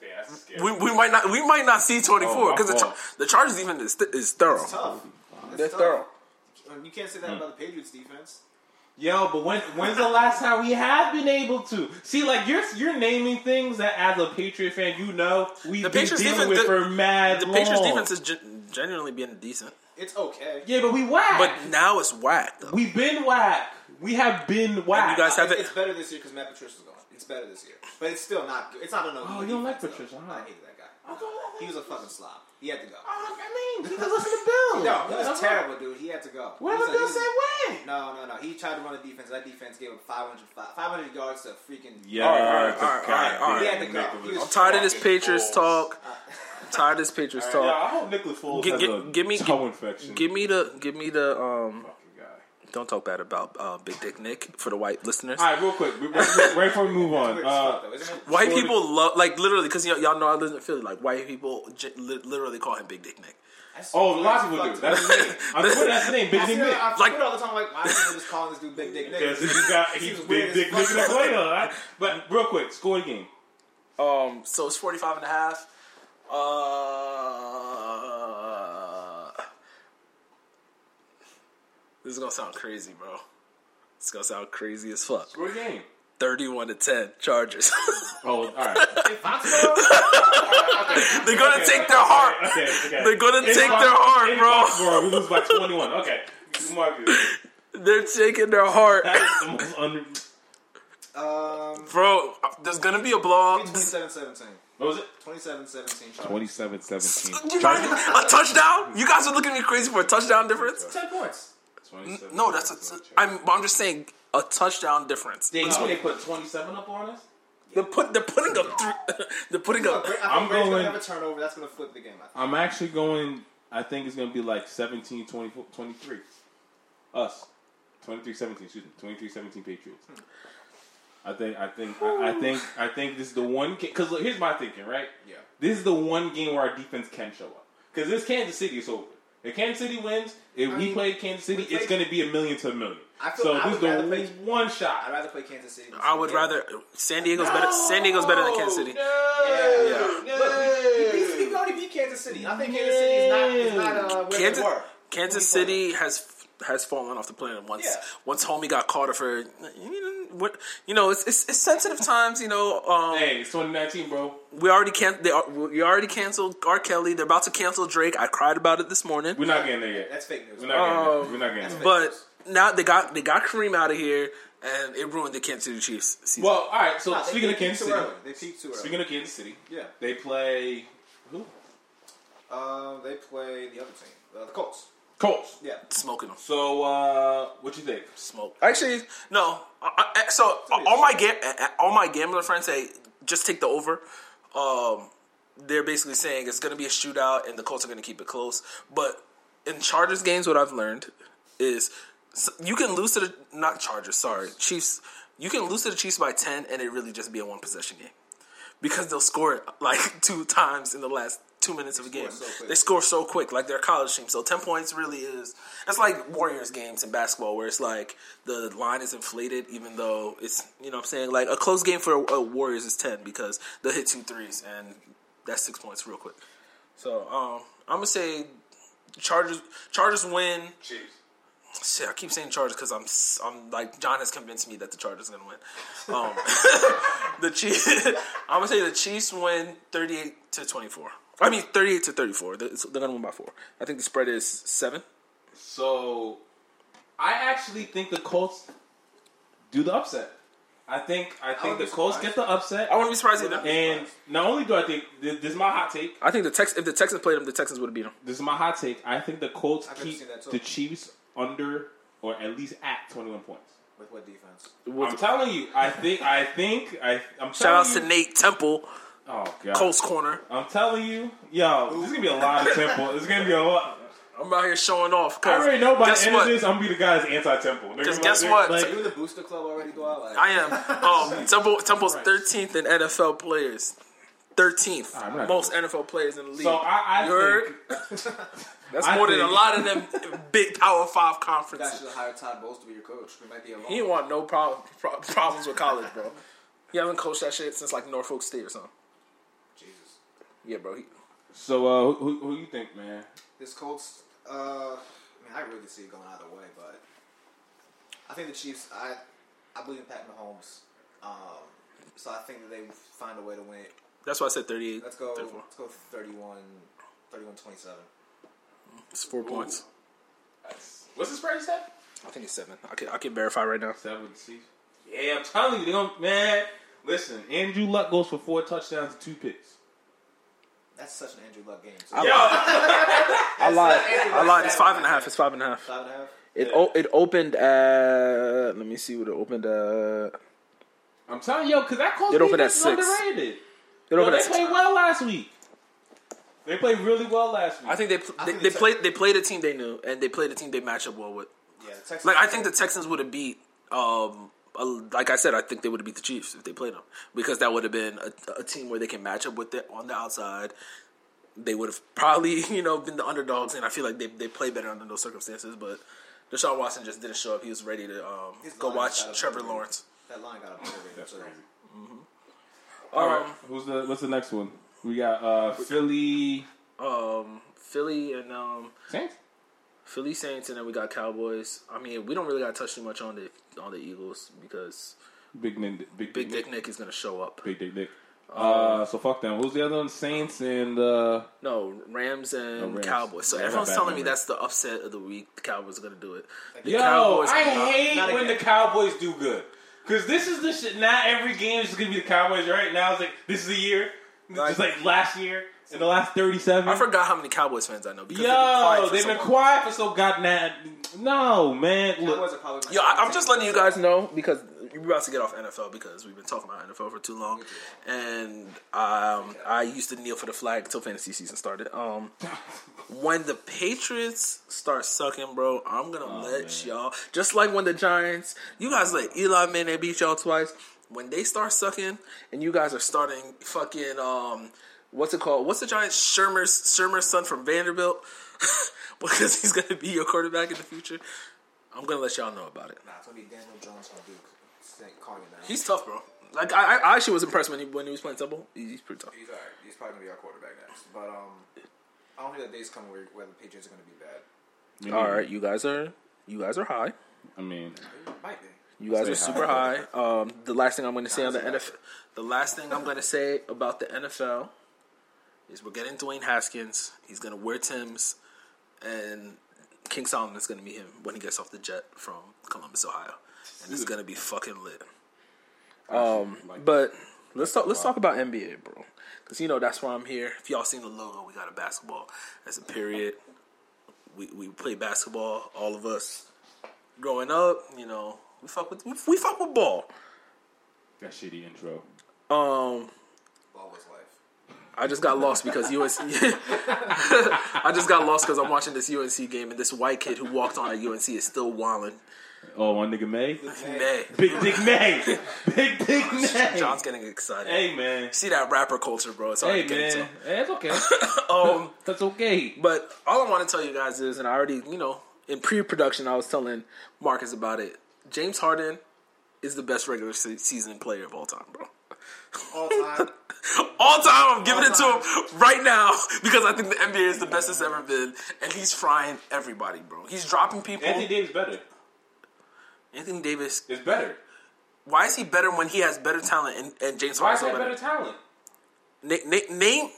Speaker 4: Damn, that's scary.
Speaker 3: We, we might not we might not see 24
Speaker 4: Oh,
Speaker 3: because the,
Speaker 4: oh.
Speaker 3: Char- the Chargers even is, is thorough.
Speaker 5: It's tough. It's
Speaker 3: They're
Speaker 5: tough.
Speaker 3: thorough.
Speaker 5: You can't say that
Speaker 4: Hmm.
Speaker 5: about the Patriots defense.
Speaker 4: Yo, but when when's the last time we have been able to see? Like you're you're naming things that as a Patriot fan, you know we've
Speaker 3: The
Speaker 4: been
Speaker 3: Patriots defense-
Speaker 4: dealing with
Speaker 3: the-
Speaker 4: for mad
Speaker 3: The Patriots
Speaker 4: long.
Speaker 3: defense is gen- genuinely being decent,
Speaker 5: It's okay.
Speaker 4: yeah, but we whack.
Speaker 3: but now it's whack though.
Speaker 4: we've been whack. We have been whack.
Speaker 3: guys have-
Speaker 5: It's, it's better this year because Matt Patricia's gone. It's better this year, but it's still not. good. It's not an.
Speaker 4: Oh, you don't like Patricia, huh?
Speaker 5: I hated that guy. He was a fucking slob. He had to go.
Speaker 4: I mean, he can listen to Bill.
Speaker 5: No, he was
Speaker 4: Oh, That's
Speaker 5: terrible, dude. He had to go.
Speaker 4: Why
Speaker 5: He was
Speaker 4: the
Speaker 5: a- he
Speaker 4: Bill
Speaker 5: was-
Speaker 4: say way?
Speaker 5: No, no, no. He tried to run a defense. That defense gave up 500, fi- 500 yards to freaking.
Speaker 4: Yeah,
Speaker 3: All right, all right,
Speaker 4: it's a
Speaker 3: all right,
Speaker 4: goddamn
Speaker 3: all right.
Speaker 5: He had to go. He
Speaker 4: Nicholas.
Speaker 5: was-
Speaker 3: I'm tired of this
Speaker 5: fucking
Speaker 3: Patriots talk. I'm tired of this Patriots
Speaker 4: Yeah,
Speaker 3: talk.
Speaker 4: I hope Nicholas Foles
Speaker 3: Gi-
Speaker 4: has
Speaker 3: gi-
Speaker 4: a
Speaker 3: give me-
Speaker 4: toe
Speaker 3: gi-
Speaker 4: infection.
Speaker 3: Give me the give me the um.
Speaker 4: Fucking guy.
Speaker 3: Don't talk bad about uh, Big Dick Nick for the white listeners.
Speaker 4: All right, real quick, right, right, right before we
Speaker 3: [laughs]
Speaker 4: move on.
Speaker 5: Weird as
Speaker 4: Uh,
Speaker 5: fuck, though, isn't it?
Speaker 3: White
Speaker 4: Florida-
Speaker 3: people love like literally because you know, y'all know I live in Philly. Like white people j- li- literally call him Big Dick Nick.
Speaker 5: That's
Speaker 4: oh,
Speaker 5: weird as
Speaker 4: lots of people do.
Speaker 5: fuck to
Speaker 4: That's
Speaker 5: me.
Speaker 4: his name. On Twitter, that's his name, Big
Speaker 5: [laughs] I
Speaker 4: Dick
Speaker 5: see
Speaker 4: Nick.
Speaker 5: that- I
Speaker 3: Like-
Speaker 5: like, all the time, like, why are people just calling this dude Big Dick Nick? [laughs]
Speaker 4: Because he got
Speaker 5: He
Speaker 4: he's
Speaker 5: was weird
Speaker 4: big
Speaker 5: as
Speaker 4: dick
Speaker 5: fuck.
Speaker 4: nigga to play on. right? But real quick, score the game.
Speaker 3: Um, so it's 45 and a half. Uh, this is gonna sound crazy, bro. It's gonna sound crazy as fuck.
Speaker 4: Score the game.
Speaker 3: 31 to 10 Chargers. [laughs]
Speaker 4: Oh, all right.
Speaker 3: They're gonna take their heart.
Speaker 4: Okay, okay.
Speaker 3: They're gonna take
Speaker 4: Fox-
Speaker 3: their heart,
Speaker 4: in
Speaker 3: bro.
Speaker 4: Foxborough, we lose by twenty-one. Okay, Mark,
Speaker 3: They're taking their heart,
Speaker 4: that is the most under.
Speaker 5: Um,
Speaker 3: bro. There's gonna be a blow up.
Speaker 5: 27 17.
Speaker 4: What was it?
Speaker 5: 27 17.
Speaker 4: Twenty-seven, seventeen.
Speaker 3: You guys- a touchdown? You guys are looking at me crazy for a touchdown difference?
Speaker 5: 10 points.
Speaker 3: No, that's a, I'm. I'm just saying a touchdown difference.
Speaker 4: They, they put twenty-seven up on us.
Speaker 3: They're put. They're putting up. Three, [laughs] they're putting
Speaker 5: Look,
Speaker 3: up.
Speaker 5: Bra- I think
Speaker 4: I'm
Speaker 5: I'm Brady's going
Speaker 4: going-
Speaker 5: to have a turnover. That's going to flip the game, I think.
Speaker 4: I'm actually going. I think it's going to be like 17, 24, 23. Us. 23 17, excuse me. 23 17 Patriots. I think, I think, I, I think, I think this is the one game. Because here's my thinking, right?
Speaker 5: Yeah.
Speaker 4: This is the one game where our defense can show up. Because this Kansas City is over. If Kansas City wins, if we
Speaker 5: mean,
Speaker 4: play Kansas City,
Speaker 5: we
Speaker 4: it's
Speaker 5: play-
Speaker 4: going to be a million to a million.
Speaker 5: I feel-
Speaker 4: So
Speaker 5: I
Speaker 4: this is
Speaker 5: would rather play-
Speaker 4: the one
Speaker 5: I'd
Speaker 4: shot.
Speaker 5: rather play Kansas City. than-
Speaker 3: I would
Speaker 5: Yeah.
Speaker 3: rather. San Diego's better. San Diego's better than Kansas City.
Speaker 4: No!
Speaker 3: Yeah.
Speaker 4: No!
Speaker 5: Look, we, we, we, we already beat Kansas City. I think Kansas City is not, is not uh, where
Speaker 3: Kansas,
Speaker 5: they were.
Speaker 3: Kansas
Speaker 5: Where they
Speaker 3: City has has fallen off the planet once.
Speaker 5: Yeah.
Speaker 3: Once homie got caught for you know, what, you know it's, it's it's sensitive times. You know, um,
Speaker 4: Hey, it's 2019, bro.
Speaker 3: we already can they are, we already canceled R. Kelly. They're about to cancel Drake. I cried about it this morning.
Speaker 4: We're not getting there yet.
Speaker 5: That's fake news. Uh,
Speaker 3: Um,
Speaker 4: We're not getting there. We're not getting there.
Speaker 3: But now they got they got Kareem out of here, and it ruined the Kansas City Chiefs. Season.
Speaker 4: Well, all right. So
Speaker 5: Nah, they
Speaker 4: speaking of
Speaker 5: peaked too
Speaker 4: Kansas City,
Speaker 5: early. They peaked too early.
Speaker 4: speaking of Kansas City,
Speaker 5: Yeah.
Speaker 4: they play who?
Speaker 5: Uh, they play the other team, uh, the Colts.
Speaker 4: Colts.
Speaker 5: Yeah.
Speaker 3: smoking them.
Speaker 4: So uh, what you think?
Speaker 3: Smoke. Actually, no. I, I, so all my ga- all my gambler friends say just take the over. Um, they're basically saying it's going to be a shootout, and the Colts are going to keep it close. But in Chargers games, what I've learned is s- you can lose to the not Chargers, sorry, Chiefs. You can lose to the Chiefs by ten, and it really just be a one possession game because they'll score like [laughs] two times in the last two minutes of a game.
Speaker 5: so quick.
Speaker 3: they score so quick, like they're a college team. So ten points really is. It's like Warriors games in basketball, where it's like the line is inflated, even though it's you know what I'm saying like a close game for a, a Warriors is ten because they'll hit two threes and that's six points real quick. So um, I'm gonna say Chargers. Chargers win.
Speaker 4: Chiefs.
Speaker 3: Shit, I keep saying Chargers because I'm s- I'm like John has convinced me that the Chargers are gonna
Speaker 4: [laughs]
Speaker 3: win. Um, [laughs] the Chiefs. [laughs] I'm gonna say the Chiefs win 38 to 24. I mean 38 to 34. They're they're gonna win by four. I think the spread is seven.
Speaker 4: So I actually think the Colts do the upset. I think I think
Speaker 5: wouldn't
Speaker 4: the
Speaker 5: be
Speaker 4: Colts get
Speaker 5: surprised.
Speaker 4: the upset.
Speaker 3: I wouldn't be surprised either.
Speaker 4: And not only do I think th- this is my hot take.
Speaker 3: I think the Tex if the Texans played them, the Texans would have beat them.
Speaker 4: This is my hot take. I think the Colts
Speaker 5: I can
Speaker 4: keep
Speaker 5: see that too.
Speaker 4: the Chiefs under or at least at twenty one points.
Speaker 5: With what defense?
Speaker 4: I'm telling you, I think, I think, I, I'm
Speaker 3: Shout
Speaker 4: telling
Speaker 3: outs
Speaker 4: you.
Speaker 3: to Nate Temple,
Speaker 4: Oh God,
Speaker 3: Colts corner.
Speaker 4: I'm telling you, yo, this is gonna be a lot [laughs] of temple. This is gonna be a lot.
Speaker 3: I'm out here showing off. 'cause
Speaker 4: I already know by
Speaker 3: guess
Speaker 4: the end
Speaker 3: what?
Speaker 4: of this, I'm gonna be the guy that's anti-temple. Because
Speaker 3: guess what?
Speaker 5: Are you in the
Speaker 3: [laughs]
Speaker 5: booster club already, go out? Like,
Speaker 3: I am. Um, Temple Temple's 13th in NFL players. Thirteenth
Speaker 4: right, we're not
Speaker 3: most NFL players in the league.
Speaker 4: So I, I
Speaker 3: You heard?
Speaker 4: think
Speaker 3: [laughs] that's
Speaker 4: I
Speaker 3: more than
Speaker 4: think-
Speaker 3: a lot of them [laughs] big Power Five
Speaker 5: You guys
Speaker 3: conferences.
Speaker 5: should hire Todd Bowles to be your coach. We might be alone.
Speaker 3: He didn't want no problem, pro- problems with college, bro. He haven't coached that shit since like Norfolk State or something.
Speaker 5: Jesus.
Speaker 3: Yeah, bro. He,
Speaker 4: so. Uh, who, who you think, man?
Speaker 5: This Colts, uh, I mean, I really see it going either way, but I think the Chiefs. I, I believe in Pat Mahomes, um, so I think that they find a way to win it.
Speaker 3: that's why I said 38.
Speaker 5: Let's go.
Speaker 3: 34.
Speaker 5: Let's go 31, 31-27.
Speaker 3: It's four points.
Speaker 4: What's the spread you said?
Speaker 3: I think it's seven. I can I can verify right now.
Speaker 4: Seven Chiefs. Yeah, I'm telling you, they don't, man. Listen, Andrew Luck goes for four touchdowns and two picks.
Speaker 5: That's such an Andrew Luck game. So
Speaker 3: I-
Speaker 4: Yo,
Speaker 3: I lied.
Speaker 5: [laughs] Andrew
Speaker 3: I lied.
Speaker 5: Luck.
Speaker 3: It's five and a half. It's five and a half.
Speaker 5: Five and a half.
Speaker 3: It o- it opened at. Let me see what it opened at.
Speaker 4: I'm telling you, because that Colts
Speaker 3: It opened
Speaker 4: defense
Speaker 3: at
Speaker 4: is
Speaker 3: six.
Speaker 4: underrated.
Speaker 3: It
Speaker 4: Yo,
Speaker 3: opened
Speaker 4: they
Speaker 3: at six.
Speaker 4: played well last week. They played really well last week.
Speaker 3: I think they pl-
Speaker 5: I
Speaker 3: they,
Speaker 5: think
Speaker 3: they
Speaker 5: the Tex-
Speaker 3: played they played a team they knew and they played a team they match up well with.
Speaker 5: Yeah, the Texans.
Speaker 3: Like I think the Texans would have beat. Um, uh, like I said, I think they would have beat the Chiefs if they played them because that would have been a, a team where they can match up with it on the outside. They would have probably [laughs] you know been the underdogs, and I feel like they they play better under those circumstances. But Deshaun Watson just didn't show up. He was ready to um,
Speaker 5: His
Speaker 3: go
Speaker 5: line
Speaker 3: watch
Speaker 5: got
Speaker 3: Trevor
Speaker 5: obliterated.
Speaker 3: Lawrence.
Speaker 5: that line got obliterated. So
Speaker 4: All right,
Speaker 3: Um,
Speaker 4: who's the what's the next one? We got uh, Philly
Speaker 3: Um, Philly and um,
Speaker 4: Saints.
Speaker 3: Philly Saints, and then we got Cowboys. I mean, we don't really got to touch too much on the on the Eagles because
Speaker 4: Big Nick, big,
Speaker 3: Big Dick Nick is gonna show up.
Speaker 4: Big Dick Nick. Uh, so fuck them. Who's the other one? Saints and uh,
Speaker 3: No, Rams and
Speaker 4: Oh, Rams.
Speaker 3: Cowboys. So
Speaker 4: Yeah,
Speaker 3: everyone's
Speaker 4: not bad
Speaker 3: telling me
Speaker 4: numbers.
Speaker 3: that's the upset of the week. The Cowboys are gonna do it. The
Speaker 4: yo.
Speaker 3: Cowboys
Speaker 4: I
Speaker 3: are not-
Speaker 4: hate
Speaker 5: not
Speaker 4: when
Speaker 5: again.
Speaker 4: the Cowboys do good because this is the shit. Not every game is gonna be the Cowboys. Right now, it's like this is the year. Just like last year in the last thirty-seven.
Speaker 3: I forgot how many Cowboys fans I know. Because
Speaker 4: Yo,
Speaker 3: they've
Speaker 4: they've
Speaker 3: for
Speaker 4: been
Speaker 3: so long.
Speaker 4: quiet for so goddamn. No, man.
Speaker 5: that was
Speaker 4: Look,
Speaker 5: a probably. my
Speaker 3: Yo, I, I'm
Speaker 5: favorite
Speaker 3: just
Speaker 5: team.
Speaker 3: letting you guys know because we're about to get off NFL because we've been talking about NFL for too long, and um, I used to kneel for the flag until fantasy season started. Um, when the Patriots start sucking, bro, I'm gonna let y'all. Just like when the Giants, you guys let Eli man they beat y'all twice. When they start sucking, and you guys are starting fucking um, what's it called? What's the Giants? Shermer's Shermer's son from Vanderbilt, [laughs] because he's gonna be your quarterback in the future. I'm gonna let y'all know about it.
Speaker 5: Nah, it's gonna be Daniel Jones from Duke. Saint- Call me now.
Speaker 3: He's tough, bro. Like I, I- I actually was impressed when he when he was playing Temple. He's pretty tough.
Speaker 5: He's alright. He's probably gonna be our quarterback next. But um, I don't think that day's coming where, where the Patriots are gonna be bad.
Speaker 3: All right, you guys are you guys are high.
Speaker 4: I mean,
Speaker 5: It might be.
Speaker 3: You guys are
Speaker 4: Stay
Speaker 3: super high. Um, the last thing I'm going to say on the
Speaker 5: How's
Speaker 3: NFL, the last thing I'm going to say about the NFL is we're getting Dwayne Haskins. He's going to wear Tim's, and King Solomon's going to meet him when he gets off the jet from Columbus, Ohio, and it's going to be fucking lit. Um, but let's talk. Let's talk about NBA, bro, because you know that's why I'm here. If y'all seen the logo, we got a basketball as a period. We we play basketball, all of us growing up, you know, we fuck with we, we fuck with ball.
Speaker 4: that shitty intro.
Speaker 3: Um,
Speaker 5: Ball was life.
Speaker 3: I just got lost because UNC. [laughs] I just got lost because I'm watching this UNC game and this white kid who walked on at UNC is still wilding.
Speaker 4: Oh, one nigga May.
Speaker 3: May
Speaker 4: [laughs] Big Dick May. Big
Speaker 3: [laughs]
Speaker 4: Dick May.
Speaker 3: John's getting excited.
Speaker 4: Hey man.
Speaker 3: See that rapper culture, bro. It's hard
Speaker 4: Hey
Speaker 3: to get
Speaker 4: man.
Speaker 3: into.
Speaker 4: Hey, it's okay.
Speaker 3: [laughs] Um,
Speaker 4: That's okay.
Speaker 3: but all I want to tell you guys is, and I already, you know, in pre-production, I was telling Marcus about it. James Harden is the best regular se- season player of all time, bro.
Speaker 5: All time.
Speaker 3: All time, I'm giving
Speaker 5: All
Speaker 3: it to him right now because I think the NBA is the best it's ever been, and he's frying everybody, bro. He's dropping people.
Speaker 4: Anthony
Speaker 3: Anthony,
Speaker 4: Davis better.
Speaker 3: Davis.
Speaker 4: It's better.
Speaker 3: Why is he better when he has better talent and, and James
Speaker 4: Why is
Speaker 3: Harden's
Speaker 4: that
Speaker 3: better?
Speaker 4: better talent?
Speaker 3: Na- na- name.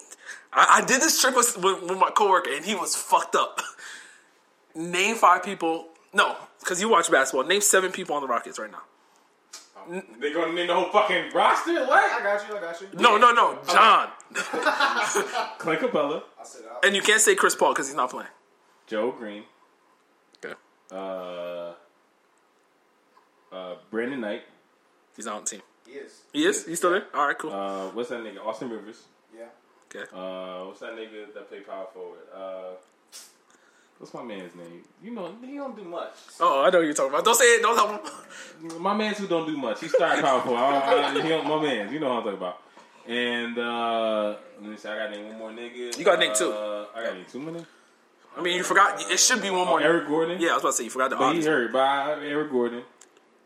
Speaker 3: I, I did this trick with, with, with my coworker, and he was fucked up. [laughs] name five people. No, because you watch basketball. Name seven people on the Rockets right now.
Speaker 4: They gonna name the whole fucking roster?
Speaker 5: I
Speaker 4: What?
Speaker 5: got you. I got you.
Speaker 3: No, no, no. John,
Speaker 4: Clint Capella,
Speaker 5: I'll sit out.
Speaker 3: and you can't say Chris Paul because he's not playing.
Speaker 4: Joe Green,
Speaker 3: Okay,
Speaker 4: uh, uh, Brandon Knight,
Speaker 3: he's not on the team.
Speaker 5: He is.
Speaker 3: He is. He's still there. All right, cool.
Speaker 4: uh, what's that nigga? Austin Rivers.
Speaker 5: Yeah.
Speaker 3: okay.
Speaker 4: Uh, what's that nigga that played power forward? Uh, what's my man's name? You know, he don't do much.
Speaker 3: Oh, I know what you're talking about. Don't say it. Don't help him.
Speaker 4: My man's who don't do much. He started power forward. I don't, I, he don't, my man's. You know what I'm talking about. And uh, let me see, I got to name one more nigga.
Speaker 3: You gotta name two.
Speaker 4: Uh, I got to name two more niggas.
Speaker 3: I mean, you forgot. It should be one more.
Speaker 4: Eric Gordon.
Speaker 3: Yeah, I was about to say you forgot the
Speaker 4: But he
Speaker 3: obvious.
Speaker 4: hurt by Eric Gordon.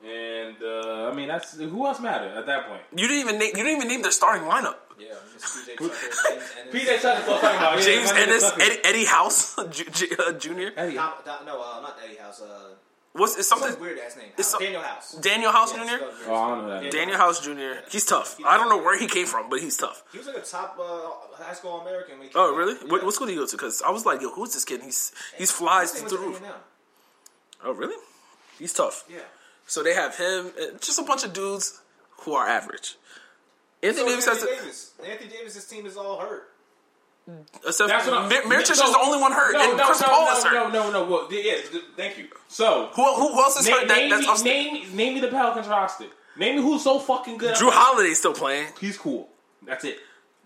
Speaker 4: And uh, I mean, that's who else matter at that point.
Speaker 3: You didn't even name, you didn't even name their starting lineup.
Speaker 5: Yeah, Mr. PJ Tucker, and- and
Speaker 4: PJ Tucker's what I'm talking about.
Speaker 3: James
Speaker 4: Yeah, my nigga
Speaker 3: Ennis,
Speaker 4: Tucker.
Speaker 3: Eddie, Eddie House [laughs] Ju- Ju- uh, Junior.
Speaker 4: Eddie.
Speaker 5: Dom- Dom- no, uh, not Eddie House. Uh,
Speaker 3: What's it's
Speaker 5: some
Speaker 3: something?
Speaker 5: weird ass name.
Speaker 3: It's
Speaker 5: House.
Speaker 3: some-
Speaker 5: Daniel House.
Speaker 3: Daniel House
Speaker 5: Yeah,
Speaker 3: Junior.
Speaker 5: it's
Speaker 4: Oh, I don't know that.
Speaker 5: Yeah.
Speaker 3: Daniel House Junior. He's tough. I don't know where he came from, but he's tough.
Speaker 5: He was like a top uh, high school American. When he came
Speaker 3: Oh
Speaker 5: out.
Speaker 3: really?
Speaker 5: Yeah.
Speaker 3: What, what school did he go to? Because I was like, yo, who's this kid? He's he's flies
Speaker 5: I think
Speaker 3: through the
Speaker 5: he went
Speaker 3: roof.
Speaker 5: to
Speaker 3: Oh
Speaker 5: A&M.
Speaker 3: really? He's tough.
Speaker 5: Yeah.
Speaker 3: So they have him, uh, just a bunch of dudes who are average. Anthony
Speaker 5: So
Speaker 3: Davis
Speaker 5: Davis
Speaker 3: has,
Speaker 5: Anthony,
Speaker 3: to,
Speaker 5: Davis. Anthony Davis's team is all hurt.
Speaker 3: except
Speaker 4: That's what I'm.
Speaker 3: Mir- Miritich
Speaker 4: no,
Speaker 3: is the only one hurt,
Speaker 4: No,
Speaker 3: and
Speaker 4: no,
Speaker 3: Chris
Speaker 4: no,
Speaker 3: Paul
Speaker 4: no,
Speaker 3: is hurt.
Speaker 4: No, no, no. Well, th- yeah, th- thank you. So,
Speaker 3: Who, who else is
Speaker 4: name,
Speaker 3: hurt? That,
Speaker 4: name,
Speaker 3: that's
Speaker 4: me,
Speaker 3: us.
Speaker 4: name, me- name me the Pelicans roster. Name me who's so fucking good.
Speaker 3: Drew Holiday's still playing.
Speaker 4: He's cool. That's it.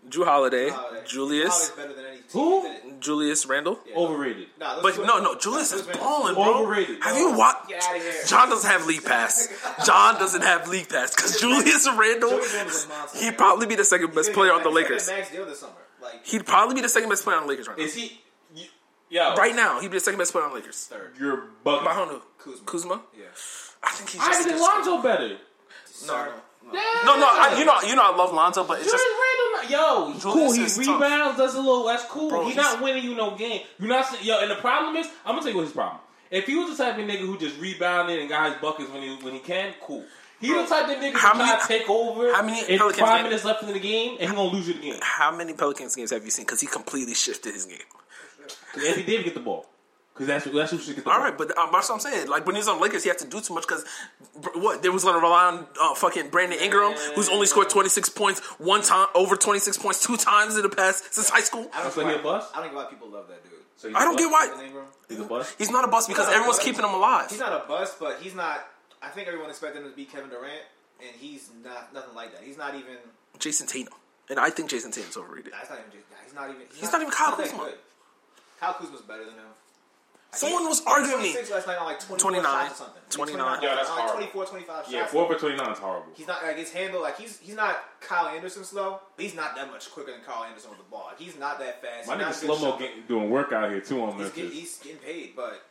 Speaker 3: Drew Holiday,
Speaker 5: Uh,
Speaker 3: Julius,
Speaker 5: Holiday's better than any team.
Speaker 4: Who?
Speaker 5: that-
Speaker 3: Julius Randle.
Speaker 5: Yeah.
Speaker 4: Overrated.
Speaker 5: Nah, those
Speaker 3: But
Speaker 5: two-
Speaker 3: no, no, Julius is
Speaker 5: those men-
Speaker 3: balling, bro.
Speaker 4: Overrated.
Speaker 3: Have you watched?
Speaker 5: Get out of here.
Speaker 3: John doesn't have league pass. John doesn't have league pass because Julius Randle,
Speaker 5: Julius Randle's a monster,
Speaker 3: he'd
Speaker 5: man.
Speaker 3: probably be the second best
Speaker 5: He's
Speaker 3: player on
Speaker 5: like-
Speaker 3: the
Speaker 5: he's like
Speaker 3: Lakers.
Speaker 5: Max deal this summer. Like
Speaker 3: He'd probably be the second best player on the Lakers right now.
Speaker 4: Is he? y- Yo,
Speaker 3: Right now, he'd be the second best player on the Lakers.
Speaker 5: third.
Speaker 4: You're
Speaker 3: I
Speaker 4: bugging.
Speaker 3: don't know.
Speaker 5: Kuzma.
Speaker 3: Kuzma.
Speaker 5: Yeah.
Speaker 3: I think he's
Speaker 4: I
Speaker 3: just.
Speaker 4: think Lonzo better.
Speaker 5: Sorry.
Speaker 3: No, no, I, you know, you know, I love Lonzo, but it's
Speaker 4: Julius
Speaker 3: just
Speaker 4: Randle, yo, he's cool.
Speaker 3: Julius
Speaker 4: He
Speaker 3: is tough.
Speaker 4: rebounds, does a little. That's cool.
Speaker 3: Bro,
Speaker 4: he's
Speaker 3: he's-
Speaker 4: not winning you no game. You're not, se- yo. And the problem is, I'm gonna tell you what his problem. If he was the type of nigga who just rebounded and got his buckets when he when he can, cool. He's the type of nigga
Speaker 3: how
Speaker 4: who
Speaker 3: many-
Speaker 4: try to take over.
Speaker 3: how many
Speaker 4: and
Speaker 3: Pelicans
Speaker 4: five
Speaker 3: game-
Speaker 4: minutes left in the game, and he gonna lose you the game.
Speaker 3: how many Pelicans games have you seen? Because he completely shifted his game.
Speaker 4: if he did get the ball, because that's that's who should get the
Speaker 3: All
Speaker 4: ball.
Speaker 3: right, but uh, that's what I'm saying. Like when he's on Lakers, he had to do too much because what they was going to rely on uh, fucking Brandon Ingram, who's only scored 26 points one time, over 26 points two times in the past since high school.
Speaker 5: I don't
Speaker 4: So
Speaker 5: get
Speaker 4: he
Speaker 5: why-
Speaker 4: a bust?
Speaker 5: I don't get why people love that dude.
Speaker 4: So he's
Speaker 3: I
Speaker 4: a
Speaker 3: don't
Speaker 4: bust.
Speaker 3: get why
Speaker 5: His name, bro?
Speaker 4: he's a bust.
Speaker 3: he's not a bust because everyone's keeping him alive.
Speaker 5: He's not a bust, but he's not. I think everyone expected him to be Kevin Durant, and he's not nothing like that. He's not even.
Speaker 3: Jason Tatum, and I think Jason Tatum's overrated.
Speaker 5: Nah, he's not even. He's not even. He's,
Speaker 3: not even Kyle
Speaker 5: that
Speaker 3: Kuzma.
Speaker 5: good. Kyle Kuzma's better than him.
Speaker 3: Someone was arguing me.
Speaker 5: 26 last night on like 24
Speaker 3: 29.
Speaker 5: shots or something.
Speaker 3: 29.
Speaker 4: Yeah, that's
Speaker 5: on like
Speaker 4: horrible.
Speaker 5: 24, 25
Speaker 4: Yeah,
Speaker 5: Uh, shots.
Speaker 4: four for twenty nine is horrible.
Speaker 5: He's not like his handle. Like he's he's not Kyle Anderson slow, but he's not that much quicker than Kyle Anderson with the ball. Like, he's not that fast.
Speaker 4: My
Speaker 5: he's not
Speaker 4: nigga
Speaker 5: a good
Speaker 4: slow mo
Speaker 5: shot.
Speaker 4: doing work out here too on
Speaker 5: He's, get,
Speaker 4: Memphis.
Speaker 5: he's getting paid, but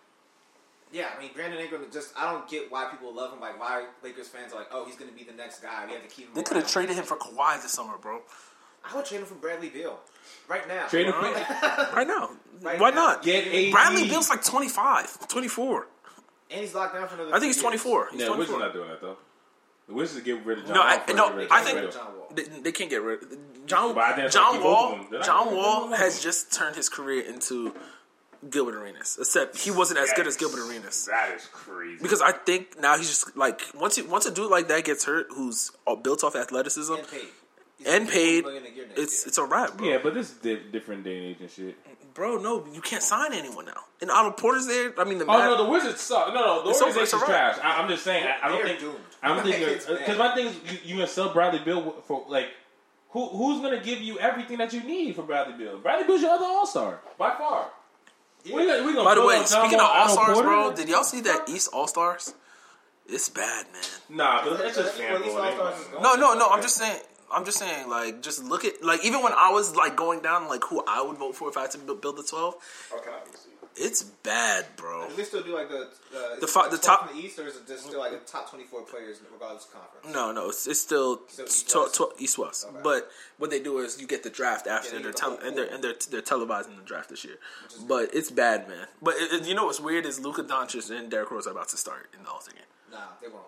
Speaker 5: yeah, I mean Brandon Ingram. Just I don't get why people love him. Like why Lakers fans are like, oh, he's going to be the next guy. We have to keep him.
Speaker 3: They could have
Speaker 5: around.
Speaker 3: traded him for Kawhi this summer, bro.
Speaker 5: I would trade him for Bradley Beal right now.
Speaker 4: Trade him for
Speaker 3: Right now,
Speaker 5: Right
Speaker 3: why
Speaker 5: now.
Speaker 3: not?
Speaker 4: get AD.
Speaker 3: Bradley Bill's like 25, 24.
Speaker 5: and he's locked down for another.
Speaker 3: I think
Speaker 5: two
Speaker 3: he's
Speaker 5: years.
Speaker 3: 24. He's
Speaker 4: Yeah, the Wizards
Speaker 3: 24.
Speaker 4: not doing that though. The Wizards get rid of John.
Speaker 3: No, I-
Speaker 4: Wall for
Speaker 3: no,
Speaker 4: everybody.
Speaker 3: I
Speaker 5: Get
Speaker 3: think-
Speaker 5: rid of John Wall.
Speaker 3: They, they can't get rid. John
Speaker 4: But I didn't
Speaker 3: John
Speaker 4: think he
Speaker 3: Wall
Speaker 4: opened them, did I?
Speaker 3: John Wall has just turned his career into Gilbert Arenas, except he wasn't as good as Gilbert Arenas.
Speaker 4: That is crazy.
Speaker 3: Because I think now he's just like once you, once a dude like that gets hurt, who's all built off athleticism
Speaker 5: And paid. He's
Speaker 3: and
Speaker 5: gonna be
Speaker 3: paid,
Speaker 5: $40 million a year next
Speaker 3: it's
Speaker 5: year.
Speaker 3: it's a wrap, bro.
Speaker 4: yeah, but this is di- different day and age and shit.
Speaker 3: Bro, no, you can't sign anyone now. And Otto Porter's there. I mean, the
Speaker 4: Oh
Speaker 3: Mad-
Speaker 4: no, the Wizards suck. No, no, the
Speaker 3: It's over, it's
Speaker 4: organization's
Speaker 3: a wrap.
Speaker 4: trash. I, I'm just saying. I, I don't
Speaker 5: They're
Speaker 4: think.
Speaker 5: doomed.
Speaker 4: I
Speaker 5: [laughs]
Speaker 4: don't think
Speaker 5: It's bad.
Speaker 4: because my thing is you, you gonna sell Bradley Bill for like who who's gonna give you everything that you need for Bradley Bill? Bradley Bill's your other All Star by far. We
Speaker 5: Yeah.
Speaker 4: gonna- we gonna
Speaker 3: By the
Speaker 4: build
Speaker 3: way,
Speaker 4: on John
Speaker 3: speaking of
Speaker 4: Wall,
Speaker 3: All
Speaker 4: Otto
Speaker 3: Stars,
Speaker 4: Porter?
Speaker 3: bro, did y'all see that East All Stars? It's bad, man.
Speaker 4: Nah, but that's just
Speaker 5: Well, at least All-Stars
Speaker 4: fanboy.
Speaker 5: is gone.
Speaker 3: No, no, no. I'm just saying. I'm just saying. Like, just look at like even when I was like going down like who I would vote for if I had to bu- build the twelve. It's bad, bro.
Speaker 5: Do they still do like the uh,
Speaker 3: The
Speaker 5: is
Speaker 3: fi-
Speaker 5: it
Speaker 3: the
Speaker 5: like
Speaker 3: top-
Speaker 5: 12 in the East, or is it just still like the top twenty four players regardless of conference?
Speaker 3: No, no. It's, it's still
Speaker 5: So
Speaker 3: it's
Speaker 5: East
Speaker 3: tw-
Speaker 5: West?
Speaker 3: tw- East West. But what they do is you get the draft after
Speaker 5: Yeah,
Speaker 3: and
Speaker 5: they
Speaker 3: they're
Speaker 5: get the
Speaker 3: tel-
Speaker 5: whole
Speaker 3: and they're
Speaker 5: pool.
Speaker 3: and they're they're televising the draft this year. But it's bad, man. But it, it- you know what's weird is Luka Doncic and Derrick Rose are about to start in the All Star game.
Speaker 5: Nah, they won't.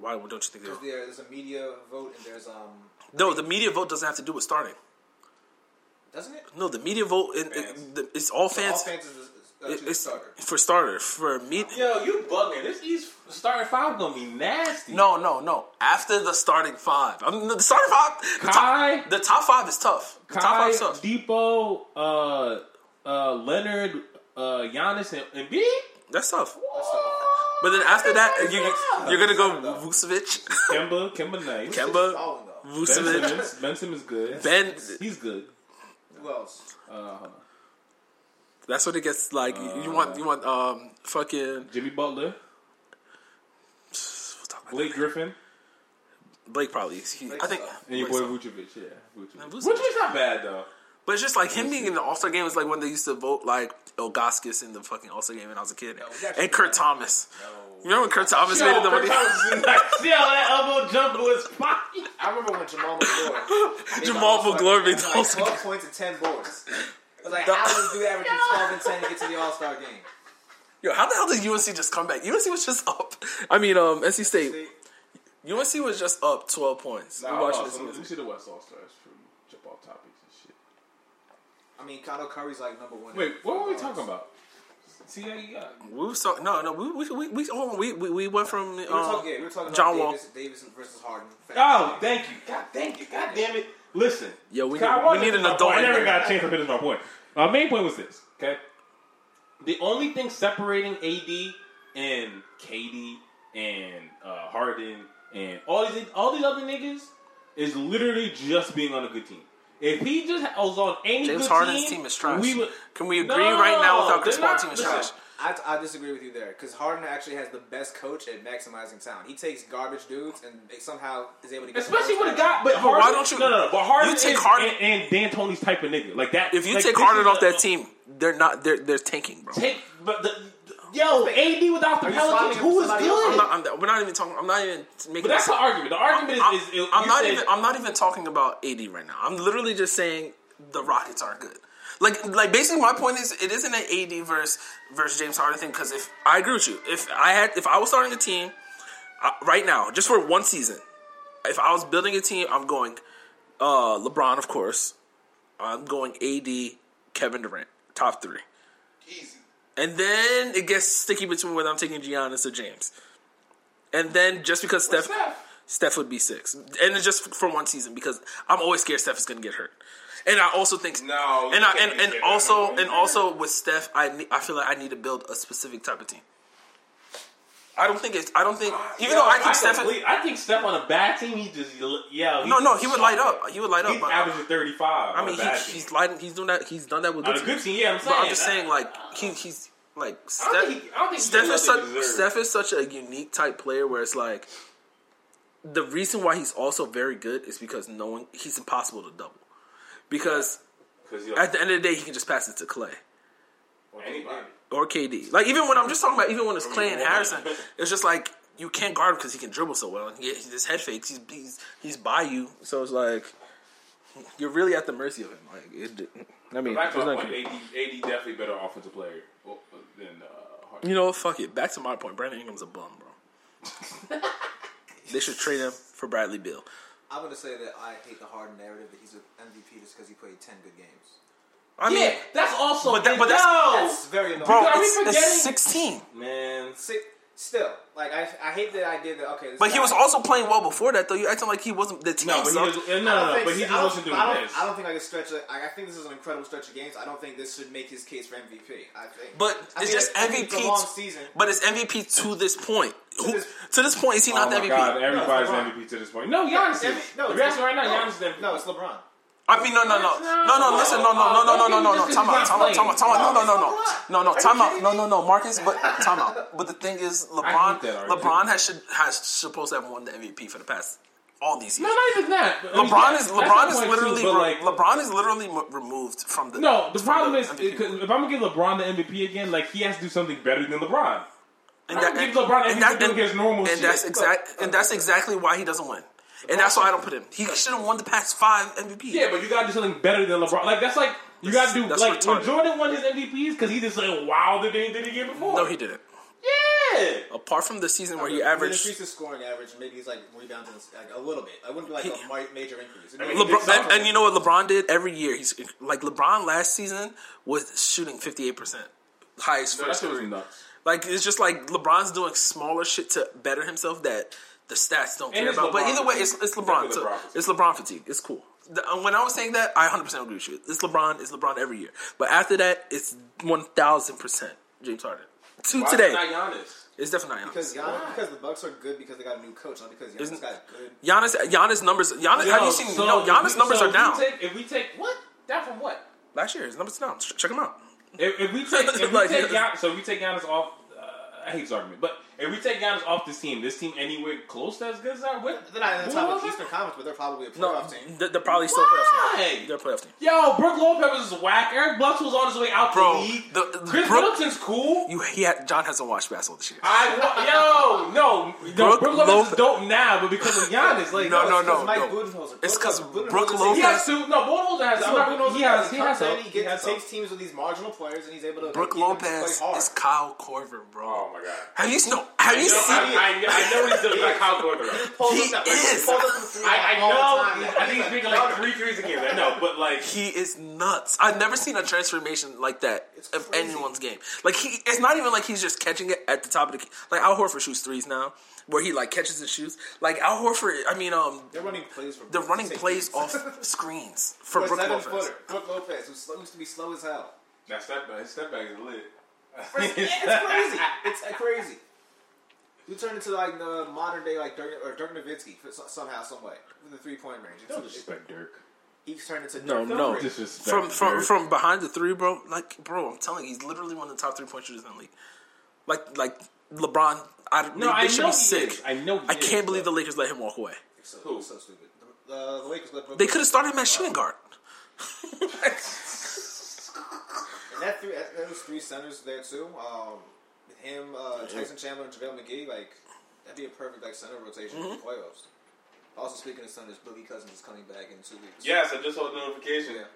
Speaker 3: Why don't you think they? will?
Speaker 5: There- There's a media vote and there's um,
Speaker 3: No, the media vote doesn't have to do with starting.
Speaker 5: doesn't it?
Speaker 3: No, the media vote and
Speaker 5: Fans.
Speaker 3: the, it's all
Speaker 5: All
Speaker 3: fans.
Speaker 5: fans is uh,
Speaker 3: it-
Speaker 5: choose the
Speaker 3: it's
Speaker 5: starter.
Speaker 3: for starter for me.
Speaker 4: Yo, you bugging. This East starting five gonna be nasty.
Speaker 3: No, no, no. After the starting five, I mean, the starting five, the
Speaker 4: Kai?
Speaker 3: top, the top five is tough. The top
Speaker 4: Kai,
Speaker 3: five is tough.
Speaker 4: Depot, uh, uh, Leonard, uh, Giannis, and, and B.
Speaker 3: That's tough.
Speaker 5: So,
Speaker 3: But then after that,
Speaker 4: That's
Speaker 3: you,
Speaker 4: tough.
Speaker 3: you're gonna go Vucevic, [laughs]
Speaker 4: Kemba, Kemba Knight,
Speaker 3: Kemba,
Speaker 5: Kemba- Falling, though.
Speaker 4: Ben
Speaker 3: Vucevic,
Speaker 4: Simmons. Ben Simmons good.
Speaker 3: Ben.
Speaker 4: he's good.
Speaker 5: who else?
Speaker 4: Uh,
Speaker 3: That's what it gets like. You you want, you want, um, fucking.
Speaker 4: Jimmy Butler,
Speaker 3: we'll talk about
Speaker 4: Blake Griffin,
Speaker 3: that. Blake probably. is- He, I think.
Speaker 4: And your
Speaker 3: Blake's
Speaker 4: boy
Speaker 3: up.
Speaker 4: Vucevic, yeah.
Speaker 3: Man,
Speaker 4: Vucevic.
Speaker 3: Vucevic-
Speaker 4: Vucevic's not bad, though.
Speaker 3: But it's just like him being in the All Star game is like when they used to vote like Ilgaskis in the fucking All Star game when I was a kid,
Speaker 5: was actually-
Speaker 3: and Kurt Thomas. Remember when Kurt Thomas made
Speaker 4: Yo,
Speaker 3: it the one?
Speaker 4: Chris Thompson, like, See how that elbow jump was fine.
Speaker 5: I remember when Jamal
Speaker 3: [laughs]
Speaker 5: McGlory. made the
Speaker 3: Jamal
Speaker 5: All-Star
Speaker 3: McGlory
Speaker 5: game.
Speaker 3: made
Speaker 5: He
Speaker 3: the
Speaker 5: had,
Speaker 3: All-Star
Speaker 5: Like Twelve points and ten boards. I was like, how does this dude
Speaker 3: [laughs]
Speaker 5: averaging twelve and ten to get to the All Star game?
Speaker 3: Yo, how the hell did UNC just come back? UNC was just up. I mean, um, NC State.
Speaker 5: See?
Speaker 3: UNC was just up twelve points.
Speaker 4: Nah,
Speaker 3: we watched
Speaker 4: hold on,
Speaker 3: this.
Speaker 4: Oh, so
Speaker 3: movie.
Speaker 4: Let me see the West All Stars for jump off topics and shit.
Speaker 5: I mean, Kyle Curry's like number one.
Speaker 4: Wait, what were we talking about? See, yeah, you got
Speaker 3: We was talking. No, no, we we we we, oh, we, we, we went from.
Speaker 5: We were
Speaker 3: um,
Speaker 5: talking, yeah, we were talking
Speaker 3: John Wall.
Speaker 5: about Davis, Davis versus Harden.
Speaker 4: Oh, thank you. God, thank you. God damn it. Listen.
Speaker 3: Yo, we
Speaker 4: Kyle
Speaker 3: need-
Speaker 4: Walker
Speaker 3: we need
Speaker 4: is
Speaker 3: an
Speaker 4: my
Speaker 3: adult
Speaker 4: point. I
Speaker 3: in
Speaker 4: never
Speaker 3: here.
Speaker 4: got a chance to finish my point. My main point was this, okay? The only thing separating AD and KD and uh, Harden and all these all these other niggas is literally just being on a good team. If he just was on any
Speaker 3: James
Speaker 4: good
Speaker 3: Harden's
Speaker 4: team,
Speaker 3: team is trash.
Speaker 4: We would,
Speaker 3: Can we agree
Speaker 4: No,
Speaker 3: right now with our
Speaker 4: they're
Speaker 3: Chris Paul
Speaker 4: not-
Speaker 3: team is
Speaker 4: listen,
Speaker 3: trash?
Speaker 5: I, I disagree with you there because Harden actually has the best coach at maximizing talent. He takes garbage dudes and they somehow is able to get.
Speaker 4: Especially
Speaker 5: the most
Speaker 4: with a guy, but
Speaker 3: why
Speaker 4: Harden,
Speaker 3: don't you-
Speaker 4: No, no, no. But Harden
Speaker 3: you take
Speaker 4: is,
Speaker 3: Harden-
Speaker 4: and, and D'Antoni's type of nigga like that.
Speaker 3: If you
Speaker 4: like,
Speaker 3: take
Speaker 4: this
Speaker 3: Harden
Speaker 4: is
Speaker 3: off
Speaker 4: a-
Speaker 3: that team, they're not. They're they're tanking, bro.
Speaker 4: Take, but the, yo, AD without the
Speaker 5: Are
Speaker 4: Pelicans,
Speaker 5: you swapping
Speaker 4: who is
Speaker 5: somebody else?
Speaker 4: good?
Speaker 3: I'm not, I'm, we're not even talking. I'm not even making.
Speaker 4: but that's
Speaker 3: this-
Speaker 4: the argument. The argument
Speaker 3: I'm,
Speaker 4: is, is you
Speaker 3: I'm not
Speaker 4: said-
Speaker 3: even. I'm not even talking about AD right now. I'm literally just saying the Rockets are good. Like, like basically, my point is, it isn't an AD versus versus James Harden thing. Because if I agree with you, if I had, if I was starting a team uh, right now, just for one season, if I was building a team, I'm going uh, LeBron, of course. I'm going AD, Kevin Durant, top three.
Speaker 6: Easy.
Speaker 3: And then it gets sticky between whether I'm taking Giannis or James. And then just because Steph, Steph,
Speaker 4: Steph?
Speaker 3: would be six, and it's just for one season because I'm always scared Steph is going to get hurt. And I also think
Speaker 6: No,
Speaker 3: and
Speaker 6: you
Speaker 3: I,
Speaker 6: can't
Speaker 3: and,
Speaker 6: be
Speaker 3: and
Speaker 6: scared.
Speaker 3: also and also with Steph, I ne- I feel like I need to build a specific type of team. I don't think it's I don't think even though
Speaker 4: Yo,
Speaker 3: I think
Speaker 4: can
Speaker 3: Steph.
Speaker 4: believe- I think Steph on a bad team, he just yeah.
Speaker 3: no, no, he would light up. He would light up.
Speaker 4: He's
Speaker 3: But,
Speaker 4: averaging thirty five.
Speaker 3: I mean, he, he's lighting. He's doing that. He's done that with
Speaker 4: on
Speaker 3: good
Speaker 4: a good
Speaker 3: teams.
Speaker 4: team. Yeah, I'm saying.
Speaker 3: But I'm just
Speaker 4: I-
Speaker 3: saying, like he, he's like
Speaker 4: I
Speaker 3: Steph.
Speaker 4: don't think he- I don't think he
Speaker 3: Steph
Speaker 4: gets
Speaker 3: is
Speaker 4: nothing
Speaker 3: such
Speaker 4: deserved.
Speaker 3: Steph is such a unique type player where it's like the reason why he's also very good is because no one he's impossible to double. Because
Speaker 4: 'Cause he-
Speaker 3: at the end of the day he can just pass it to Clay
Speaker 4: anybody.
Speaker 3: or KD. Like even when I'm just talking about even when it's Clay and
Speaker 4: Why?
Speaker 3: Harrison, it's just like you can't guard him because he can dribble so well. And he, his head fakes. He's, he's he's by you, so it's like you're really at the mercy of him. Like it, I mean,
Speaker 4: Back to
Speaker 3: there's
Speaker 4: my
Speaker 3: nothing-
Speaker 4: point, AD, AD definitely better offensive player well, uh, than uh, Harden.
Speaker 3: You know, what, fuck it. Back to my point. Brandon Ingram's a bum, bro. they should trade him for Bradley Bill.
Speaker 5: I'm gonna say that I hate the Harden narrative that he's an MVP just because he played ten good games.
Speaker 3: I mean,
Speaker 4: Yeah, that's also.
Speaker 3: But that- but that's-
Speaker 4: no.
Speaker 5: That's very annoying.
Speaker 3: bro,
Speaker 4: Are we
Speaker 3: it's, it's
Speaker 4: forgetting-
Speaker 3: 16.
Speaker 4: man.
Speaker 5: Si- still, like I, I hate the idea that okay. This
Speaker 3: But he
Speaker 5: guy-
Speaker 3: was also playing well before that, though. You're acting like he wasn't the team.
Speaker 4: No, but he
Speaker 3: sucked.
Speaker 4: was, no,
Speaker 5: I don't
Speaker 4: no, no,
Speaker 5: think-
Speaker 4: but he just
Speaker 5: I don't-
Speaker 4: wasn't doing
Speaker 5: I don't,
Speaker 4: this.
Speaker 5: I don't think I can stretch it. I, I think this is an incredible stretch of games. I don't think this should make his case for MVP. I think,
Speaker 3: But
Speaker 5: I
Speaker 3: it's
Speaker 5: think
Speaker 3: just
Speaker 5: I think It's
Speaker 3: MVP.
Speaker 5: a long season.
Speaker 3: but it's MVP to this point. Who,
Speaker 5: this-
Speaker 3: to this point, is he not
Speaker 4: oh
Speaker 3: the
Speaker 4: my
Speaker 3: MVP?
Speaker 4: god, everybody's
Speaker 5: No, it's LeBron.
Speaker 4: MVP to this point. No, Giannis
Speaker 5: Every-
Speaker 4: is.
Speaker 5: no,
Speaker 4: if
Speaker 5: it's
Speaker 4: you're asking right now,
Speaker 5: no,
Speaker 4: Giannis is MVP.
Speaker 5: No, it's LeBron.
Speaker 3: I mean, no, no, no, no, no. Listen, no, no, no, no, no, no, no, no. Time out, time out, time out, time out. No, no, no, no, no. Time out, no, no, no. Marcus, but time out. But the thing is,
Speaker 4: I
Speaker 3: LeBron,
Speaker 4: hate that argument.
Speaker 3: LeBron has should has supposed to have won the MVP for the past all these
Speaker 4: No,
Speaker 3: years.
Speaker 4: not even that. But, I mean,
Speaker 3: LeBron
Speaker 4: that-
Speaker 3: is
Speaker 4: that's
Speaker 3: LeBron
Speaker 4: the
Speaker 3: is
Speaker 4: point,
Speaker 3: literally
Speaker 4: too, but, like,
Speaker 3: LeBron is literally m- removed from the.
Speaker 4: No, the
Speaker 3: from
Speaker 4: problem is
Speaker 3: MVP.
Speaker 4: if I'm gonna give LeBron the MVP again, like he has to do something better than LeBron.
Speaker 3: and
Speaker 4: I don't give LeBron MVP doing his normal
Speaker 3: and
Speaker 4: shit.
Speaker 3: that's exact and that's exactly why he doesn't win. And that's why I don't put him. He should have won the past five MVP.
Speaker 4: Yeah, but you gotta do something better than LeBron. Like that's like you
Speaker 3: That's-
Speaker 4: gotta do
Speaker 3: that's
Speaker 4: like
Speaker 3: retarded.
Speaker 4: when Jordan won his MVPs because he just like wilder than he did the year before.
Speaker 3: no, he didn't.
Speaker 4: Yeah.
Speaker 3: Apart from the season where he
Speaker 5: He
Speaker 3: averaged
Speaker 5: increased his scoring average. Maybe he's like rebounding like a little bit. I wouldn't be like
Speaker 3: He-
Speaker 5: a ma- major increase. It'd be-
Speaker 4: mean,
Speaker 3: LeBron, and,
Speaker 4: Exactly.
Speaker 3: and you know what LeBron did every year? He's like LeBron last season was shooting fifty eight percent, highest
Speaker 4: That's
Speaker 3: first.
Speaker 4: what was nuts.
Speaker 3: Like it's just like LeBron's doing smaller shit to better himself that the stats don't
Speaker 4: And
Speaker 3: care
Speaker 4: it's
Speaker 3: about. But
Speaker 4: LeBron
Speaker 3: either way, it's,
Speaker 4: fatigue.
Speaker 3: it's LeBron.
Speaker 4: Definitely
Speaker 3: So
Speaker 4: LeBron fatigue.
Speaker 3: it's LeBron fatigue. It's cool. The- uh, when I was saying that, I 100 percent agree with you. It's LeBron. It's LeBron every year. But after that, it's 1,000 percent James Harden. To today,
Speaker 4: not Giannis.
Speaker 3: it's definitely not Giannis.
Speaker 5: because Giannis, because the Bucks are good because they got a new coach, not because Giannis
Speaker 3: Isn't-
Speaker 5: got good.
Speaker 3: Giannis, Giannis numbers. Giannis, have you seen? no, Giannis numbers are down.
Speaker 4: If we, take, if we take what down from what?
Speaker 3: Last year, his numbers down. Ch- Check him out.
Speaker 4: If, if we take, if we
Speaker 3: [laughs] Like,
Speaker 4: take
Speaker 3: yeah.
Speaker 4: Gian, so if we take Giannis off, uh, I hate this argument, but if we take Giannis off this team, this team anywhere close to as good as that? What?
Speaker 5: They're not in the
Speaker 4: Who
Speaker 5: top
Speaker 4: was
Speaker 5: of
Speaker 4: it?
Speaker 5: Eastern Conference, but they're probably a
Speaker 3: No,
Speaker 5: playoff team.
Speaker 3: they're, they're probably still playoff
Speaker 4: Why?
Speaker 3: team. They're playoff team.
Speaker 4: Yo, Brooke Lopez is whack. Eric Bledsoe was on his way out
Speaker 3: Bro,
Speaker 4: the league.
Speaker 3: the- the-
Speaker 4: Chris
Speaker 3: Brooke-
Speaker 4: Middleton's cool.
Speaker 3: You, he had, John hasn't watched basketball this year.
Speaker 4: I want, yo, no, no
Speaker 3: Brooke
Speaker 4: Brooke Lopez
Speaker 3: Lope-
Speaker 4: is dope now, but because of Giannis, like,
Speaker 3: No,
Speaker 4: yo,
Speaker 3: no,
Speaker 5: It's 'cause Mike
Speaker 3: no.
Speaker 5: Budenholzer.
Speaker 3: It's 'cause
Speaker 5: Budenholzer-
Speaker 3: Brook
Speaker 5: Budenholzer-
Speaker 3: Lopez-
Speaker 4: He has two. No, Budenholzer has.
Speaker 5: No,
Speaker 4: I'm not going
Speaker 5: he has. He
Speaker 4: has.
Speaker 5: has.
Speaker 4: help.
Speaker 5: He
Speaker 4: He has
Speaker 5: gets [laughs]
Speaker 4: help.
Speaker 5: takes teams with these marginal players, and he's able to.
Speaker 3: Brooke
Speaker 5: get them to
Speaker 3: Lopez
Speaker 5: play hard.
Speaker 3: is Kyle Corver, bro.
Speaker 4: Oh my god.
Speaker 3: Have you seen? Have you
Speaker 4: No,
Speaker 3: seen?
Speaker 4: I, I, I know he's doing like Kyle Korver.
Speaker 5: Pulls
Speaker 3: He
Speaker 5: up- pulls
Speaker 3: is.
Speaker 5: up from three
Speaker 4: I, I
Speaker 5: all the
Speaker 4: know.
Speaker 5: time.
Speaker 4: I think he's making like three threes a game. I know, but like
Speaker 3: He is nuts. I've never seen a transformation like that
Speaker 5: It's
Speaker 3: of
Speaker 5: crazy.
Speaker 3: anyone's game. Like he, it's not even like he's just catching it at the top of the key. Like Al Horford shoots threes now, where he like catches and shoots. Like Al Horford, I mean, um,
Speaker 5: They're running plays for.
Speaker 3: they're
Speaker 5: Brook.
Speaker 3: running
Speaker 5: Take
Speaker 3: plays
Speaker 5: these. [laughs]
Speaker 3: off
Speaker 4: [laughs]
Speaker 3: screens for
Speaker 5: For a
Speaker 3: Brook
Speaker 5: seven
Speaker 3: Lopez.
Speaker 5: footer, Brook Lopez, who slow- used to be slow as hell.
Speaker 4: that step back, his step back is lit.
Speaker 5: It's,
Speaker 3: [laughs]
Speaker 5: it's crazy. It's uh, crazy. You turn into like the modern day like Dirk or Dirk Nowitzki for, so- somehow, some way, in the three point range. It's, it's,
Speaker 4: Dirk.
Speaker 5: he's turned into
Speaker 3: No,
Speaker 5: Dirk
Speaker 3: no.
Speaker 5: Nowitzki.
Speaker 4: Disrespect
Speaker 3: From from
Speaker 4: Dirk.
Speaker 3: from behind the three, bro. Like, bro, I'm telling you, he's literally one of the top three point shooters in the league. Like, like LeBron. I,
Speaker 4: No,
Speaker 3: they
Speaker 4: I
Speaker 3: should
Speaker 4: know
Speaker 3: be
Speaker 4: he
Speaker 3: sick.
Speaker 4: is. I know he
Speaker 3: I
Speaker 4: is,
Speaker 3: can't believe
Speaker 4: but-
Speaker 3: the Lakers let him walk away.
Speaker 5: So,
Speaker 4: Who?
Speaker 5: so stupid. The, the, the Lakers let Brook
Speaker 3: They could have
Speaker 5: Lopez-
Speaker 3: started him at shooting guard.
Speaker 5: And that three, that, that was three centers there too. Um, with him, uh, Tyson Chandler, and JaVale McGee. Like that'd be a perfect like center rotation
Speaker 3: Mm-hmm.
Speaker 5: in the playoffs. Also, speaking of centers, Boogie Cousins is coming back in two weeks.
Speaker 4: Yes, I just saw the notification.
Speaker 5: Yeah.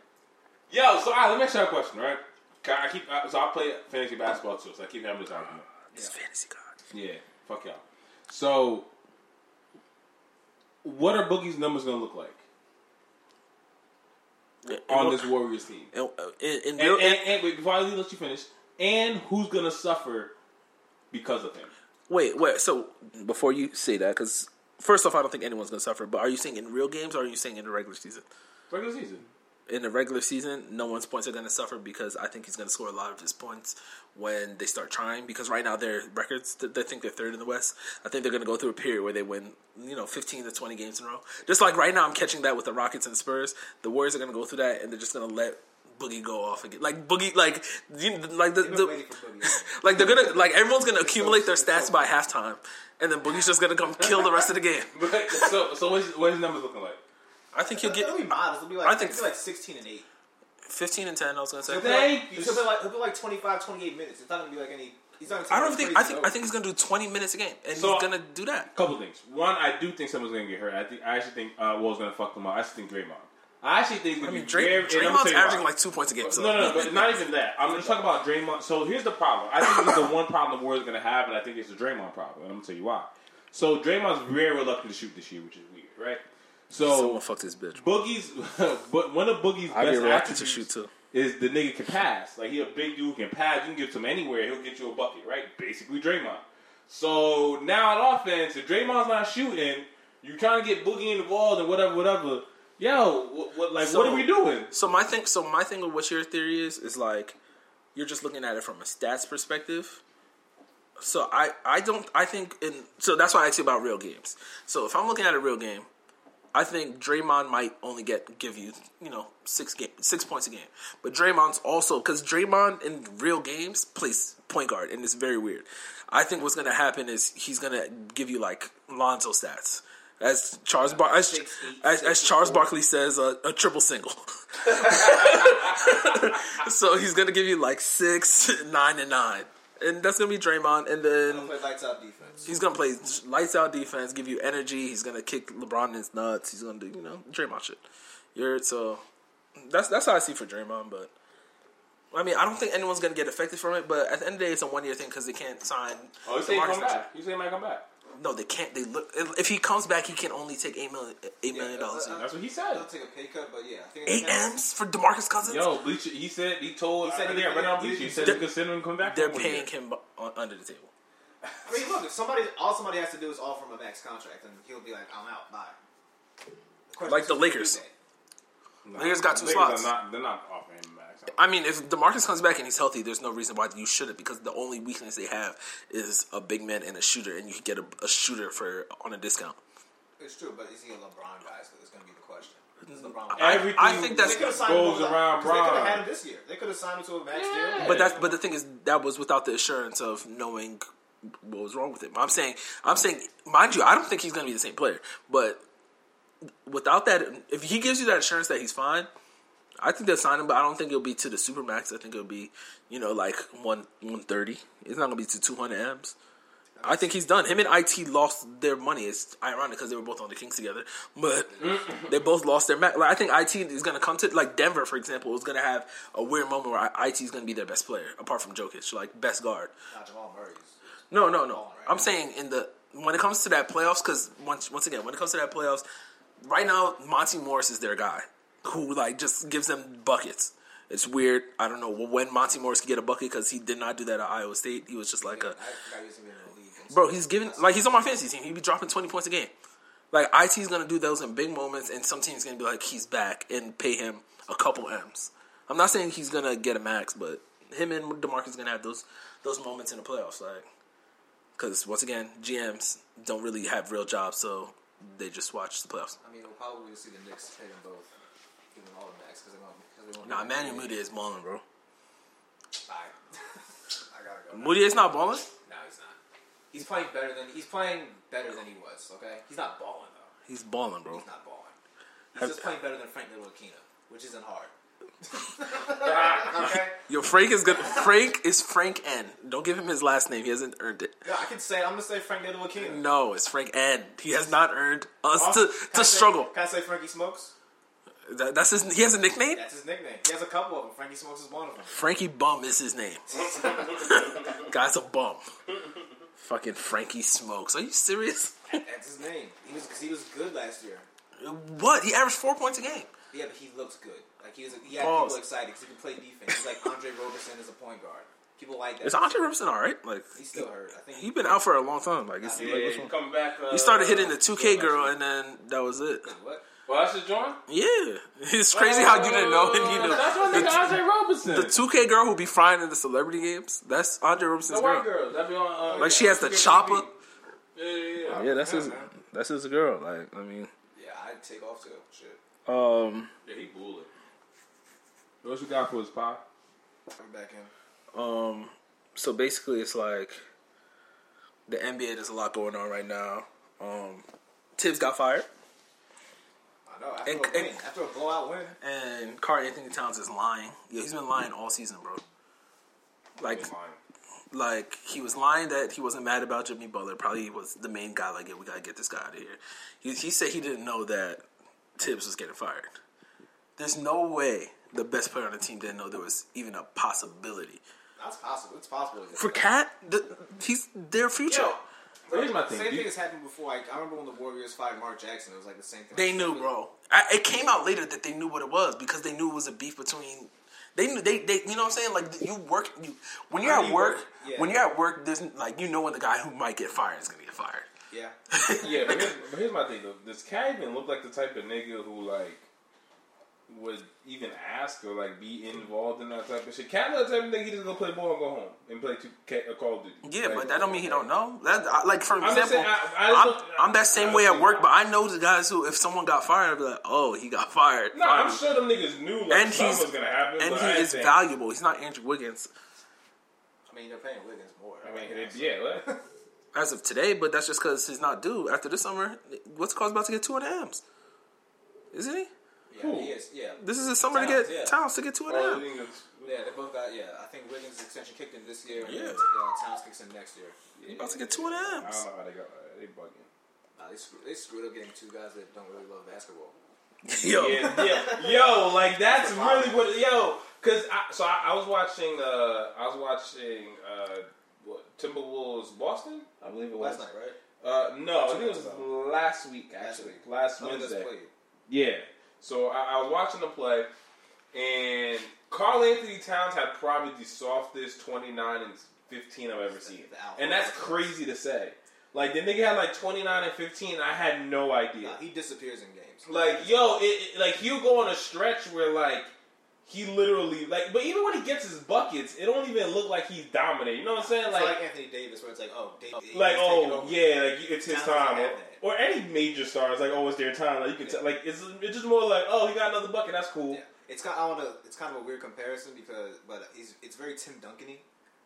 Speaker 4: Yo, so all right, let me ask you a question, right? 'Cause I keep uh, so I play fantasy basketball too, so I keep having this argument.
Speaker 3: It's fantasy guy.
Speaker 4: Yeah, fuck y'all. So, what are Boogie's numbers gonna look like on this Warriors team?
Speaker 3: In, uh, in, in
Speaker 4: And,
Speaker 3: real-
Speaker 4: and, and wait, before I leave, let you finish. And who's gonna suffer because of him?
Speaker 3: wait, wait. So before you say that, because first off, I don't think anyone's gonna suffer. But are you saying in real games, or are you saying in the regular season?
Speaker 4: Regular season. [laughs]
Speaker 3: In the regular season, no one's points are gonna suffer because I think he's gonna score a lot of his points when they start trying. Because right now their records, th- they think they're third in the West. I think they're gonna go through a period where they win, you know, fifteen to twenty games in a row. Just like right now, I'm catching that with the Rockets and Spurs. The Warriors are gonna go through that, and they're just gonna let. Boogie go off again, like Boogie, like you, like the,
Speaker 5: They've
Speaker 3: the
Speaker 5: been waiting for Boogie.
Speaker 3: Like they're gonna like everyone's gonna accumulate their stats by halftime, and then Boogie's just gonna come kill the rest of the game.
Speaker 4: so, so what's, what's his numbers looking like?
Speaker 3: I think [laughs]
Speaker 5: [laughs]
Speaker 3: he'll get
Speaker 5: It'll be modest. It'll be like
Speaker 3: I think-
Speaker 5: it'll be like sixteen and eight.
Speaker 3: fifteen and ten. I was gonna say.
Speaker 5: He'll be like-
Speaker 4: Thank you.
Speaker 5: He'll be like he'll be like 25, 28 minutes. It's not gonna be like any. He's not. Gonna take
Speaker 3: I don't
Speaker 5: like
Speaker 3: think
Speaker 5: crazy
Speaker 3: I think I
Speaker 5: over.
Speaker 3: think he's gonna do twenty minutes a game, and
Speaker 4: So-
Speaker 3: he's gonna do that.
Speaker 4: Couple things. One, I do think someone's gonna get hurt. I think I actually think uh, Wall's gonna fuck them up. I actually think Draymond. I actually think it's
Speaker 3: I
Speaker 4: gonna
Speaker 3: mean,
Speaker 4: be
Speaker 3: Dray,
Speaker 4: very- and I'm gonna
Speaker 3: Draymond's
Speaker 4: tell you why.
Speaker 3: averaging like two points a game. So
Speaker 4: No, no, no, but not even that. I'm just talking about Draymond. So here's the problem. I think it's the one problem the Warriors are going to have, and I think it's the Draymond problem. And I'm going to tell you why. So Draymond's very reluctant to shoot this year, which is weird, right?
Speaker 3: someone
Speaker 4: So
Speaker 3: fucked this bitch.
Speaker 4: Boogie's, [laughs] but one of Boogie's
Speaker 3: I'd be
Speaker 4: best
Speaker 3: reluctant to
Speaker 4: attributes
Speaker 3: shoot too.
Speaker 4: is the nigga can pass. Like he a big dude who can pass. You can give it to him anywhere. He'll get you a bucket, right? Basically Draymond. So now on offense, if Draymond's not shooting, you trying to get Boogie involved and whatever, whatever. Yo, what, what like what
Speaker 3: So-
Speaker 4: are we doing?
Speaker 3: So my thing, so my thing with what your theory is is like you're just looking at it from a stats perspective. So I I don't I think in so that's why I asked you about real games. So if I'm looking at a real game, I think Draymond might only get give you you know six game six points a game, but Draymond's also because Draymond in real games plays point guard and it's very weird. I think what's gonna happen is he's gonna give you like Lonzo stats. As Charles Bar- as,
Speaker 5: Six, eight,
Speaker 3: as, as
Speaker 5: six,
Speaker 3: Charles Barkley says, uh, a triple single. [laughs] so he's gonna give you like six, [laughs] nine, and nine, and that's gonna be Draymond. And then
Speaker 5: He'll play lights out defense.
Speaker 3: He's gonna play lights out defense, give you energy. He's gonna kick LeBron in his nuts. He's gonna do you know Draymond shit. You're so that's that's how I see for Draymond. But I mean, I don't think anyone's gonna get affected from it. But at the end of the day, it's a one year thing because they can't sign.
Speaker 4: Oh, he's saying
Speaker 3: DeMarcus
Speaker 4: come back. He's saying might come back.
Speaker 3: No, they can't. They look if- if he comes back, he can only take eight million eight million dollars.
Speaker 5: uh, uh,
Speaker 4: That's what he
Speaker 5: He'll
Speaker 4: said.
Speaker 5: take a pay cut, but yeah, I think
Speaker 3: Eight M's for Demarcus Cousins.
Speaker 4: Yo, Bleacher. He said he told. He
Speaker 5: said
Speaker 4: said
Speaker 5: he-
Speaker 4: yeah, right now Bleacher. He said
Speaker 3: They're-
Speaker 4: he's considering coming back.
Speaker 3: They're
Speaker 4: for one year.
Speaker 3: paying him bu- on, under the table.
Speaker 5: I mean, look, if somebody, all somebody has to do is offer him a max contract, and he'll be like, "I'm out, bye." The question
Speaker 3: Like
Speaker 5: is,
Speaker 3: the
Speaker 5: who's gonna
Speaker 3: Lakers.
Speaker 5: do that?
Speaker 4: Nah,
Speaker 3: Lakers got two
Speaker 4: are
Speaker 3: slots.
Speaker 4: Not, they're not offering him back. So.
Speaker 3: I mean, if Demarcus comes back and he's healthy, there's no reason why you shouldn't. Because the only weakness they have is a big man and a shooter, and you can get a, a shooter for on a discount.
Speaker 5: It's true, but is he a LeBron guy? So that's going to be the question. Is LeBron?
Speaker 3: I-
Speaker 4: Everything
Speaker 3: I think that's-
Speaker 5: They could've signed him
Speaker 4: goes
Speaker 5: on-
Speaker 4: around
Speaker 5: 'cause They could have had him
Speaker 4: Bron.
Speaker 5: this year. They could have signed him to a max deal.
Speaker 3: But that's but the thing is that was without the assurance of knowing what was wrong with him. I'm saying, I'm saying, mind you, I don't think he's going to be the same player. But without that, if he gives you that assurance that he's fine, I think they'll sign him. But I don't think it'll be to the super max. I think it'll be, you know, like one one thirty. It's not going to be to two hundred m's. I think he's done. Him and IT lost their money. It's ironic because they were both on the Kings together, but they both lost their match. Like, I think IT is going to come to like Denver, for example, is going to have a weird moment where IT is going to be their best player, apart from Jokic, like best guard.
Speaker 5: Not Jamal Murray's.
Speaker 3: No, no, no.
Speaker 5: right.
Speaker 3: I'm saying in the when it comes to that playoffs, because once once again, when it comes to that playoffs, right now Monty Morris is their guy who like just gives them buckets. It's weird. I don't know when Monty Morris could get a bucket because he did not do that at Iowa State. He was just like a
Speaker 5: I forgot he was even in the league.
Speaker 3: Bro, he's giving like he's on my fantasy team. He'd be dropping twenty points a game. Like IT's gonna do those in big moments, and some team's gonna be like, he's back and pay him a couple M's. I'm not saying he's gonna get a max, but him and Demarcus gonna have those those moments in the playoffs, like because once again, GMs don't really have real jobs, so they just watch the playoffs.
Speaker 5: I mean, we'll probably see the Knicks pay them both, give them all the max because they want. Cause they want
Speaker 3: Nah, Manu Moody is balling, bro.
Speaker 5: Bye. [laughs] I gotta go.
Speaker 3: Moody is not balling.
Speaker 5: No, he's not. He's playing better than he's playing better than he was. Okay, he's not balling though.
Speaker 3: He's balling, bro.
Speaker 5: He's not balling. He's
Speaker 3: Have-
Speaker 5: just playing better than Frank Little Aquino, which isn't
Speaker 3: [laughs]
Speaker 5: hard. [laughs] okay,
Speaker 3: Yo, Frank is good. Frank is Frank N. Don't give him his last name. He hasn't earned it.
Speaker 5: no, I can say I'm gonna say Frank Little Aquino.
Speaker 3: No, it's Frank N. He has not earned us
Speaker 5: Oh,
Speaker 3: to,
Speaker 5: can I
Speaker 3: to
Speaker 5: say-
Speaker 3: struggle.
Speaker 5: Can I say Frankie Smokes?
Speaker 3: That, that's his. He has a nickname.
Speaker 5: That's his nickname. He has a couple of them. Frankie Smokes is one of
Speaker 3: [laughs]
Speaker 5: them.
Speaker 3: Frankie Bum is his name. Guy's a bum. Fucking Frankie Smokes. Are you serious?
Speaker 5: That's his name. He was because he was good last year.
Speaker 3: What? He averaged four points a game.
Speaker 5: Yeah, but he looks good. Like he was, he had
Speaker 3: Pause.
Speaker 5: people excited because he can play defense. He's like Andre Roberson is a point guard. People like that.
Speaker 3: Is Andre Roberson all right? Like
Speaker 5: He's still hurt. I think
Speaker 3: he been out for a long time. Like, it's,
Speaker 4: Yeah,
Speaker 3: like what's
Speaker 4: he
Speaker 3: wrong?
Speaker 4: come back. Uh,
Speaker 3: he started hitting the two K girl, and then that was it.
Speaker 5: What?
Speaker 4: Well, that's just joint.
Speaker 3: Yeah, [laughs] it's crazy how you didn't know. And you
Speaker 4: That's
Speaker 3: know
Speaker 4: what nigga
Speaker 3: the
Speaker 4: Andre Robertson. The,
Speaker 3: two K girl who be frying in the celebrity games. That's Andre Roberson's
Speaker 4: white
Speaker 3: girl.
Speaker 4: girls. That be on. Uh,
Speaker 3: Like she has the
Speaker 4: yeah,
Speaker 3: chopper.
Speaker 4: Yeah, yeah, yeah.
Speaker 3: Yeah, that's his. That's his girl. Like, I mean,
Speaker 5: Yeah, I'd take off too. Shit.
Speaker 3: um,
Speaker 4: Yeah, he bullet. What you got for his pop?
Speaker 5: I'm back in.
Speaker 3: um, so basically, it's like the NBA. There's a lot going on right now. Um, Tibbs got fired,
Speaker 5: I know. After
Speaker 3: And-
Speaker 5: a win,
Speaker 3: and-
Speaker 5: after a blowout win,
Speaker 3: and Carl Anthony Towns is lying. Yeah, he's been lying all season, bro. Like, like he was lying that he wasn't mad about Jimmy Butler. Probably he was the main guy. Like, yeah, we gotta get this guy out of here. He, he said he didn't know that Tibbs was getting fired. There's no way the best player on the team didn't know there was even a possibility
Speaker 5: that's possible. It's possible.
Speaker 3: for Cat. The, he's their future.
Speaker 5: Yo,
Speaker 4: Here's my thing.
Speaker 5: same
Speaker 4: Do
Speaker 5: thing
Speaker 4: you-
Speaker 5: has happened before. Like, I remember when the Warriors fired Mark Jackson. It was like the same thing.
Speaker 3: They knew, bro. I, it came out later that they knew what it was because they knew it was a beef between. They knew they, they you know what I'm saying like you work you when you're
Speaker 5: How do
Speaker 3: at
Speaker 5: you
Speaker 3: work,
Speaker 5: work? Yeah.
Speaker 3: when you're at work there's like you know when the guy who might get fired is gonna get fired. [laughs]
Speaker 5: Yeah.
Speaker 4: Yeah, but here's, but here's my thing though. Does Cat even look like the type of nigga who like would even ask or like be involved in that type of shit? Cat looks like the nigga he just gonna play ball and go home and play two Ca- uh, Call of Duty.
Speaker 3: Yeah,
Speaker 4: Like,
Speaker 3: but that don't mean he don't know. That I, like for
Speaker 4: just
Speaker 3: example,
Speaker 4: saying, I- I just
Speaker 3: I, am
Speaker 4: don't-
Speaker 3: I'm that same
Speaker 4: I
Speaker 3: way at
Speaker 4: think-
Speaker 3: work, but I know the guys who if someone got fired, I'd be like, oh, he got fired.
Speaker 4: No,
Speaker 3: Fired.
Speaker 4: I'm sure them niggas knew like
Speaker 3: and
Speaker 4: something
Speaker 3: he's
Speaker 4: was gonna happen.
Speaker 3: and
Speaker 4: but
Speaker 3: he
Speaker 4: I
Speaker 3: is
Speaker 4: think-
Speaker 3: valuable. He's not Andrew Wiggins
Speaker 5: I mean, they're paying Wiggins more.
Speaker 4: I mean, it, yeah, like,
Speaker 3: as of today, but that's just because he's not due after this summer. What's cause about to get two hundred M's, isn't he?
Speaker 5: yeah, he is. Yeah,
Speaker 3: This is his summer
Speaker 5: Towns,
Speaker 3: to get
Speaker 5: yeah.
Speaker 3: Towns to get two
Speaker 4: all
Speaker 3: hundred M's.
Speaker 4: the niggas-
Speaker 5: yeah. They both got. Yeah, I think Wiggins' extension kicked in this year. And
Speaker 3: Yeah.
Speaker 5: uh, Towns kicks in next year.
Speaker 3: He's about to get two hundred
Speaker 4: I don't
Speaker 3: M's.
Speaker 4: know how they got that. They bugging.
Speaker 5: Nah, they, screw, they screwed up getting two guys that don't really love basketball.
Speaker 3: Yo,
Speaker 4: Yeah, yeah. Yo, like that's really what. Yo, cause I, so I, I was watching. Uh, I was watching. Uh, what, Timberwolves Boston, I believe it was.
Speaker 5: Last night, right?
Speaker 4: Uh, no, I think it was
Speaker 5: Two nights
Speaker 4: last week
Speaker 5: Last
Speaker 4: actually.
Speaker 5: week.
Speaker 4: Last,
Speaker 5: None of us
Speaker 4: Wednesday.
Speaker 5: played.
Speaker 4: Yeah. So I, I was watching the play, and Carl Anthony Towns had probably the softest 29 and 15 I've ever seen.
Speaker 5: The alpha.
Speaker 4: And that's crazy to say. Like, the nigga had like 29 and 15, I had no idea.
Speaker 5: Nah, he disappears in games.
Speaker 4: Like, yo, it, it- like, he'll go on a stretch where, like, he literally, like, but even when he gets his buckets, it don't even look like he's dominating. You know what I'm saying?
Speaker 5: It's like, Anthony Davis, where it's like, oh, Davis,
Speaker 4: like oh
Speaker 5: over.
Speaker 4: yeah, like it's his
Speaker 5: Towns
Speaker 4: time,
Speaker 5: doesn't
Speaker 4: or,
Speaker 5: have that.
Speaker 4: or any major star is like oh it's their time. Like you can
Speaker 5: Yeah.
Speaker 4: tell, like it's it's just more like oh he got another bucket, that's cool.
Speaker 5: Yeah. It's kind. Of, I want to. It's kind of a weird comparison because, but he's it's very Tim Duncany.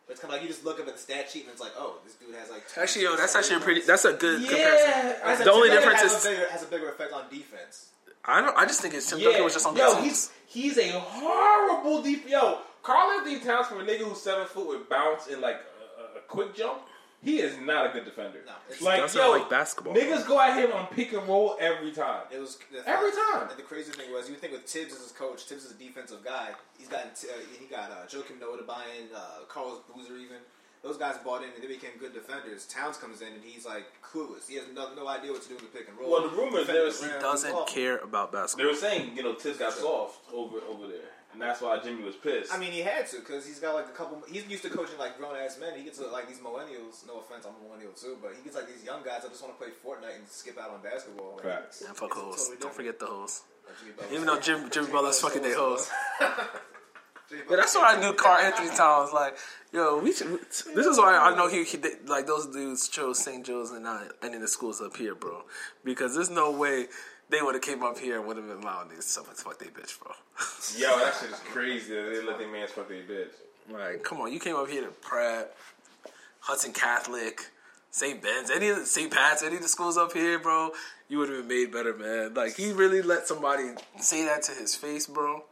Speaker 5: But it's kind of like you just look up at the stat sheet and it's like, oh, this dude has like.
Speaker 3: Actually, yo, that's actually a pretty. That's a good comparison.
Speaker 6: Yeah,
Speaker 5: Whereas
Speaker 3: the only
Speaker 5: Tim Duncan
Speaker 3: difference is-
Speaker 5: has a bigger, has a bigger effect on defense.
Speaker 3: I don't. I just think it's Tim Duncan was just on
Speaker 6: yo,
Speaker 3: good teams.
Speaker 6: he's he's a horrible deep. Yo,
Speaker 4: Carl Anthony Towns from a nigga who's seven foot with bounce and like a, a- a quick jump, he is not a good defender.
Speaker 5: No, it's-
Speaker 4: like
Speaker 3: That's
Speaker 4: yo,
Speaker 3: not like basketball.
Speaker 4: niggas go at him on pick and roll every time.
Speaker 5: It was
Speaker 4: Every time.
Speaker 5: And the crazy thing was, you would think with Tibbs as his coach, Tibbs is a defensive guy. He's gotten t- uh, he got uh, Joakim Noah to buy in, uh, Carlos Boozer even. Those guys bought in and they became good defenders. Towns comes in and he's like clueless. He has no, no idea what to do in the pick and roll.
Speaker 4: Well, the rumors,
Speaker 5: Defend
Speaker 4: there
Speaker 5: the
Speaker 4: was- he
Speaker 5: rim.
Speaker 3: Doesn't
Speaker 5: Oh.
Speaker 3: care about
Speaker 4: They
Speaker 3: basketball.
Speaker 4: were saying you know Tibbs got soft over over there, and that's why Jimmy was pissed.
Speaker 5: I mean, he had to because he's got like a couple. He's used to coaching like grown ass men. He gets to, like these millennials. No offense, I'm a millennial too, but he gets like these young guys that just want to play Fortnite and skip out on basketball. Like,
Speaker 4: Facts.
Speaker 5: it's-
Speaker 3: And fuck
Speaker 5: it's
Speaker 3: hoes.
Speaker 5: totally
Speaker 3: Don't
Speaker 5: different.
Speaker 3: forget the hoes.
Speaker 5: Like, Jimmy Butler's-
Speaker 3: Even though Jim, Jimmy Butler's fucking their hoes.
Speaker 5: Jimmy
Speaker 3: But that's why I knew Carl Anthony Towns. Like, yo, we should, this is why I know he, he did- like those dudes chose St. Joe's and not and in the schools up here, bro. Because there's no way they would have came up here and would have allowed these someone's fuck they bitch, bro. [laughs]
Speaker 4: Yo, that shit is crazy. that They let their mans fuck their bitch.
Speaker 3: Like, come on, you came up here to prep, Hudson Catholic, St. Ben's, any of the St. Pat's, any of the schools up here, bro, you would have been made better, man. Like, he really let somebody say that to his face, bro.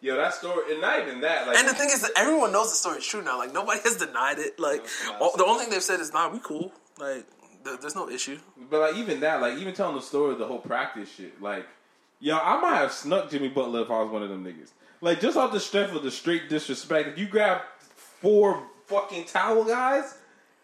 Speaker 4: Yo, that story, and not even that. Like,
Speaker 3: And the thing is that everyone knows the story's true now. Like, nobody has denied it. Like, all, the only thing they've said is, nah, we cool. Like, th- there's no issue.
Speaker 4: But like even that, like even telling the story of the whole practice shit, like, yo, I might have snuck Jimmy Butler if I was one of them niggas. Like just off the strength of the straight disrespect, if you grab four fucking towel guys,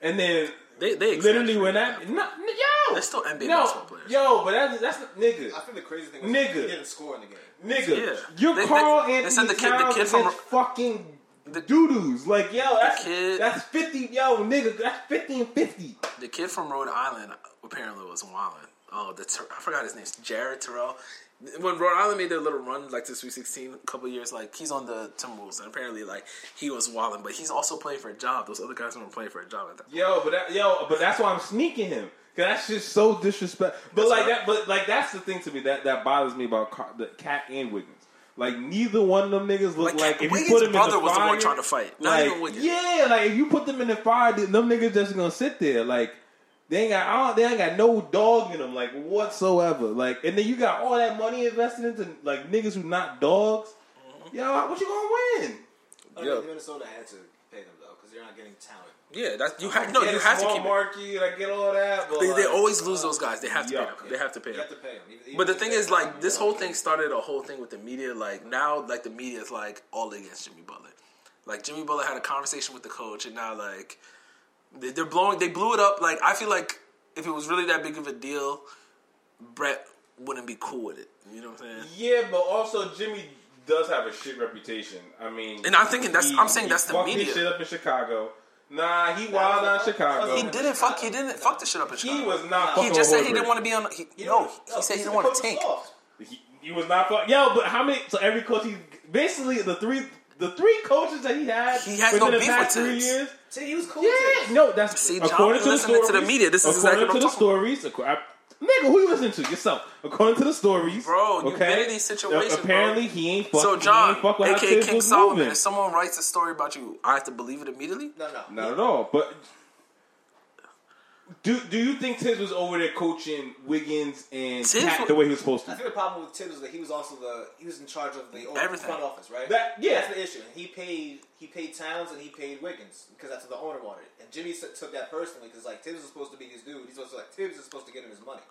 Speaker 4: and then
Speaker 3: They, they
Speaker 4: literally when
Speaker 3: exaggerate
Speaker 4: that, no, yo,
Speaker 3: They're still NBA
Speaker 4: no,
Speaker 3: basketball players.
Speaker 4: yo, but that's that's not- nigga,
Speaker 5: I think the crazy thing was
Speaker 4: Nigga.
Speaker 5: he didn't score in the game.
Speaker 4: nigga,
Speaker 3: Yeah.
Speaker 4: you're
Speaker 3: They- they-
Speaker 4: Carl
Speaker 3: they
Speaker 4: Anthony
Speaker 3: said the kid- the
Speaker 4: Towns
Speaker 3: kid from-
Speaker 4: against fucking
Speaker 3: The-
Speaker 4: doo-doos. Like yo, that's
Speaker 3: kid-
Speaker 4: that's fifty, yo, nigga, that's fifty and fifty.
Speaker 3: The kid from Rhode Island apparently was wilding. Oh, the Ter- I forgot his name. Jared Terrell. When Rhode Island made their little run, like to Sweet Sixteen, a couple years, like he's on the Timberwolves, and apparently, like he was wilding, but he's also playing for a job. Those other guys weren't playing for a job at that. point.
Speaker 4: Yo, but that, yo, but that's why I'm sneaking him. Cause that's just so disrespect. But
Speaker 3: That's
Speaker 4: like
Speaker 3: right.
Speaker 4: that, but like that's the thing to me that that bothers me about Car- the Cat and Wiggins. Like neither one of them niggas look
Speaker 3: Like,
Speaker 4: like, if
Speaker 3: Wiggins'
Speaker 4: you put them
Speaker 3: brother
Speaker 4: in the
Speaker 3: was the
Speaker 4: fire,
Speaker 3: one trying to fight, not
Speaker 4: like,
Speaker 3: even Wiggins.
Speaker 4: Yeah, like if you put them in the fire, then them niggas just gonna sit there. Like they ain't got I don't- they ain't got no dog in them, like whatsoever. Like and then you got all that money invested into like niggas who not dogs.
Speaker 3: Mm-hmm.
Speaker 4: Yo, what you gonna win?
Speaker 5: I
Speaker 3: Yeah.
Speaker 5: mean, Oh, Minnesota had to pay them though because they're not getting talent.
Speaker 3: Yeah, that's you have no, you have to keep. it.
Speaker 4: market. I get all that, but
Speaker 3: They, they
Speaker 4: like-
Speaker 3: always lose those guys. They have to.
Speaker 4: Yeah.
Speaker 3: Pay them. They have to pay.
Speaker 5: You
Speaker 3: Them.
Speaker 5: have to pay them. Even, even
Speaker 3: But the
Speaker 5: if
Speaker 3: thing
Speaker 5: they-
Speaker 3: is, like, this whole thing started a whole thing with the media. Like, now, like, the media is, like, all against Jimmy Butler. Like, Jimmy Butler had a conversation with the coach, and now, like, they- they're blowing, they blew it up. Like, I feel like if it was really that big of a deal, Brett wouldn't be cool with it. You know what I'm saying?
Speaker 4: Yeah, but also Jimmy does have a shit reputation. I mean,
Speaker 3: And I'm thinking that's- I'm saying that's the
Speaker 4: fucked
Speaker 3: media.
Speaker 4: his shit up in Chicago. Nah, he wild on Chicago.
Speaker 3: He didn't fuck, he didn't fuck the shit up in Chicago.
Speaker 4: He was not.
Speaker 3: He just said he didn't want to be on. He, no, he said he didn't want to tank.
Speaker 4: to. He, he was not fuck. Yo, but how many? So every coach, he basically the three, the three coaches that he had.
Speaker 3: He has no
Speaker 4: within the
Speaker 3: beef
Speaker 4: past
Speaker 3: with
Speaker 4: three
Speaker 3: Tibbs.
Speaker 4: years.
Speaker 5: See, he was cool. too.
Speaker 4: Yeah, no, that's
Speaker 3: See, John
Speaker 4: according
Speaker 3: been
Speaker 4: to the
Speaker 3: listening
Speaker 4: stories.
Speaker 3: to the media. This is
Speaker 4: according
Speaker 3: exactly what
Speaker 4: to
Speaker 3: I'm
Speaker 4: the
Speaker 3: talking
Speaker 4: stories. acco- I, nigga, who you listen to yourself? According to the stories,
Speaker 3: Bro, you've
Speaker 4: okay?
Speaker 3: been in these situations, bro.
Speaker 4: Apparently, he ain't fucking.
Speaker 3: So, John,
Speaker 4: he ain't fuck with how
Speaker 3: aka
Speaker 4: Tibbs
Speaker 3: King
Speaker 4: was
Speaker 3: Solomon,
Speaker 4: moving.
Speaker 3: if someone writes a story about you, I have to believe it immediately?
Speaker 5: No, no.
Speaker 4: Not at all. But do do you think Tibbs was over there coaching Wiggins and
Speaker 3: Tibbs
Speaker 4: Cat
Speaker 3: was-
Speaker 4: the way he was supposed
Speaker 5: I
Speaker 4: to?
Speaker 5: think the problem with Tibbs is that he was also the he was in charge of the over-
Speaker 3: Everything.
Speaker 5: front office, right?
Speaker 4: That- yeah.
Speaker 5: that's the issue. And he paid he paid Towns and he paid Wiggins because that's what the owner wanted. And Jimmy s- took that personally because like Tibbs is supposed to be his dude. He's supposed to like Tibbs is supposed to get him his money.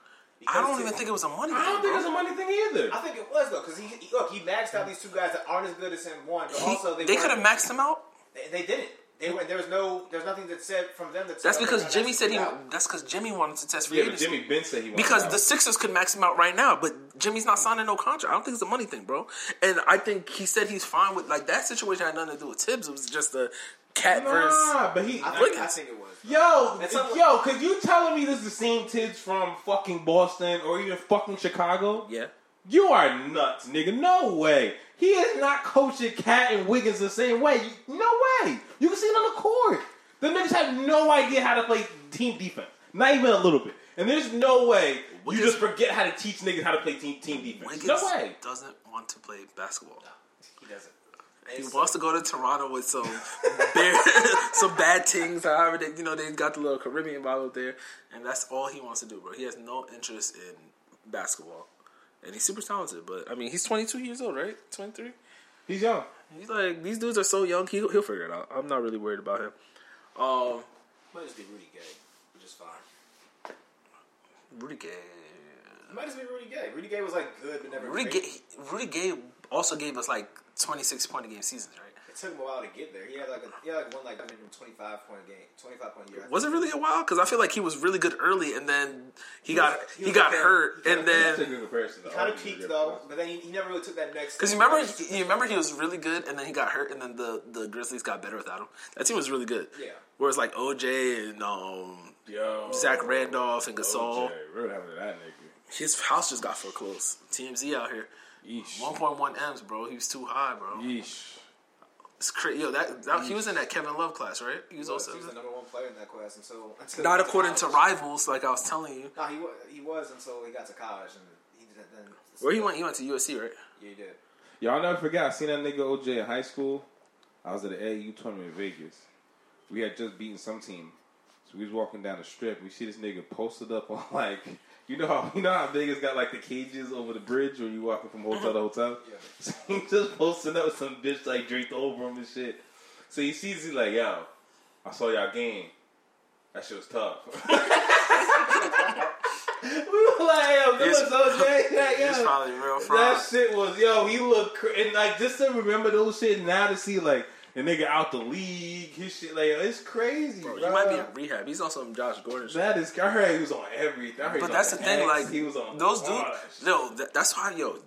Speaker 3: I don't
Speaker 5: Because
Speaker 3: even think it was a money
Speaker 4: I don't
Speaker 3: thing,
Speaker 4: think it's
Speaker 3: bro.
Speaker 4: a money thing either.
Speaker 5: I think it was though because he, he look he maxed out these two guys that aren't as good as him. One, but
Speaker 3: He-
Speaker 5: also they,
Speaker 3: they
Speaker 5: weren't-
Speaker 3: could have maxed him out.
Speaker 5: They, they didn't. They were. There was no. There's nothing that said from them that. said,
Speaker 3: That's
Speaker 5: "Oh,
Speaker 3: because
Speaker 5: they're
Speaker 3: Jimmy
Speaker 5: maxing
Speaker 3: said he.
Speaker 5: it out."
Speaker 3: That's because Jimmy wanted to test free
Speaker 4: Yeah, but
Speaker 3: agency.
Speaker 4: Jimmy Ben said he wanted
Speaker 3: because
Speaker 4: out.
Speaker 3: the Sixers could max him out right now, but Jimmy's not signing no contract. I don't think it's a money thing, bro. And I think he said he's fine with like that situation had nothing to do with Tibbs. It was just a cat versus.
Speaker 4: Nah, but he.
Speaker 5: I think, I
Speaker 3: Wiggins.
Speaker 5: think it was.
Speaker 4: Yo,
Speaker 5: That's not-
Speaker 4: yo, cause you telling me this is the same Tibbs from fucking Boston or even fucking Chicago?
Speaker 3: Yeah,
Speaker 4: You are nuts, nigga. No way. He is not coaching Cat and Wiggins the same way. No way. You can see it on the court. The niggas have no idea how to play team defense. Not even a little bit. And there's no way
Speaker 3: Wiggins-
Speaker 4: you just forget how to teach niggas how to play team team defense.
Speaker 3: Wiggins
Speaker 4: No way.
Speaker 3: doesn't want to play basketball.
Speaker 5: He doesn't.
Speaker 3: He wants to go to Toronto with some [laughs] beer, some bad things. However, they, you know they got the little Caribbean bottle there, and that's all he wants to do, bro. He has no interest in basketball, and he's super talented. But I mean, he's 22 years old, right? 23.
Speaker 4: He's young.
Speaker 3: He's like these dudes are so young. He'll, he'll figure it out. I'm not really worried about him. Um,
Speaker 5: Might just be Rudy Gay, which is fine.
Speaker 3: Rudy Gay.
Speaker 5: Might just be Rudy Gay. Rudy Gay was like good, but never
Speaker 3: Rudy
Speaker 5: great.
Speaker 3: Gay. Rudy Gay also gave us like 26 point a game seasons, right?
Speaker 5: It took him a while to get there. He had like a, he had like one like I mean, 25 point game, 25 point year.
Speaker 3: Was it really a while? Because I feel like he was really good early, and then he got
Speaker 5: was- he
Speaker 3: he
Speaker 5: was
Speaker 3: got
Speaker 5: okay.
Speaker 3: hurt, and
Speaker 4: That's a
Speaker 3: then
Speaker 4: good comparison.
Speaker 5: Kind of peaked though, but then he, he never really took that next.
Speaker 3: Because you
Speaker 5: step.
Speaker 3: remember, he, you remember he was really good, and then he got hurt, and then the, the Grizzlies got better without him. That team was really good.
Speaker 5: Yeah.
Speaker 3: Whereas like OJ and um,
Speaker 4: Yo,
Speaker 3: Zach Randolph and Gasol,
Speaker 4: OJ, what happened to that nigga?
Speaker 3: his house just got foreclosed. TMZ out here, one
Speaker 4: Yeesh.
Speaker 3: point one m's, bro. He was too high, bro.
Speaker 4: Yeesh.
Speaker 3: It's crazy. Yo, that, that he was in that Kevin Love class, right? He was
Speaker 5: he was,
Speaker 3: also
Speaker 5: he was the number one player in that class until, [laughs] until
Speaker 3: not
Speaker 5: he got
Speaker 3: according to
Speaker 5: college.
Speaker 3: rivals, like I was telling you.
Speaker 5: No, he was, he was until he got to college and he did then.
Speaker 3: Where he went, he went to USC, right?
Speaker 5: Yeah, he did.
Speaker 4: Y'all never forget. I seen that nigga OJ in high school. I was at the AU tournament in Vegas. We had just beaten some team, so we was walking down the strip. We see this nigga posted up on [laughs] like. You know how you know how Vegas got like the cages over the bridge where you walking from hotel to hotel.
Speaker 5: Yeah.
Speaker 4: [laughs] So he just posting up with some bitch like draped over him and shit. So he sees he like yo, I saw y'all game. That shit was tough. [laughs] we were like yo, good
Speaker 3: Yes.
Speaker 4: looks OJ. Like,
Speaker 3: He's
Speaker 4: yo.
Speaker 3: probably real fraud.
Speaker 4: That shit was yo. He looked cr- and like just to remember those shit now to see like the nigga out the league. His shit like it's crazy.
Speaker 3: Bro,
Speaker 4: Bro,
Speaker 3: he might be in rehab. He's on some Josh Gordon. shit.
Speaker 4: That is. I heard he was on everything. I heard he was
Speaker 3: But
Speaker 4: on
Speaker 3: that's the thing,
Speaker 4: X.
Speaker 3: like
Speaker 4: he was on
Speaker 3: those
Speaker 4: all
Speaker 3: dudes.
Speaker 4: that shit.
Speaker 3: Yo, that, that's why yo.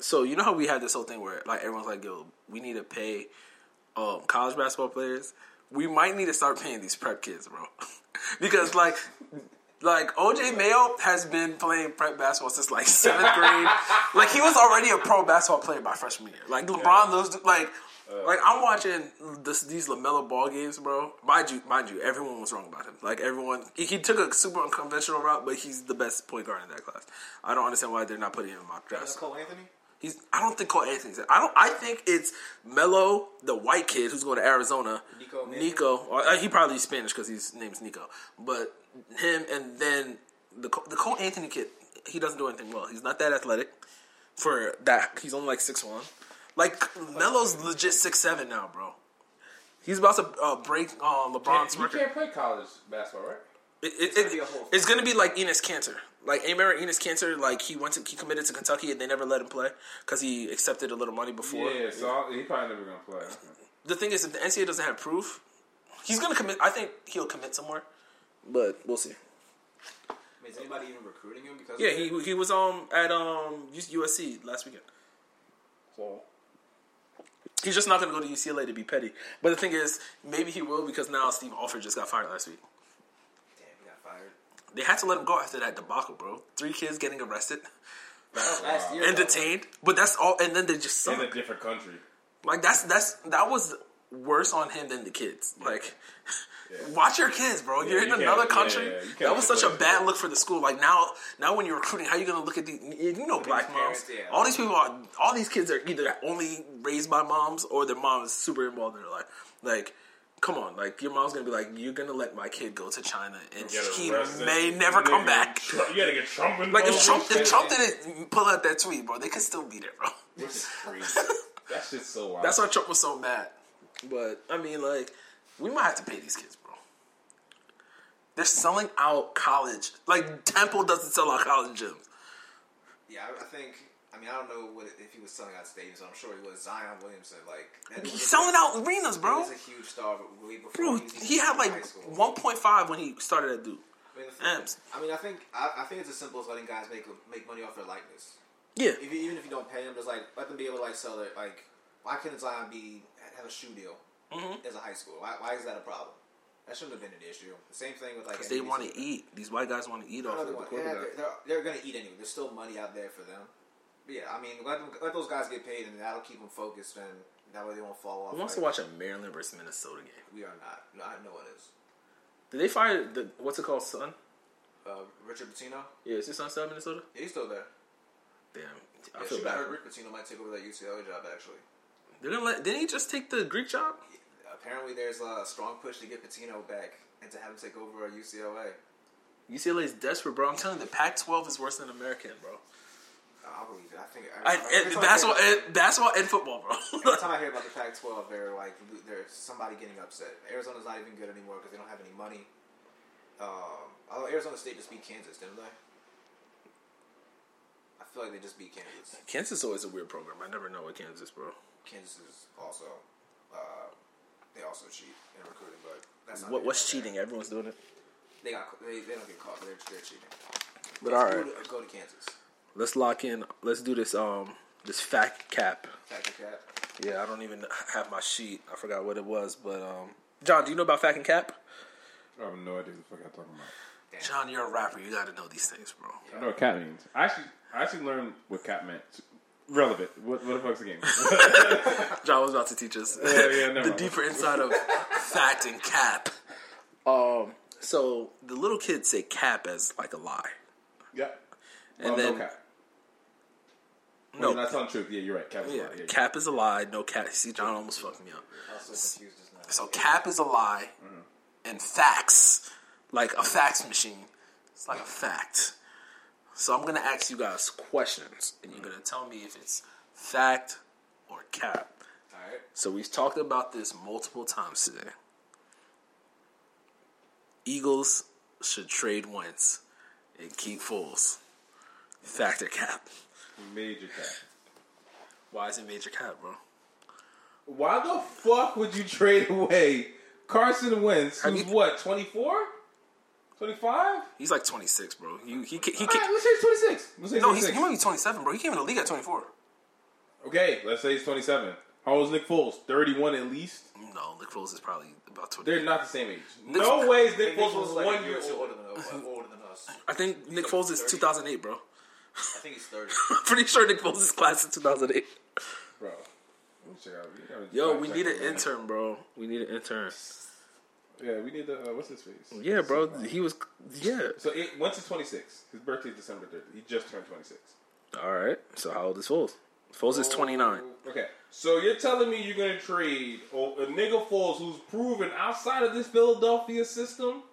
Speaker 3: So you know how we had this whole thing where like everyone's like, yo, we need to pay um, college basketball players. We might need to start paying these prep kids, bro, [laughs] because like. Like OJ Mayo has been playing prep basketball since like seventh grade. like he was already a pro basketball player by freshman year. Like LeBron, those du- like, like I'm watching this, these Lamelo ball games, bro. Mind you, mind you, everyone was wrong about him. Like everyone, he, he took a super unconventional route, but he's the best point guard in that class. I don't understand why they're not putting him in mock drafts.
Speaker 5: Nicole Anthony.
Speaker 3: He's I don't think Cole Anthony's. I don't. I think it's Melo, the white kid who's going to Arizona.
Speaker 5: Nico Mannion.
Speaker 3: Nico. Or, uh, he probably is Spanish because his name's Nico. But him and then the Co- the Cole Anthony kid. He doesn't do anything well. He's not that athletic for that. He's only like six one. Like Melo's legit six seven now, bro. He's about to uh, break uh, LeBron's
Speaker 4: You
Speaker 3: record.
Speaker 4: can't play college basketball, right?
Speaker 3: It, it, it's,
Speaker 5: gonna
Speaker 3: gonna
Speaker 5: be a whole-
Speaker 3: it's gonna be like Enos Cantor. Like I remember Enos Cantor, like he went to he committed to Kentucky and they never let him play because he accepted a little money before.
Speaker 4: Yeah, so I'll- he probably never gonna play.
Speaker 3: The thing is, if the NCAA doesn't have proof, he's gonna commit. I think he'll commit somewhere, but we'll see.
Speaker 5: I mean, is anybody even recruiting him? Because
Speaker 3: Yeah,
Speaker 5: of
Speaker 3: he
Speaker 5: that?
Speaker 3: he was um at um U- USC last weekend. So he's just not gonna go to UCLA to be petty. But the thing is, maybe he will because now Steve Alford just got fired last week.
Speaker 5: Damn, he got fired.
Speaker 3: They had to let him go after that debacle, bro. Three kids getting arrested
Speaker 5: That was last year.
Speaker 3: and
Speaker 5: though.
Speaker 3: detained, but that's all. And then they just suck.
Speaker 4: In a different country.
Speaker 3: Like that's that's that was worse on him than the kids. Like [laughs] watch your kids, bro. You're in
Speaker 4: you can't-
Speaker 3: another
Speaker 4: yeah,
Speaker 3: country.
Speaker 4: yeah, you can't
Speaker 3: that was
Speaker 4: let
Speaker 3: such a
Speaker 4: your
Speaker 3: bad
Speaker 4: kids-
Speaker 3: look for the school. Like now now when you're recruiting, how you gonna look at the you know black moms.
Speaker 5: parents, yeah.
Speaker 3: All these people are all these kids are either only raised by moms or their mom is super involved in their life. Like Come on, like your mom's gonna be like, you're gonna let my kid go to China and
Speaker 4: Get
Speaker 3: he
Speaker 4: arrested.
Speaker 3: may never come
Speaker 4: Nigga,
Speaker 3: back.
Speaker 4: Trump- you gotta get Trump involved.
Speaker 3: Like if Trump,
Speaker 4: and
Speaker 3: if
Speaker 4: shit.
Speaker 3: Trump didn't pull out that tweet, bro, they could still be there, bro.
Speaker 4: This is crazy. that shit's so wild.
Speaker 3: That's why Trump was so mad. But I mean, like, we might have to pay these kids, bro. They're selling out college. Like Temple doesn't sell out college gyms.
Speaker 5: Yeah, I, I think. I mean, I don't know what if he was selling out stadiums. I'm sure he was Zion Williamson. Like that
Speaker 3: He's
Speaker 5: dude
Speaker 3: selling out arenas, bro.
Speaker 5: was a huge star, but way before
Speaker 3: Bro,
Speaker 5: was even
Speaker 3: he had
Speaker 5: in high
Speaker 3: like
Speaker 5: school.
Speaker 3: 1.5 when he started at Duke.
Speaker 5: I mean, the thing-
Speaker 3: Amps.
Speaker 5: I mean, I think I, I think it's as simple as letting guys make make money off their likeness.
Speaker 3: Yeah,
Speaker 5: If you, even if you don't pay them, just like let them be able to like sell it. Like, why couldn't Zion be have a shoe deal
Speaker 3: Mm-hmm.
Speaker 5: as a high school? Why, why is that a problem? That shouldn't have been an issue. The same thing with like
Speaker 3: because they
Speaker 5: NBA.
Speaker 3: want to eat. These white guys want to eat off of the
Speaker 5: Another one. Yeah,
Speaker 3: quarterback.
Speaker 5: they're, they're, they're gonna eat anyway. There's still money out there for them. But yeah, I mean, let them, let those guys get paid, and that'll keep them focused, and that way they won't fall off.
Speaker 3: Who wants to
Speaker 5: like,
Speaker 3: watch a Maryland versus Minnesota game?
Speaker 5: We are not. No, I- no one is.
Speaker 3: Did they fire the what's it called, son?
Speaker 5: Uh, Richard Pitino,
Speaker 3: Yeah, is his son still in Minnesota?
Speaker 5: yeah, he's still there.
Speaker 3: Damn, I
Speaker 5: Yeah,
Speaker 3: feel
Speaker 5: shoot, I
Speaker 3: bad.
Speaker 5: heard Rick Pitino might take over that UCLA job actually.
Speaker 3: They're gonna let. Didn't he just take the Greek job?
Speaker 5: Apparently, there's a strong push to get Patino back and to have him take over UCLA.
Speaker 3: UCLA is desperate, bro. I'm telling you, the Pac-12 is worse than American, bro.
Speaker 5: I believe it. I think
Speaker 3: I,
Speaker 5: every
Speaker 3: it,
Speaker 5: time
Speaker 3: basketball,
Speaker 5: I hear,
Speaker 3: it, basketball, and football, bro.
Speaker 5: every time I hear about the Pac-12, they're like lo- there's somebody getting upset. Arizona's not even good anymore because they don't have any money. Um, although Arizona State just beat Kansas, didn't they? I feel like they just beat Kansas.
Speaker 3: [laughs] Kansas is always a weird program. I never know what Kansas, bro.
Speaker 5: Kansas is also uh, they also cheat in recruiting, but that's not
Speaker 3: What,
Speaker 5: neither
Speaker 3: what's
Speaker 5: here nor
Speaker 3: cheating? Everyone's doing it.
Speaker 5: there. They got they, they don't get caught. They're, they're cheating.
Speaker 3: But all right,
Speaker 5: Go to, go to Kansas.
Speaker 3: let's lock in. Let's do this. Um, this fact cap.
Speaker 5: Pack your cap.
Speaker 3: Yeah, I don't even have my sheet. I forgot what it was, but um, John, do you know about fact and cap?
Speaker 4: I have no idea what the fuck I'm talking about.
Speaker 3: John, you're a rapper. You got to know these things, bro.
Speaker 4: I know what cat means. I actually, I actually learned what cat meant. Relevant. What, what the fuck's
Speaker 3: [laughs]
Speaker 4: the game?
Speaker 3: John was about to teach us [laughs]
Speaker 4: yeah, never
Speaker 3: the
Speaker 4: mind.
Speaker 3: deeper inside of fact and cap. Um, so the little kids say cap as like a lie.
Speaker 4: yep.
Speaker 3: And
Speaker 4: well,
Speaker 3: then-
Speaker 4: no cat.
Speaker 3: No,
Speaker 4: No, that's not true. Yeah, you're right. Cat was
Speaker 3: yeah,
Speaker 4: a lie. Yeah,
Speaker 3: cap is a lie. No cap. See, John almost fucked me up. Mm-hmm.
Speaker 5: I was so confused just
Speaker 3: So
Speaker 5: now.
Speaker 3: cap is a lie, and facts, like a fax machine, it's like a fact. So I'm gonna ask you guys questions, and you're gonna tell me if it's fact or cap.
Speaker 5: All right.
Speaker 3: So we've talked about this multiple times today. Eagles should trade Wentz and keep Foles. Fact or cap?
Speaker 4: Major cat.
Speaker 3: Why is it major cap, bro?
Speaker 4: Why the fuck would you trade away Carson Wentz,
Speaker 3: Have
Speaker 4: who's
Speaker 3: you-
Speaker 4: what, 24? 25?
Speaker 3: He's like 26, bro. You, he ca- he
Speaker 4: All right,
Speaker 3: ca-
Speaker 4: let's say he's 26. Let's say he's
Speaker 3: no, he's,
Speaker 4: 26.
Speaker 3: he might be 27, bro. He came in the league at 24.
Speaker 4: okay, let's say he's 27. How old is Nick Foles? 31 at least?
Speaker 3: No, Nick Foles is probably about 20.
Speaker 4: They're not the same age.
Speaker 3: Nick-
Speaker 4: no way is Nick
Speaker 5: Nick
Speaker 4: Foles
Speaker 5: Foles
Speaker 4: was
Speaker 5: is like
Speaker 4: one
Speaker 5: a
Speaker 4: year
Speaker 5: year or two
Speaker 4: old.
Speaker 5: older than us.
Speaker 3: [laughs]
Speaker 5: older than us.
Speaker 3: I think Nick Foles is 2008, bro. [laughs]
Speaker 5: I think he's thirty.
Speaker 3: I'm pretty sure Nick Foles is class of 2008.
Speaker 4: Bro. let me check out- we gotta
Speaker 3: Yo,
Speaker 4: fact
Speaker 3: we
Speaker 4: check
Speaker 3: need an
Speaker 4: it, man.
Speaker 3: intern, bro. We need an intern.
Speaker 4: Yeah, we need the, uh, what's his face?
Speaker 3: Yeah, bro. He was. Yeah.
Speaker 4: So it, Wentz is 26. His birthday is December 30th. He just turned 26.
Speaker 3: All right. So how old is Foles? Foles is 29.
Speaker 4: Okay, so you're telling me you're gonna trade o- a nigga Foles who's proven outside of this Philadelphia system,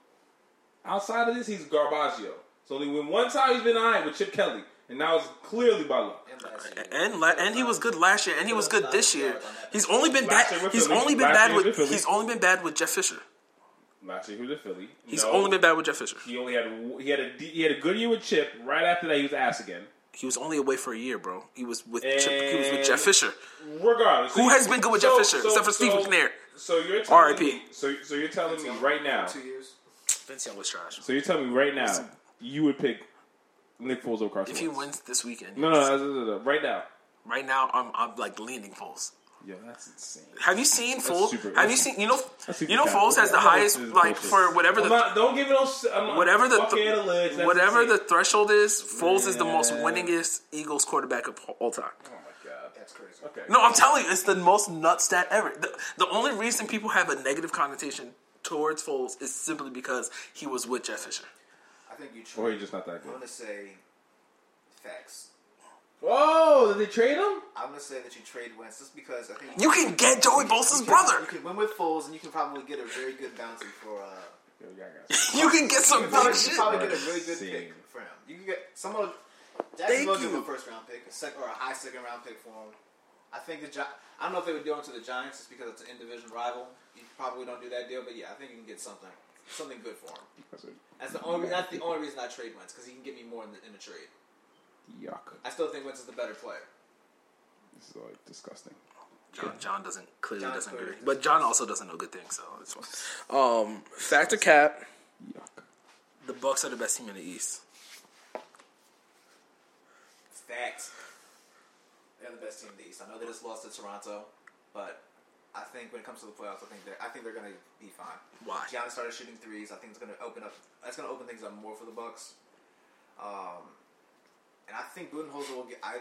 Speaker 4: outside of this, he's Garbaggio. So only when one time he's been high with Chip Kelly, and now it's clearly by luck.
Speaker 3: And la- and he was good last year, and he was good this year. He's only been
Speaker 4: Last year
Speaker 3: bad.
Speaker 4: with
Speaker 3: He's
Speaker 4: Philly.
Speaker 3: only been
Speaker 4: Last
Speaker 3: bad
Speaker 4: year
Speaker 3: with.
Speaker 4: with Philly.
Speaker 3: He's only been bad with Jeff Fisher.
Speaker 4: Last year he was in Philly.
Speaker 3: He's
Speaker 4: No,
Speaker 3: only been bad with Jeff Fisher.
Speaker 4: He only had w- he had a d- he had a good year with Chip. Right after that, he was ass again.
Speaker 3: He was only away for a year, bro. He was with Chip, he was with Jeff Fisher.
Speaker 4: Regardless,
Speaker 3: Who has been good with Jeff Fisher, except for Steve McNair?
Speaker 4: So you're telling
Speaker 3: R.I.P..
Speaker 4: me, so so you're telling me right now.
Speaker 5: two years.
Speaker 3: Vince Young was trash.
Speaker 4: So you're telling me right now you would pick Nick Foles over Carson
Speaker 3: If he
Speaker 4: Wentz?
Speaker 3: wins this weekend,
Speaker 4: No, no, no, no, no, no, right now.
Speaker 3: right now I'm I'm like leaning Foles.
Speaker 4: Yo, that's insane.
Speaker 3: Have you seen Foles?
Speaker 4: super-
Speaker 3: Have you
Speaker 4: that's-
Speaker 3: seen you know
Speaker 4: that's super
Speaker 3: you know
Speaker 4: cap.
Speaker 3: Foles has the
Speaker 4: That
Speaker 3: highest
Speaker 4: is
Speaker 3: like
Speaker 4: bullshit.
Speaker 3: for whatever the
Speaker 4: I'm not, don't give it no. s- I'm not-
Speaker 3: whatever the
Speaker 4: fuck it, the legs, that's
Speaker 3: whatever the
Speaker 4: insane.
Speaker 3: threshold is, Foles is the most
Speaker 4: Yeah.
Speaker 3: winningest Eagles quarterback of all time.
Speaker 4: Oh my god.
Speaker 5: That's crazy.
Speaker 4: Okay.
Speaker 3: No, I'm telling you, it's the most nut stat ever. The, the only reason people have a negative connotation towards Foles is simply because he was with Jeff Fisher.
Speaker 5: I think you.
Speaker 4: Or
Speaker 5: Trade.
Speaker 4: he's just not that
Speaker 5: I'm gonna
Speaker 4: good.
Speaker 5: say facts.
Speaker 4: Oh, did they trade him?
Speaker 5: I'm gonna say that you trade Wentz just because I think
Speaker 3: You can get Joey Bosa's
Speaker 5: you can-
Speaker 3: brother.
Speaker 5: You can win with Foles, and you can probably get a very good bounty for. Uh,
Speaker 4: Yo, y'all
Speaker 3: [laughs]
Speaker 4: got some
Speaker 3: You can get some
Speaker 5: you probably,
Speaker 3: big
Speaker 5: you
Speaker 3: shit.
Speaker 5: probably get a really good
Speaker 4: Same.
Speaker 5: pick for him. You can get someone. Jacksonville give him a first round pick, a sec, or a high second round pick for him. I think the Gi- I don't know if they would do him to the Giants just because it's an in division rival. You probably don't do that deal, but yeah, I think you can get something, something good for him. That's the only. That's the only reason I trade Wentz because he can get me more in the, in the trade.
Speaker 4: yuck.
Speaker 5: I still think Wentz is the better player.
Speaker 4: This is like disgusting.
Speaker 3: John, John doesn't clearly
Speaker 5: John
Speaker 3: doesn't
Speaker 5: clearly
Speaker 3: agree, but John also doesn't know good things. So it's fine. Um, factor cap:
Speaker 4: Yuck.
Speaker 3: the Bucks are the best team in the East.
Speaker 5: Facts. They're the best team in the East. I know they just lost to Toronto, but I think when it comes to the playoffs, I think they're I think they're gonna be fine.
Speaker 3: Why?
Speaker 5: Giannis started shooting threes. I think it's gonna open up. That's gonna open things up more for the Bucks. Um, and I think Budenholzer will get. I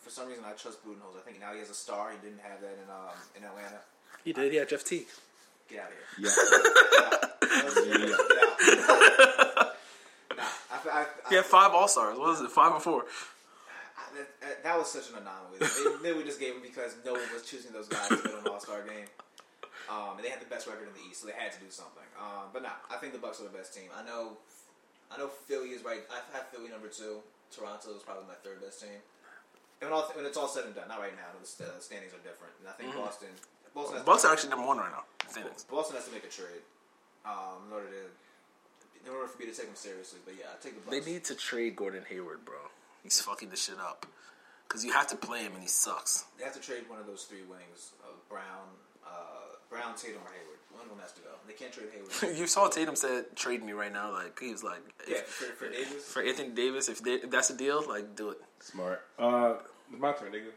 Speaker 5: for some reason I trust Budenholzer. I think now he has a star. He didn't have that in um, in Atlanta.
Speaker 3: He did. He had Jeff Teague.
Speaker 5: Get out of here.
Speaker 4: [laughs] Yeah.
Speaker 3: [laughs]
Speaker 5: Nah, I, I, I,
Speaker 3: He had five All Stars. What is it? Five and four.
Speaker 5: I, that- that, that was such an anomaly.
Speaker 3: [laughs]
Speaker 5: They literally just gave him because no one was choosing those guys to go to an All Star game. Um, and they had the best record in the East, so they had to do something. Um, but nah, I think the Bucks are the best team. I know, I know Philly is right. I have Philly number two. Toronto is probably my third best team. And when, all, when it's all said and done, not right now. The uh, standings are different, and I think Boston, Boston,
Speaker 3: Mm-hmm.
Speaker 5: has to
Speaker 3: Bucks are actually number one right now. Phoenix.
Speaker 5: Boston has to make a trade um, in order to in order for me to take them seriously. But yeah, I take the
Speaker 3: They
Speaker 5: Bucks.
Speaker 3: need to trade Gordon Hayward, bro. He's fucking this shit up. Because you have to play him and he sucks.
Speaker 5: they have to trade one of those three wings of Brown, uh, Brown, Tatum, or Hayward. One of them has to go. They can't trade
Speaker 3: [laughs]
Speaker 5: Hayward.
Speaker 3: you saw Tatum said, trade me right now. Like, he was like,
Speaker 5: yeah,
Speaker 3: if-
Speaker 5: for, for Davis.
Speaker 3: for Anthony Davis, if, they, if that's a deal, like, do it.
Speaker 4: Smart. Uh, it's my turn, nigga.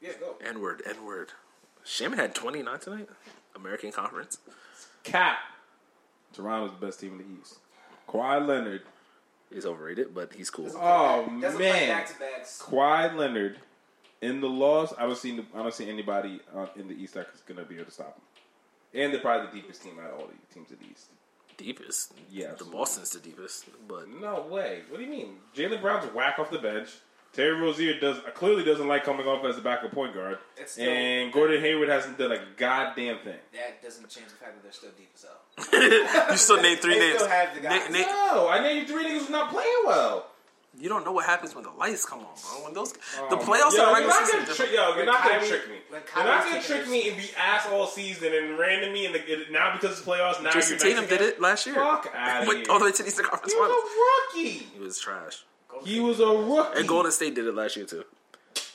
Speaker 5: Yeah, go.
Speaker 3: N word, N word. Shaman had 29 tonight. American Conference.
Speaker 4: Cap. Toronto's the best team in the East. Kawhi Leonard.
Speaker 3: He's overrated, but he's cool.
Speaker 4: Oh
Speaker 5: That's a play
Speaker 4: man,
Speaker 5: back to backs.
Speaker 4: Kawhi Leonard in the loss. I don't see. the- I don't see anybody uh, in the East that's gonna be able to stop him. And they're probably the deepest team out of all the teams in the East.
Speaker 3: Deepest.
Speaker 4: Yeah,
Speaker 3: The
Speaker 4: absolutely.
Speaker 3: Boston's the deepest. But
Speaker 4: No way. What do you mean? Jalen Brown's whack off the bench. Terry Rozier does clearly doesn't like coming off as a backup point guard,
Speaker 5: It's still-
Speaker 4: and Gordon Hayward hasn't done a goddamn thing.
Speaker 5: That doesn't change the fact that they're still deep as hell.
Speaker 3: you still named three
Speaker 5: They
Speaker 3: names.
Speaker 5: still have the guys.
Speaker 3: Na- na-
Speaker 4: No, I named you three niggas who's not playing well.
Speaker 3: you don't know what happens when the lights come on, bro. When those the
Speaker 4: Um,
Speaker 3: playoffs
Speaker 4: yo,
Speaker 3: are regular
Speaker 4: you're not
Speaker 3: season.
Speaker 4: gonna trick, yo, you're
Speaker 5: When
Speaker 4: not gonna
Speaker 5: Kyrie-
Speaker 4: trick me.
Speaker 5: when
Speaker 4: You're not gonna
Speaker 5: Kyrie's taking
Speaker 4: trick me and be ass all season and ran to me and the, it- now because it's playoffs. Now
Speaker 3: Jason
Speaker 4: you're
Speaker 3: Tatum
Speaker 4: nice
Speaker 3: did
Speaker 4: again.
Speaker 3: it oh, last year.
Speaker 4: Fuck out
Speaker 3: Went all the way to the Eastern Conference
Speaker 4: He
Speaker 3: Finals.
Speaker 4: was a rookie.
Speaker 3: He was trash.
Speaker 4: He was a rookie.
Speaker 3: And Golden State did it last year too.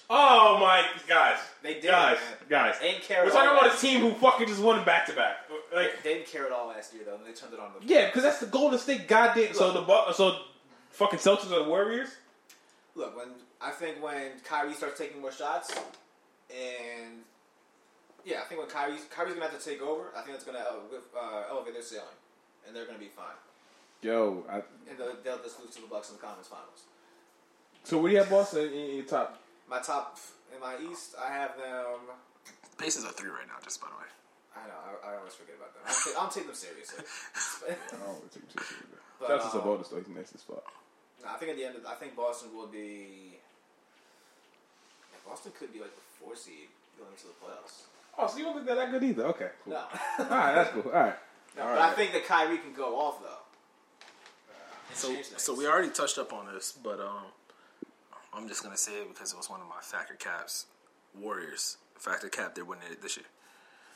Speaker 4: Oh my guys,
Speaker 5: They did,
Speaker 4: guys,
Speaker 5: man.
Speaker 4: guys.
Speaker 5: They didn't care
Speaker 4: We're
Speaker 5: at
Speaker 4: talking
Speaker 5: all.
Speaker 4: about a team who fucking just won back to back. Like
Speaker 5: They didn't care at all last year though, and they turned it on. The
Speaker 4: yeah, because that's the Golden State goddamn. So the Bu- so fucking Celtics are the Warriors.
Speaker 5: Look, when I think when Kyrie starts taking more shots, and yeah, I think when Kyrie's Kyrie's gonna have to take over, I think that's gonna uh, uh, elevate their ceiling, and they're gonna be fine,
Speaker 4: Yo, I,
Speaker 5: and they'll, they'll just lose to the Bucks in the conference finals.
Speaker 4: so what do you have Boston in, in your top?
Speaker 5: My top in my East, I have them.
Speaker 3: Pacers are three right now, just by the way.
Speaker 5: I know, I, I always forget about them. I'm, ta- I'm taking them seriously.
Speaker 3: [laughs]
Speaker 4: Oh, it's too
Speaker 5: But, Celtics are uh,
Speaker 4: Sabonis though. He's next as fuck.
Speaker 5: No, I think at the end, of, I think Boston will be. Boston could be like the four seed going into the playoffs.
Speaker 4: Oh, so you don't think they're that good either? Okay, cool.
Speaker 5: No, [laughs]
Speaker 4: All right, that's cool. All right.
Speaker 5: but I think that Kyrie can go off though. And
Speaker 3: So,
Speaker 5: change things.
Speaker 3: so we already touched up on this, but um, I'm just gonna say it because it was one of my factor caps. Warriors factor cap, they're winning it this year.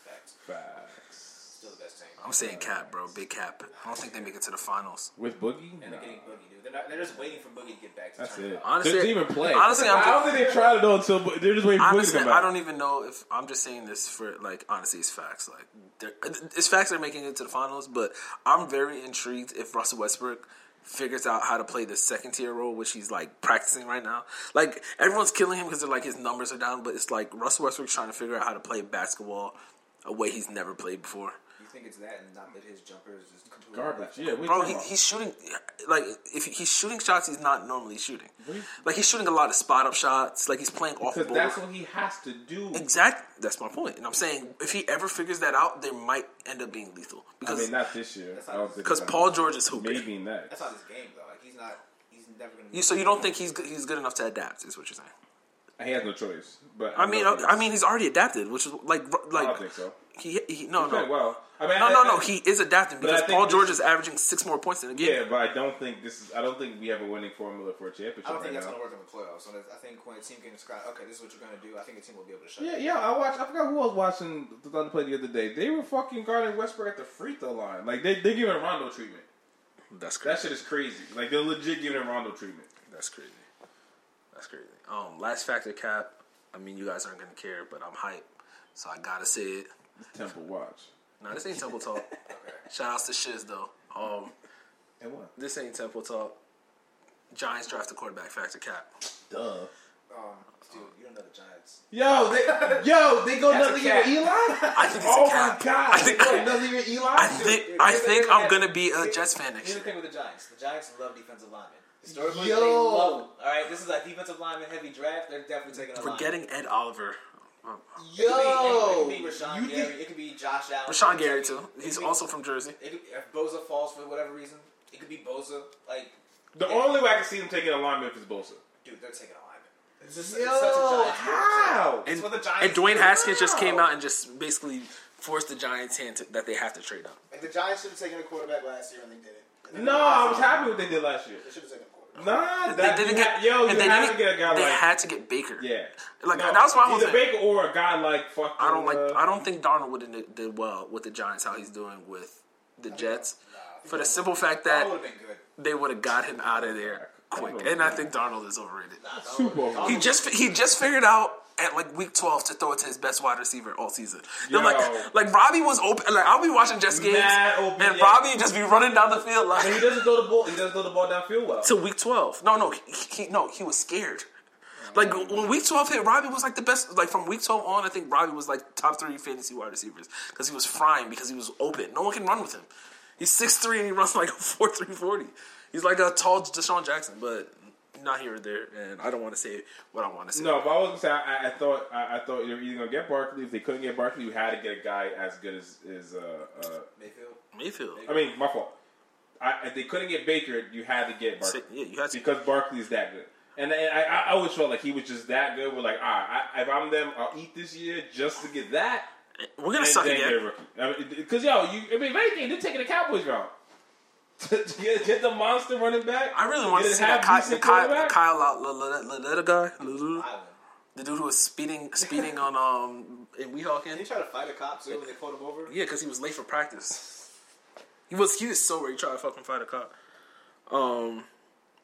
Speaker 5: Facts.
Speaker 4: Facts.
Speaker 5: Still the best team.
Speaker 3: I'm saying cap, bro, big cap. I don't think they make it to the finals.
Speaker 4: With Boogie,
Speaker 5: And
Speaker 4: Nah.
Speaker 5: they're getting Boogie, dude. They're, not, they're just waiting for Boogie to get back to
Speaker 4: that's
Speaker 5: turn
Speaker 4: it.
Speaker 5: up.
Speaker 3: Honestly-
Speaker 4: they didn't even play.
Speaker 3: honestly, I'm
Speaker 4: I don't think they tried it on until Bo- they're just waiting for Boogie to
Speaker 3: Honestly,
Speaker 4: come back.
Speaker 3: I don't even know if I'm just saying this for like honestly, it's facts. Like they're- it's facts they're making it to the finals, but I'm very intrigued if Russell Westbrook figures out how to play the second tier role, which he's like practicing right now. Like everyone's killing him because they're like his numbers are down, but it's like Russell Westbrook's trying to figure out how to play basketball a way he's never played before.
Speaker 5: You think it's that and not that his jumper is just completely
Speaker 4: Garbage.
Speaker 5: left.
Speaker 4: Yeah, we
Speaker 3: Bro, he, he's shooting like if he's shooting shots he's not normally shooting.
Speaker 4: Really?
Speaker 3: Like he's shooting a lot of spot up shots. Like he's playing off the
Speaker 4: because
Speaker 3: ball.
Speaker 4: that's what he has to do.
Speaker 3: Exact. That's my point. And I'm saying if he ever figures that out, they might end up being lethal
Speaker 4: I
Speaker 3: because
Speaker 4: mean, not this year.
Speaker 5: That's
Speaker 4: I
Speaker 5: not-
Speaker 4: don't think
Speaker 3: because
Speaker 4: so.
Speaker 3: Paul George is hooping.
Speaker 4: maybe next.
Speaker 5: That's not his game though. Like he's not. He's never gonna. Be
Speaker 3: You, so you don't think he's good, he's good enough to adapt? Is what you're saying?
Speaker 4: He has no choice. But
Speaker 3: I mean,
Speaker 4: don't
Speaker 3: I,
Speaker 4: think-
Speaker 3: I mean, he's already adapted, which is like
Speaker 4: I
Speaker 3: like
Speaker 4: don't think so.
Speaker 3: he, he no
Speaker 4: Okay,
Speaker 3: no.
Speaker 4: well, I mean,
Speaker 3: No,
Speaker 4: I-
Speaker 3: no,
Speaker 4: I-
Speaker 3: no. He is adapting
Speaker 4: But I
Speaker 3: because
Speaker 4: think
Speaker 3: Paul
Speaker 4: this-
Speaker 3: George is averaging six more points in a game.
Speaker 4: Yeah, but I don't think this is. I don't think we have a winning formula for a championship
Speaker 5: I don't think
Speaker 4: right
Speaker 5: that's
Speaker 4: now.
Speaker 5: gonna work in the playoffs. So that's- I think when a team can describe, okay, this is what you're gonna do. I think a team will be able to shut.
Speaker 4: Yeah,
Speaker 5: it.
Speaker 4: yeah. I watched. I forgot who I was watching the Thunder play the other day. They were fucking guarding Westbrook at the free throw line. Like they they giving Rondo treatment.
Speaker 3: That's crazy.
Speaker 4: That shit is crazy. Like they're legit giving Rondo treatment.
Speaker 3: That's crazy. That's crazy. Um, last factor cap. I mean, you guys aren't gonna care, but I'm hype, so I gotta say it.
Speaker 4: It's Temple watch.
Speaker 3: No, this ain't Temple
Speaker 4: [laughs]
Speaker 3: Talk. Shout outs to Shiz though. Um,
Speaker 4: And what?
Speaker 3: This ain't Temple Talk. Giants draft a quarterback factor cap.
Speaker 4: Duh.
Speaker 5: Um, dude,
Speaker 3: Oh.
Speaker 5: you don't know the Giants.
Speaker 4: Yo, they, yo, they go
Speaker 5: That's a
Speaker 4: nothing even
Speaker 5: cap.
Speaker 4: Eli.
Speaker 3: I think it's
Speaker 4: Oh
Speaker 3: a
Speaker 4: my
Speaker 3: cap.
Speaker 4: god,
Speaker 3: I think,
Speaker 4: they go nothing even Eli.
Speaker 3: I think, I think I'm gonna be a Jets fan next
Speaker 5: Here's the
Speaker 3: year.
Speaker 5: thing with the Giants. The Giants love defensive linemen. Historically,
Speaker 4: Yo.
Speaker 5: they love them. All right, this is a defensive lineman heavy draft. They're definitely taking a
Speaker 3: We're
Speaker 5: lineman.
Speaker 3: getting Ed Oliver. Uh,
Speaker 5: It could
Speaker 4: Yo.
Speaker 5: be, it could be Rashawn
Speaker 4: You
Speaker 5: Gary.
Speaker 4: think-
Speaker 5: It could be Josh Allen.
Speaker 3: Rashawn
Speaker 5: It could
Speaker 3: uh, Gary
Speaker 5: be-
Speaker 3: too.
Speaker 5: it
Speaker 3: He's
Speaker 5: could be-
Speaker 3: also from Jersey.
Speaker 5: It could, if Boza falls for whatever reason, it could be Boza. Like,
Speaker 4: the only way I can see them taking alignment is Bosa.
Speaker 5: dude, they're taking a lineman. It's, just,
Speaker 6: Yo,
Speaker 5: it's such a Giants
Speaker 6: how?
Speaker 5: It's
Speaker 3: And,
Speaker 5: what the Giants
Speaker 3: and Dwayne
Speaker 5: do.
Speaker 3: Haskins just came out and just basically forced the Giants' hand to, that they have to trade up.
Speaker 5: Like, the Giants should have taken a quarterback last year and they didn't.
Speaker 4: No, I was happy with what they did last year.
Speaker 5: They should have taken a quarterback.
Speaker 4: Nah,
Speaker 3: They
Speaker 4: that,
Speaker 3: didn't
Speaker 4: you
Speaker 3: get
Speaker 4: ha- yo, you
Speaker 3: and they
Speaker 4: have
Speaker 3: didn't-
Speaker 4: to get a guy
Speaker 3: They
Speaker 4: like
Speaker 3: had to get Baker.
Speaker 4: yeah.
Speaker 3: Like,
Speaker 4: No,
Speaker 3: that was my whole
Speaker 4: either
Speaker 3: thing.
Speaker 4: Baker or a guy like fucking.
Speaker 3: I don't like.
Speaker 4: uh,
Speaker 3: I don't think Donald would have did well with the Giants. How he's doing with the Jets, for the simple fact
Speaker 5: That
Speaker 3: that
Speaker 5: would have been good.
Speaker 3: they would have got him out of there quick. And I think Donald is overrated.
Speaker 4: Super.
Speaker 3: He just he just figured out at like week twelve to throw it to his best wide receiver all season. They're
Speaker 4: Yo.
Speaker 3: like like Robbie was open. Like I'll be watching Jets games
Speaker 4: Mad open,
Speaker 3: and
Speaker 4: yeah.
Speaker 3: Robbie just be running down the field
Speaker 4: And he
Speaker 3: like
Speaker 4: doesn't throw the ball. He doesn't throw the ball downfield well.
Speaker 3: to week twelve. No, no, he, he no he was scared. Like when week twelve hit, Robbie was like the best. Like from week twelve on, I think Robbie was like top three fantasy wide receivers because he was frying because he was open. No one can run with him. He's six three and he runs like a four three forty. He's like a tall Deshaun Jackson, but not here or there. And I don't want to say what I want to say.
Speaker 4: No, but I was gonna say I, I- I thought I, I thought they were either gonna get Barkley. If they couldn't get Barkley, you had to get a guy as good as as uh, uh,
Speaker 5: Mayfield.
Speaker 3: Mayfield.
Speaker 4: I mean, my fault. I, if they couldn't get Baker, you had to get Barkley.
Speaker 3: Yeah, you had to-
Speaker 4: because Barkley's that good. And I, I, I always felt like he was just that good. We're like, all right, I, if I'm them, I'll eat this year just to get that.
Speaker 3: We're gonna
Speaker 4: And
Speaker 3: suck
Speaker 4: then get a
Speaker 3: again.
Speaker 4: rookie. I mean, because yo, you, I mean, if anything, they're taking the Cowboys route. [laughs] get, get the monster running back.
Speaker 3: I really want to
Speaker 4: Get a
Speaker 3: see that
Speaker 4: half
Speaker 3: Kyle, the
Speaker 4: decent
Speaker 3: Kyle, the
Speaker 4: quarterback.
Speaker 3: Kyle out Loletta guy, Lulu,
Speaker 5: I don't know.
Speaker 3: the dude who was speeding, speeding on um in
Speaker 5: Did he
Speaker 3: Weehawken.
Speaker 5: try to fight a cop too when they pulled him over?
Speaker 3: Yeah, because he was late for practice. He was he was so ready to try to fucking fight a cop. Um,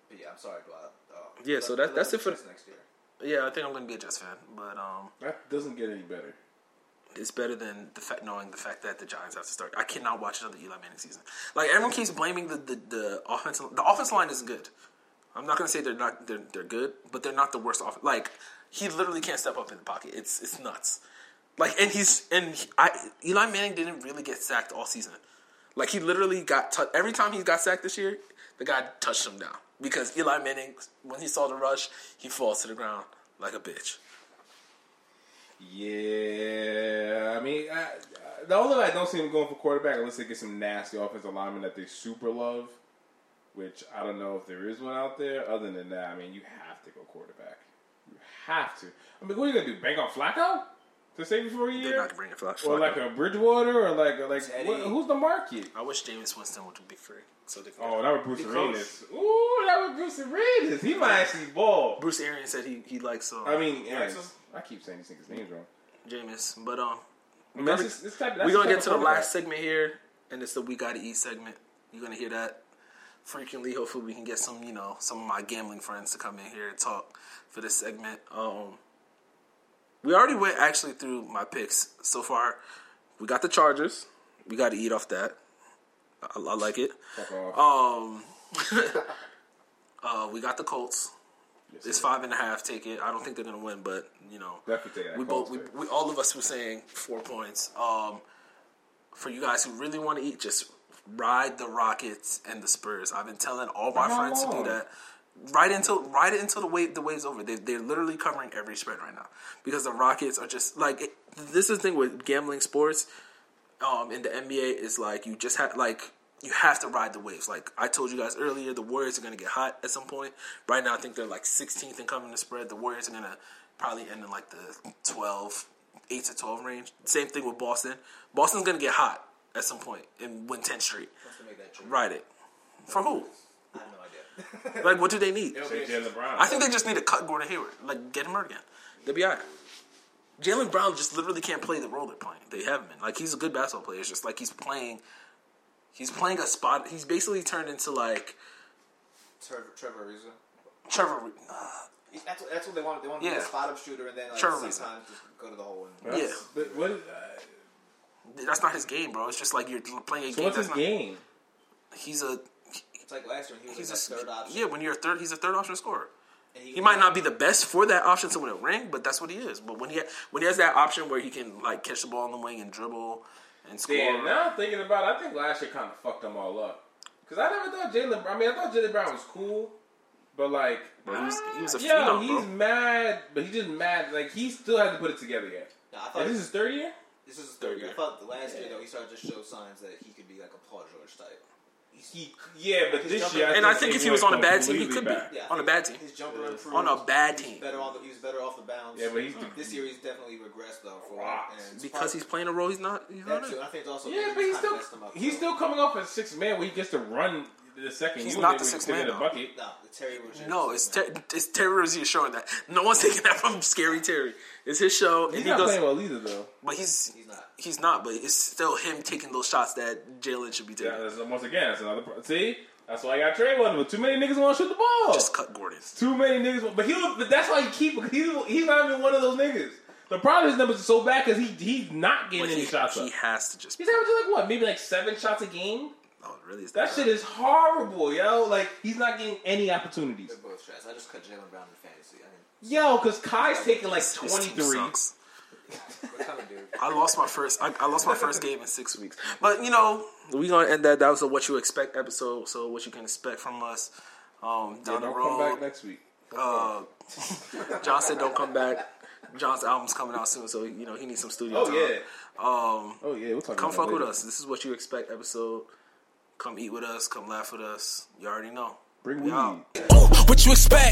Speaker 5: But yeah, I'm sorry, Dwight. Uh,
Speaker 3: Yeah, so that- that's it for the-
Speaker 5: next year.
Speaker 3: yeah, I think I'm gonna be a Jets fan, but um,
Speaker 4: That doesn't get any better.
Speaker 3: it's better than the fact knowing the fact that the Giants have to start. I cannot watch another Eli Manning season. Like everyone keeps blaming the the, the offensive the offensive line is good. I'm not gonna say they're not they're they're good, but they're not the worst off. Like he literally can't step up in the pocket. It's it's nuts. Like and he's and he- I Eli Manning didn't really get sacked all season. Like he literally got tou- every time he got sacked this year, the guy touched him down because Eli Manning when he saw the rush, he falls to the ground like a bitch.
Speaker 4: Yeah, I mean, I, I, the only way I don't see them going for quarterback unless they get some nasty offensive lineman that they super love, which I don't know if there is one out there. Other than that, I mean, you have to go quarterback. You have to. I mean, what are you gonna do? Bank on Flacco to save you for a
Speaker 3: They're
Speaker 4: year,
Speaker 3: not bringing Flash.
Speaker 4: or like a Bridgewater, or like like
Speaker 5: Teddy.
Speaker 4: what, who's the market?
Speaker 3: I wish James Winston would be free. So they could
Speaker 4: Oh, that was Bruce
Speaker 5: close.
Speaker 4: Arenas. Ooh, that was Bruce Arenas. He might actually ball.
Speaker 3: Bruce Arians said he he likes um,
Speaker 4: I mean, yeah,
Speaker 5: Axel?
Speaker 4: I keep saying these niggas' names wrong.
Speaker 3: Jameis, but um,
Speaker 4: I mean, that's just- this type- that's
Speaker 3: we're
Speaker 4: the
Speaker 3: gonna
Speaker 4: type
Speaker 3: get
Speaker 4: of
Speaker 3: to the
Speaker 4: quarterback.
Speaker 3: last segment here, and it's the we gotta eat segment. You're gonna hear that frequently. Hopefully, we can get some you know some of my gambling friends to come in here and talk for this segment. Um, we already went actually through my picks so far. We got the Chargers. We gotta eat off that. I, I like it.
Speaker 4: Fuck off.
Speaker 3: Um, uh, we got the Colts. It's five and a half. Take it. I don't think they're gonna win, but you know,
Speaker 4: Definitely take that
Speaker 3: we
Speaker 4: Colts
Speaker 3: both, we,
Speaker 4: pick.
Speaker 3: we all of us were saying four points. Um, for you guys who really want to eat, just ride the Rockets and the Spurs. I've been telling all my
Speaker 4: How
Speaker 3: friends to
Speaker 4: long?
Speaker 3: do that. Right until right until the wave the wave's over, they they're literally covering every spread right now because the Rockets are just like it, this is the thing with gambling sports um, in the NBA is like you just have like you have to ride the waves. Like I told you guys earlier, the Warriors are going to get hot at some point. Right now, I think they're like 16th in coming to spread. The Warriors are going to probably end in like the 12, 8 to 12 range. Same thing with Boston. Boston's going to get hot at some point and win 10th Street.
Speaker 5: Let's make that true.
Speaker 3: Ride it for who?
Speaker 5: I have no idea. [laughs]
Speaker 3: Like what do they need?
Speaker 4: Say Jalen Brown.
Speaker 3: I think they just need to cut Gordon Hayward. Like get him hurt again. They'll be alright. Jalen Brown just literally can't play the role they're playing. They haven't been. Like he's a good basketball player. It's just like he's playing he's playing a spot he's basically turned into like
Speaker 5: Trevor, Trevor Ariza.
Speaker 3: Trevor Re- uh,
Speaker 5: He's- That's what, that's what they want. They want to be
Speaker 3: Yeah.
Speaker 5: a spot up shooter and then like,
Speaker 3: Trevor
Speaker 5: sometimes
Speaker 3: Ariza.
Speaker 5: just go to the hole. And,
Speaker 4: That's-
Speaker 3: Yeah.
Speaker 4: But what is uh, that?
Speaker 3: that's not his game, bro. It's just like you're playing a
Speaker 4: So
Speaker 3: game
Speaker 4: what's
Speaker 3: that's
Speaker 4: his
Speaker 3: not
Speaker 4: game?
Speaker 3: he's a
Speaker 5: it's like last year when he
Speaker 3: he's
Speaker 5: was like,
Speaker 3: a
Speaker 5: that third option.
Speaker 3: Yeah, when you're a third he's a third option scorer.
Speaker 5: And
Speaker 3: He might not be the best for that option to win a ring, but that's what he is. But when he ha- when he has that option where he can like catch the ball on the wing and dribble and score,
Speaker 4: Damn, now I'm thinking about it, I think last year kind of fucked them all up. Because I never thought Jalen Brown, I mean, I thought Jalen Brown was cool, but like,
Speaker 3: Bro, he was- he was a
Speaker 4: yo,
Speaker 3: phenom,
Speaker 4: he's
Speaker 3: bro.
Speaker 4: mad, but he just mad. Like, he still hasn't put it together yet.
Speaker 5: Nah, I thought
Speaker 4: And this is
Speaker 5: this,
Speaker 4: his third year?
Speaker 5: is his third year. I
Speaker 4: year.
Speaker 5: thought the last year though he started to show signs that he could be like a Paul George type. he
Speaker 4: Yeah, but this
Speaker 5: jumping-
Speaker 4: year,
Speaker 3: And I think if he was on a bad team, he could be
Speaker 5: yeah, I
Speaker 3: on a
Speaker 5: think
Speaker 3: bad team.
Speaker 5: His jumper improved.
Speaker 3: On a bad team.
Speaker 5: He's better off. The, he was better off the bounce.
Speaker 4: Yeah, but he's
Speaker 5: this year he's definitely regressed though. For
Speaker 4: Rocks.
Speaker 5: and it's
Speaker 3: Because he's playing a role he's not. He's
Speaker 5: probably-
Speaker 3: not
Speaker 5: that
Speaker 3: in.
Speaker 5: too. I think it's also
Speaker 4: Yeah, but he's
Speaker 5: kinda
Speaker 4: still
Speaker 5: messed him up,
Speaker 4: he's
Speaker 5: though.
Speaker 4: still coming off as six man where he gets to run the second.
Speaker 3: He's
Speaker 4: unit
Speaker 3: not
Speaker 4: when
Speaker 3: the
Speaker 4: he
Speaker 3: sixth
Speaker 4: gets
Speaker 3: man,
Speaker 4: in the
Speaker 3: though.
Speaker 4: bucket.
Speaker 5: no the Terry Rozier.
Speaker 3: No, it's ter- it's Terry Rozier showing that. No one's [laughs] taking that from Scary Terry. It's his show, and
Speaker 4: He's
Speaker 3: he
Speaker 4: not
Speaker 3: goes.
Speaker 4: playing well either though.
Speaker 3: But he's
Speaker 5: He's not.
Speaker 3: he's not. But it's still him taking those shots that Jalen should be
Speaker 4: Yeah,
Speaker 3: taking.
Speaker 4: that's, once again, that's another. Pro- See, that's why I got Trey one. But too many niggas want to shoot the ball.
Speaker 3: Just cut Gordon.
Speaker 4: too many niggas. want- But he, will but that's why he keep. He's he's not even one of those niggas. The problem his numbers are so bad because he he's not getting
Speaker 3: But
Speaker 4: any
Speaker 3: he,
Speaker 4: shots
Speaker 3: he
Speaker 4: up.
Speaker 3: has to just.
Speaker 4: He's averaging like what, maybe like seven shots a game.
Speaker 3: Oh, really? Is
Speaker 4: That shit is horrible, yo. Like he's not getting any opportunities.
Speaker 5: They're both trash. I just cut Jalen Brown in fantasy. I mean,
Speaker 4: [laughs] Yo, because Kai's taking like
Speaker 3: This team
Speaker 4: twenty three.
Speaker 3: sucks.
Speaker 5: what kind of dude?
Speaker 3: I lost my first. I, I lost my first game in six weeks. But you know, we gonna end that. That was a what you expect episode. So what you can expect from us um, down the
Speaker 4: Don't come
Speaker 3: road.
Speaker 4: back next week.
Speaker 3: Uh, John said don't come back. John's album's coming out soon, so you know he needs some studio
Speaker 4: Oh
Speaker 3: time.
Speaker 4: yeah. Um. Oh yeah. We'll talk
Speaker 3: Come
Speaker 4: about
Speaker 3: fuck
Speaker 4: that
Speaker 3: with
Speaker 4: later.
Speaker 3: us. This is what you expect episode. Come eat with us. Come laugh with us. You already know.
Speaker 4: Bring
Speaker 3: We out.
Speaker 4: weed.
Speaker 2: Ooh, what you expect?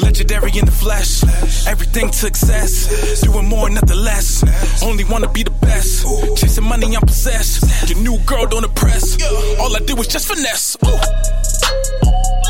Speaker 2: Legendary in the flesh. Everything to excess. Doing more, nothing less. Only wanna be the best. Chasing money, I'm possessed. Your new girl don't impress. All I did was just finesse. Ooh.